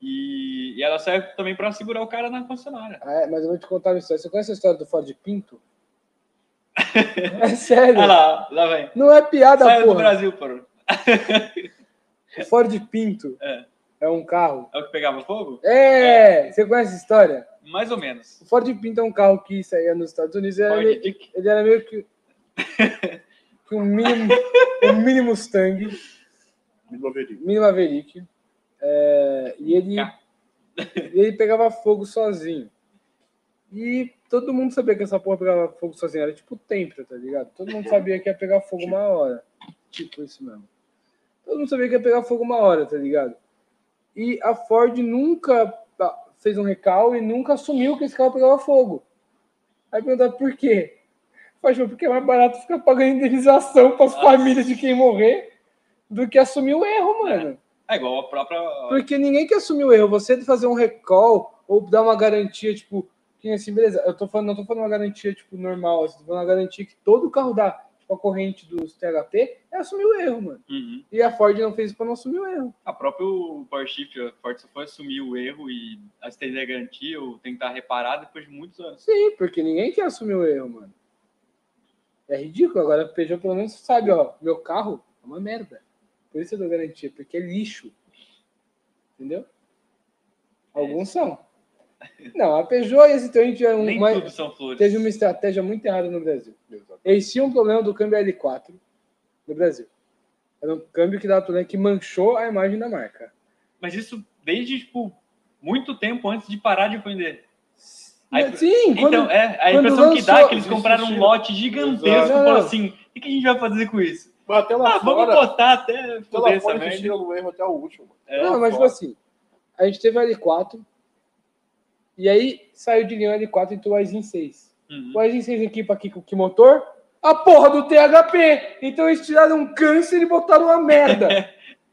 E, e ela serve também pra segurar o cara na concessionária.
ah, é, mas eu vou te contar uma história. Você conhece a história do Ford Pinto? É sério.
Olha lá, lá vem.
Não é piada,
Saiu do
porra.
Brasil, porra.
O Ford Pinto
É.
é. É um carro.
É o que pegava fogo?
É! Você conhece a história?
Mais ou menos.
O Ford Pinto é um carro que saía nos Estados Unidos. Era,
Ford
ele,
Dick.
ele era meio que. que um mini, um mini Mustang,
Me louvaria.
mini Maverick. É, e ele,
Cá.
e ele pegava fogo sozinho. E todo mundo sabia que essa porra pegava fogo sozinho. Era tipo tempra, tá ligado? Todo mundo sabia que ia pegar fogo uma hora. Tipo isso mesmo. Todo mundo sabia que ia pegar fogo uma hora, tá ligado? E a Ford nunca ah, fez um recal e nunca assumiu que esse carro pegava fogo. Aí perguntaram por quê? Fachou, porque é mais barato ficar pagando indenização para as famílias de quem morrer do que assumir o erro, mano.
É igual a própria.
Porque ninguém quer assumir o erro. Você fazer um recall ou dar uma garantia, tipo, que nem assim, beleza, eu tô falando, não tô falando uma garantia, tipo, normal, assim, tô falando uma garantia que todo carro dá, tipo, a corrente dos THP, é assumir o erro, mano.
Uhum.
E a Ford não fez isso pra não assumir o erro.
A própria Power Shift, a Ford só foi assumir o erro e estender a é garantia ou tentar reparar depois de muitos anos.
Sim, porque ninguém quer assumir o erro, mano. É ridículo. Agora a Peugeot pelo menos sabe, ó, meu carro é uma merda. Por isso eu dou garantia, porque é lixo. Entendeu? Alguns são. Não, a Peugeot, esse então, a gente é um,
É. Nem
mais-
tudo são flores.
teve uma estratégia muito errada no Brasil. Eles tinham um problema do câmbio L4 no Brasil. Era um câmbio que dava problema que manchou a imagem da marca.
Mas isso desde, tipo, muito tempo antes de parar de vender. Aí-
Sim, quando...
então, é, a
quando
impressão que dá
lançou-
é que eles compraram um
Existiu.
lote gigantesco e
Exato.
falaram assim: o que que a gente vai fazer com isso?
Mas até lá
Ah, vamos
fora,
botar até
até
foder
lá
essa
fora eles
merda.
tiram no erro até o último.
É,
não, mas tipo assim, a gente teve o L4 e aí saiu de linha o L4 e entrou o Aizen 6.
Uhum.
O Aizen 6 equipa aqui com que motor? A porra do THP! Então eles tiraram um câncer e botaram uma merda.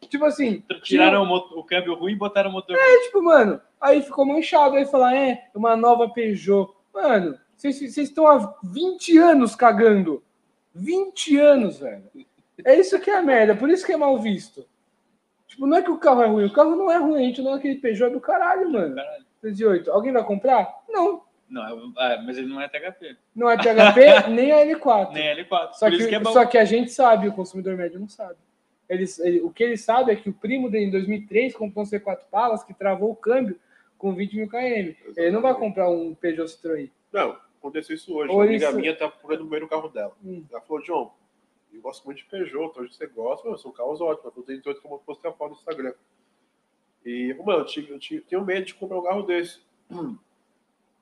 tipo assim...
Tiraram o, mo- o câmbio ruim e botaram o motor
É, tipo, mano, aí ficou manchado, aí falar, é, uma nova Peugeot. Mano, vocês vocês estão há 20 anos cagando. 20 anos, velho. É isso que é a merda, por isso que é mal visto. Tipo, não é que o carro é ruim, o carro não é ruim, a gente não é aquele Peugeot do caralho,
ruim.
mano.
Caralho.
38. Alguém vai comprar? Não.
Não, é- é, mas ele não é THP,
Não é THP, nem a L4.
nem L4.
Só
Por
que,
isso que é bom.
só que a gente sabe, o consumidor médio não sabe. Ele, ele- o que ele sabe é que o primo dele, em 2003, comprou um C4 Palas que travou o câmbio com 20 mil km. Ele não vai comprar um Peugeot Citroën.
Não, aconteceu isso hoje.
Ou
Uma amiga
isso-
minha tá procurando o primeiro carro dela.
Hum.
Ela falou, John, eu gosto muito de Peugeot, então você gosta, mano, são carros ótimos. Eu tenho 38 que eu vou postar a foto no Instagram. E, eu falei, mano, eu, tive- eu tive- tenho medo de comprar um carro desse.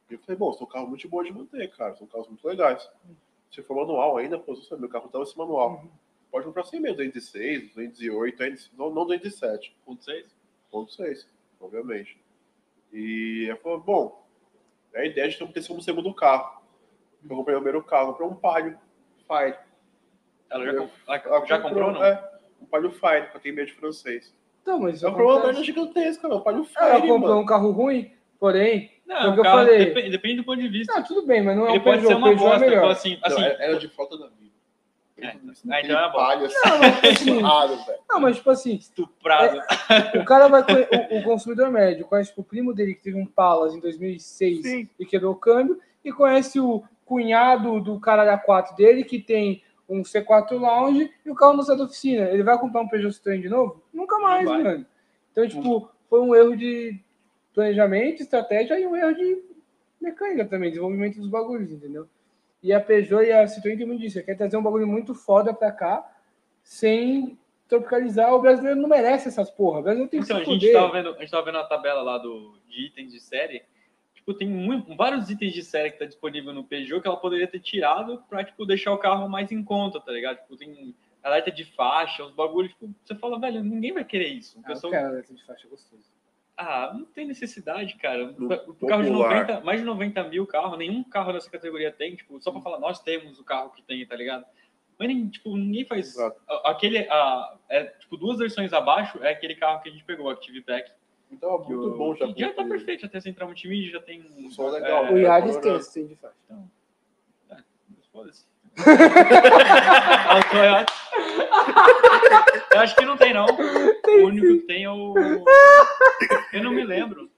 E eu falei, bom, são carros muito bons de manter, cara. São carros muito legais.
Hum.
Se for manual ainda, pô, você sabe, meu carro tá tava esse manual.
Uhum.
Pode comprar sem medo, 206, 208, ainda- não, não 207.
Ponto seis.
1.6, obviamente. E eu falei, bom, é a ideia de ter como segundo carro. Eu comprei o primeiro carro, comprei um Palio Fire.
Ela já,
Eu-
comp- ela já comprou, não?
É, um Palio Fire, porque eu tenho medo de francês.
Então, mas
É
isso
um
Eu comprei uma perna
acontece.
gigantesca, meu, um Palio
Ela
Fire,
comprou
mano.
um carro ruim, porém...
Não,
Foi o
o
que eu
carro
falei.
depe- depende do ponto de vista.
Ah, tudo bem, mas não é
ele
um
pode
Peugeot.
ser
O
uma
Peugeot é
bosta, então,
melhor.
assim,
Não,
assim,
era era de falta da vida.
É,
Aquele
então é bom.
Palio, assim,
assim-
estourado, velho.
Não, mas tipo assim,
estuprado.
o cara vai... conhe- O, o consumidor médio conhece tipo, o primo dele que teve um Palas em 2006
Sim.
e quebrou o câmbio, e conhece o cunhado do caralho A4 dele, que tem um C4 Lounge, e o carro não sai da oficina. Ele vai comprar um Peugeot Citroën de novo? Nunca mais,
vai.
mano. Então, tipo, foi um erro de planejamento, estratégia e um erro de mecânica também, desenvolvimento dos bagulhos, entendeu? E a Peugeot e a Citroën tem muito disso. Ela Quer trazer um bagulho muito foda pra cá, sem tropicalizar. O brasileiro não merece essas porra. O brasileiro tem que
Então, a
se
gente, tava
fuder.
vendo, a gente tava vendo a tabela lá do, de itens de série. Tipo, tem muito, vários itens de série que tá disponível no Peugeot que ela poderia ter tirado pra, tipo, deixar o carro mais em conta, tá ligado? Tipo, tem alerta de faixa, uns bagulhos. Tipo, você fala, velho, ninguém vai querer isso. O
Ah, eu
pessoal,
quero essa de faixa gostosa.
ah, não tem necessidade, cara.
Do
O carro
popular.
de 90, mais de 90 mil carro, nenhum carro dessa categoria tem, tipo, só pra
Hum.
falar, nós temos o carro que tem, tá ligado? Mas nem, tipo, ninguém faz.
Exato.
a- Aquele. A, é, tipo, duas versões abaixo é aquele carro que a gente pegou, o Active Pack.
Então é
que
muito
o-
bom já.
que já tá perfeito, até você entrar no time já tem. um-
Som legal.
O
É,
Yaris
Colorado.
tem esse tem de faixa.
Foda-se. É o Toyota. Eu acho que não tem, não. O único que tem é o. Eu não me lembro.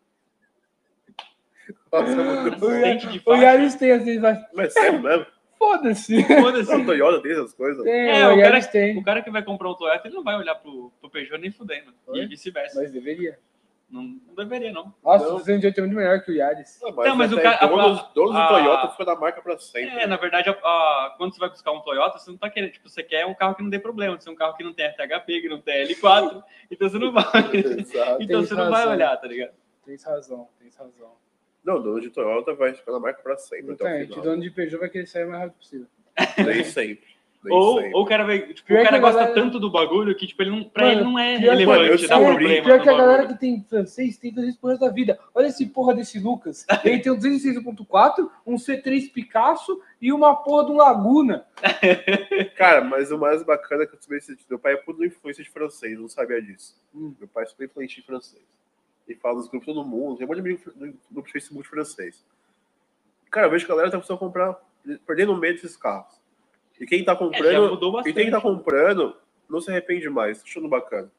Nossa, é muito
O
bom.
Yaris-
Dente de
o
faixa.
Yaris tem esse de faixa.
Mas é sério mesmo?
Foda-se.
Foda-se.
O Toyota tem essas coisas?
Tem,
É,
o
o
Yaris
cara-
tem.
O cara que vai comprar um Toyota, ele não vai olhar pro, pro Peugeot nem fudendo.
Oi?
E vice-versa.
Mas deveria.
Não, não deveria, não.
Nossa,
Não.
o 208 é muito melhor que o Yaris.
Não,
Não, mas
até
o cara- a-
Donos, donos
a-
do Toyota ficam da marca pra sempre.
É, na verdade, a- a- quando você vai buscar um Toyota, você não tá querendo, tipo, você quer um carro que não dê problema, você quer um carro que não tem RTHP, que não tem L4, então você não vai.
Exato.
Então você não vai
razão.
olhar, tá ligado?
Tem razão, tem razão.
Não, dono de Toyota vai ficar na marca pra sempre. Até o
Exatamente. O
final.
dono de Peugeot vai querer sair o mais rápido possível.
Nem sempre. Nem
Ou,
sempre.
ou o cara vai, tipo,
Pior
o cara
que a
gosta
galera-
tanto do bagulho que, tipo, ele não, pra
Mano,
ele não é
pior que-
Mano,
relevante,
eu
dá
sei.
problema.
Pior
no
que a
bagulho.
galera que tem francês tem 200 por resto da vida. Olha esse porra desse Lucas. Ele tem um 206.4, um C3 Picasso e uma porra de um Laguna.
Cara, mas o mais bacana é que eu também senti. Meu pai é puro influência de francês, eu não sabia disso.
Hum.
Meu pai é super influente em francês. Ele fala nos grupos de todo mundo, tem um monte de amigo no grupo de Facebook de francês. Cara, eu vejo que a galera tá precisando comprar, perdendo medo desses carros. E quem tá
É, já
comprando,
mudou
e
bastante.
quem tá comprando, não se arrepende mais, tá achando bacana.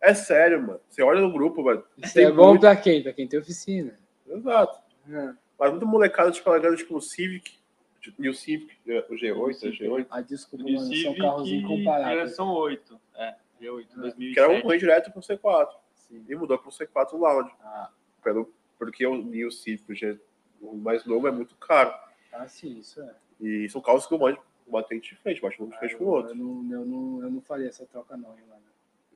É sério, mano. Você olha no grupo, mano.
Isso
Tem
é bom
muito.
pra quem? Pra quem tem oficina.
Exato.
Ah,
Mas muito molecada, tipo, a galera, tipo, o Civic, tipo, New Civic, o G8, é o G8.
Ah, desculpa,
Do
mano. São
Civic
carros
e
incomparáveis.
Geração 8. É, G8,
né?
Que era um
2007.
ruim direto pro C4.
Sim.
E mudou pro C4 Lounge.
Ah,
pelo, porque o New Civic, o G- o mais novo, é muito caro.
ah, sim, isso é.
E são carros que eu mando batente de frente, bate um de
Ah,
frente
eu-
com o outro.
Eu não, eu, não, eu não faria essa troca, não, hein, mano.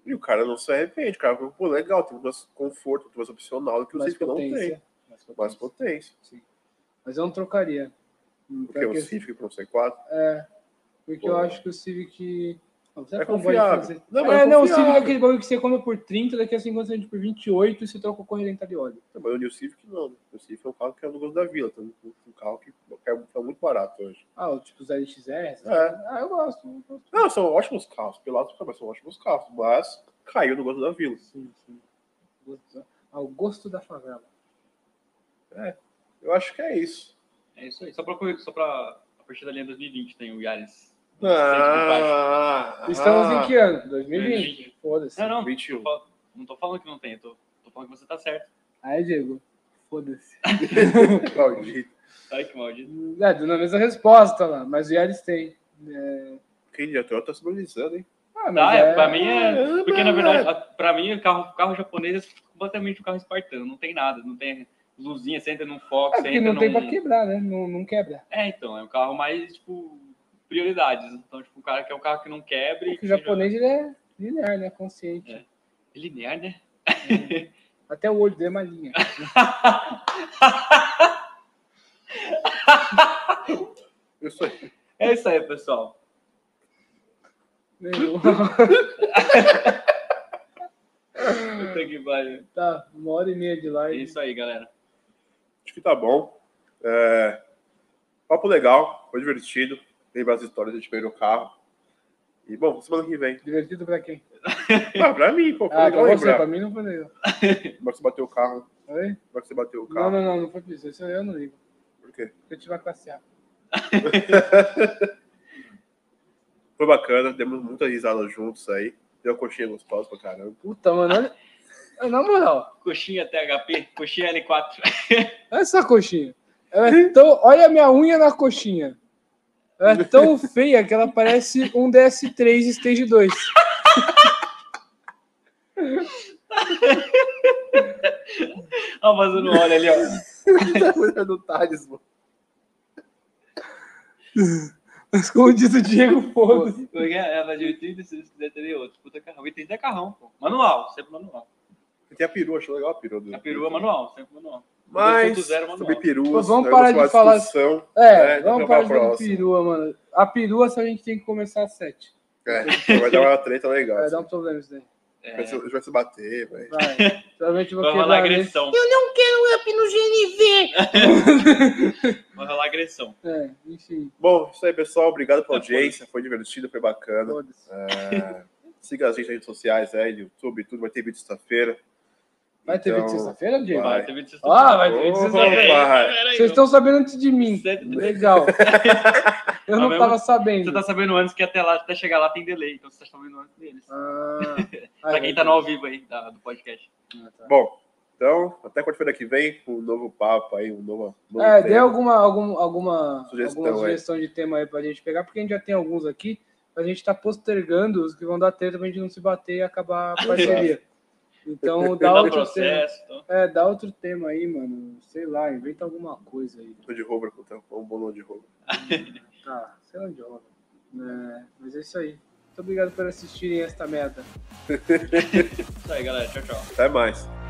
E o cara não se arrepende, o cara fala, pô, legal, tem mais conforto, tem mais opcional do que o
Mais
Civic não tem.
potência. Mais
Mais
potência.
potência.
Mas eu não trocaria. Hum,
Porque
pior
o
que-
Civic para um C4
É, porque
Pô.
eu acho que o Civic. Não, será
é
que não vale um fazer?
confiável. Não, mas
É, não, o
confiável.
Civic é aquele bagulho que você compra por 30, daqui a 50 anos por 28 e você troca o corrente de óleo.
Não, Mas o New Civic não. né? O Civic é um carro que é do gosto da vila, tá? um um carro que é tá muito barato hoje.
Ah, o tipo os LXR? essas
É.
coisas. Ah, eu gosto. eu gosto.
Não, são ótimos carros, pelados também são ótimos carros, mas caiu no gosto da vila.
Sim, sim. Gosto- Ao gosto da favela.
Eu acho que é isso.
É isso aí. Só pra, só pra a partir da linha 2020 tem o Yaris.
Ah,
Estamos em que ano?
2020.
2020? Foda-se.
Não, não.
21.
Não tô falando que não tem, eu tô, tô falando que você tá certo.
Aí, Diego. Foda-se.
Maldito.
Ai, Tá que maldito.
É, dando a mesma resposta lá, mas o Yaris tem. É...
Quem já tá simbolizando, hein?
Ah,
Tá,
mas
é,
é...
pra mim é.
Caramba,
Porque na verdade, a- pra mim, o carro, carro japonês é completamente um carro espartano. Não tem nada, não tem luzinha, você entra num Fox,
É
você
porque
entra
não tem
num.
pra quebrar, né? Não, não quebra.
É, então, é um carro mais, tipo, prioridades. Então, tipo, o cara quer um carro que não quebre.
Porque
que
o
seja
japonês ele é linear, né? Consciente.
É. linear, né?
Até o olho dele é uma linha.
Eu sou eu
É isso aí, pessoal.
Meu.
Puta que pariu.
tá, uma hora e meia de
É
live.
isso aí, galera.
Acho que tá bom. É, Papo legal, foi divertido. Lembrar as histórias de primeiro carro. E, bom, semana que vem.
Divertido pra quem?
Ah, pra mim, pô, foi
Ah, pra
legal
você, pra
lembrar.
mim não foi legal.
Como é que você bateu o carro?
Oi?
Como é que você bateu o
Não,
carro?
não, não, não foi pra isso. Isso eu não ligo.
Por quê?
Porque eu tive a classe A.
Foi bacana, demos muita risada juntos aí. Deu uma coxinha gostosa pra caramba.
Puta, mano, olha. Ah, Na moral,
Coxinha THP, coxinha L4.
olha essa coxinha. Ela é tão. Olha a minha unha na coxinha. Ela é tão feia que ela parece um DS3 Stage 2.
Ó, vazando Tá óleo ali, ó.
Muita coisa do Thales,
Mas como diz o Diego, foda-se.
Como é que é? Ela de 86, se ter é outro. Puta carrão. E tem carrão, pô. Manual, sempre manual.
Tem a perua, achou legal a perua. do-
A perua é manual, sempre manual.
Mas,
2.0 manual.
sobre peruas,
Pô, vamos
eu
parar
gosto
de falar-
né, discussão.
É,
É,
vamos
então pra
para de
próxima.
perua, mano. A perua só a gente tem que começar às 7.
É, vai dar uma treta legal.
Vai dar um problema isso daí.
É,
Vai se- a gente vai se bater, velho.
Vai. Provavelmente eu vou
vai rolar
quebrar. né? nesse-
agressão.
um up no GNV.
Vai rolar agressão.
É, enfim,
Bom, isso aí, pessoal. Obrigado pela
Tá
audiência. Foi divertido, foi bacana.
foda-se.
É, Siga a gente nas redes sociais, é, YouTube, tudo. Vai ter vídeo sexta-feira.
Vai ter vídeo
Então,
sexta-feira, Diego?
vai.
Vai, teve de sexta-
Ah, vai ter vídeo
Opa,
sexta-feira.
vai.
Vocês estão sabendo antes de mim.
Você
Legal. Eu não
Tá
tava
vendo?
sabendo.
tá sabendo antes que até lá, até chegar lá tem delay, então você tá sabendo antes deles.
Ah,
pra quem tá no ao vivo aí da- do podcast.
Tá
Bom, então, até quarta-feira que vem, com um novo papo aí, um novo. novo
É,
tema.
dê alguma, algum, alguma
Sugestão,
alguma
é.
sugestão de tema aí pra gente pegar, porque a gente já tem alguns aqui. A gente tá postergando os que vão dar treta pra gente não se bater e acabar a parceria. Então dá
Dá
outro, tema,
processo. Então.
é, dá outro tema aí, mano. Sei lá, inventa alguma coisa aí.
Tô de roupa com o tempo, um bolão de roupa.
Tá, sei lá de rola. É, mas é isso aí. Muito obrigado por assistirem esta merda.
Isso aí, galera. Tchau, tchau.
Até mais.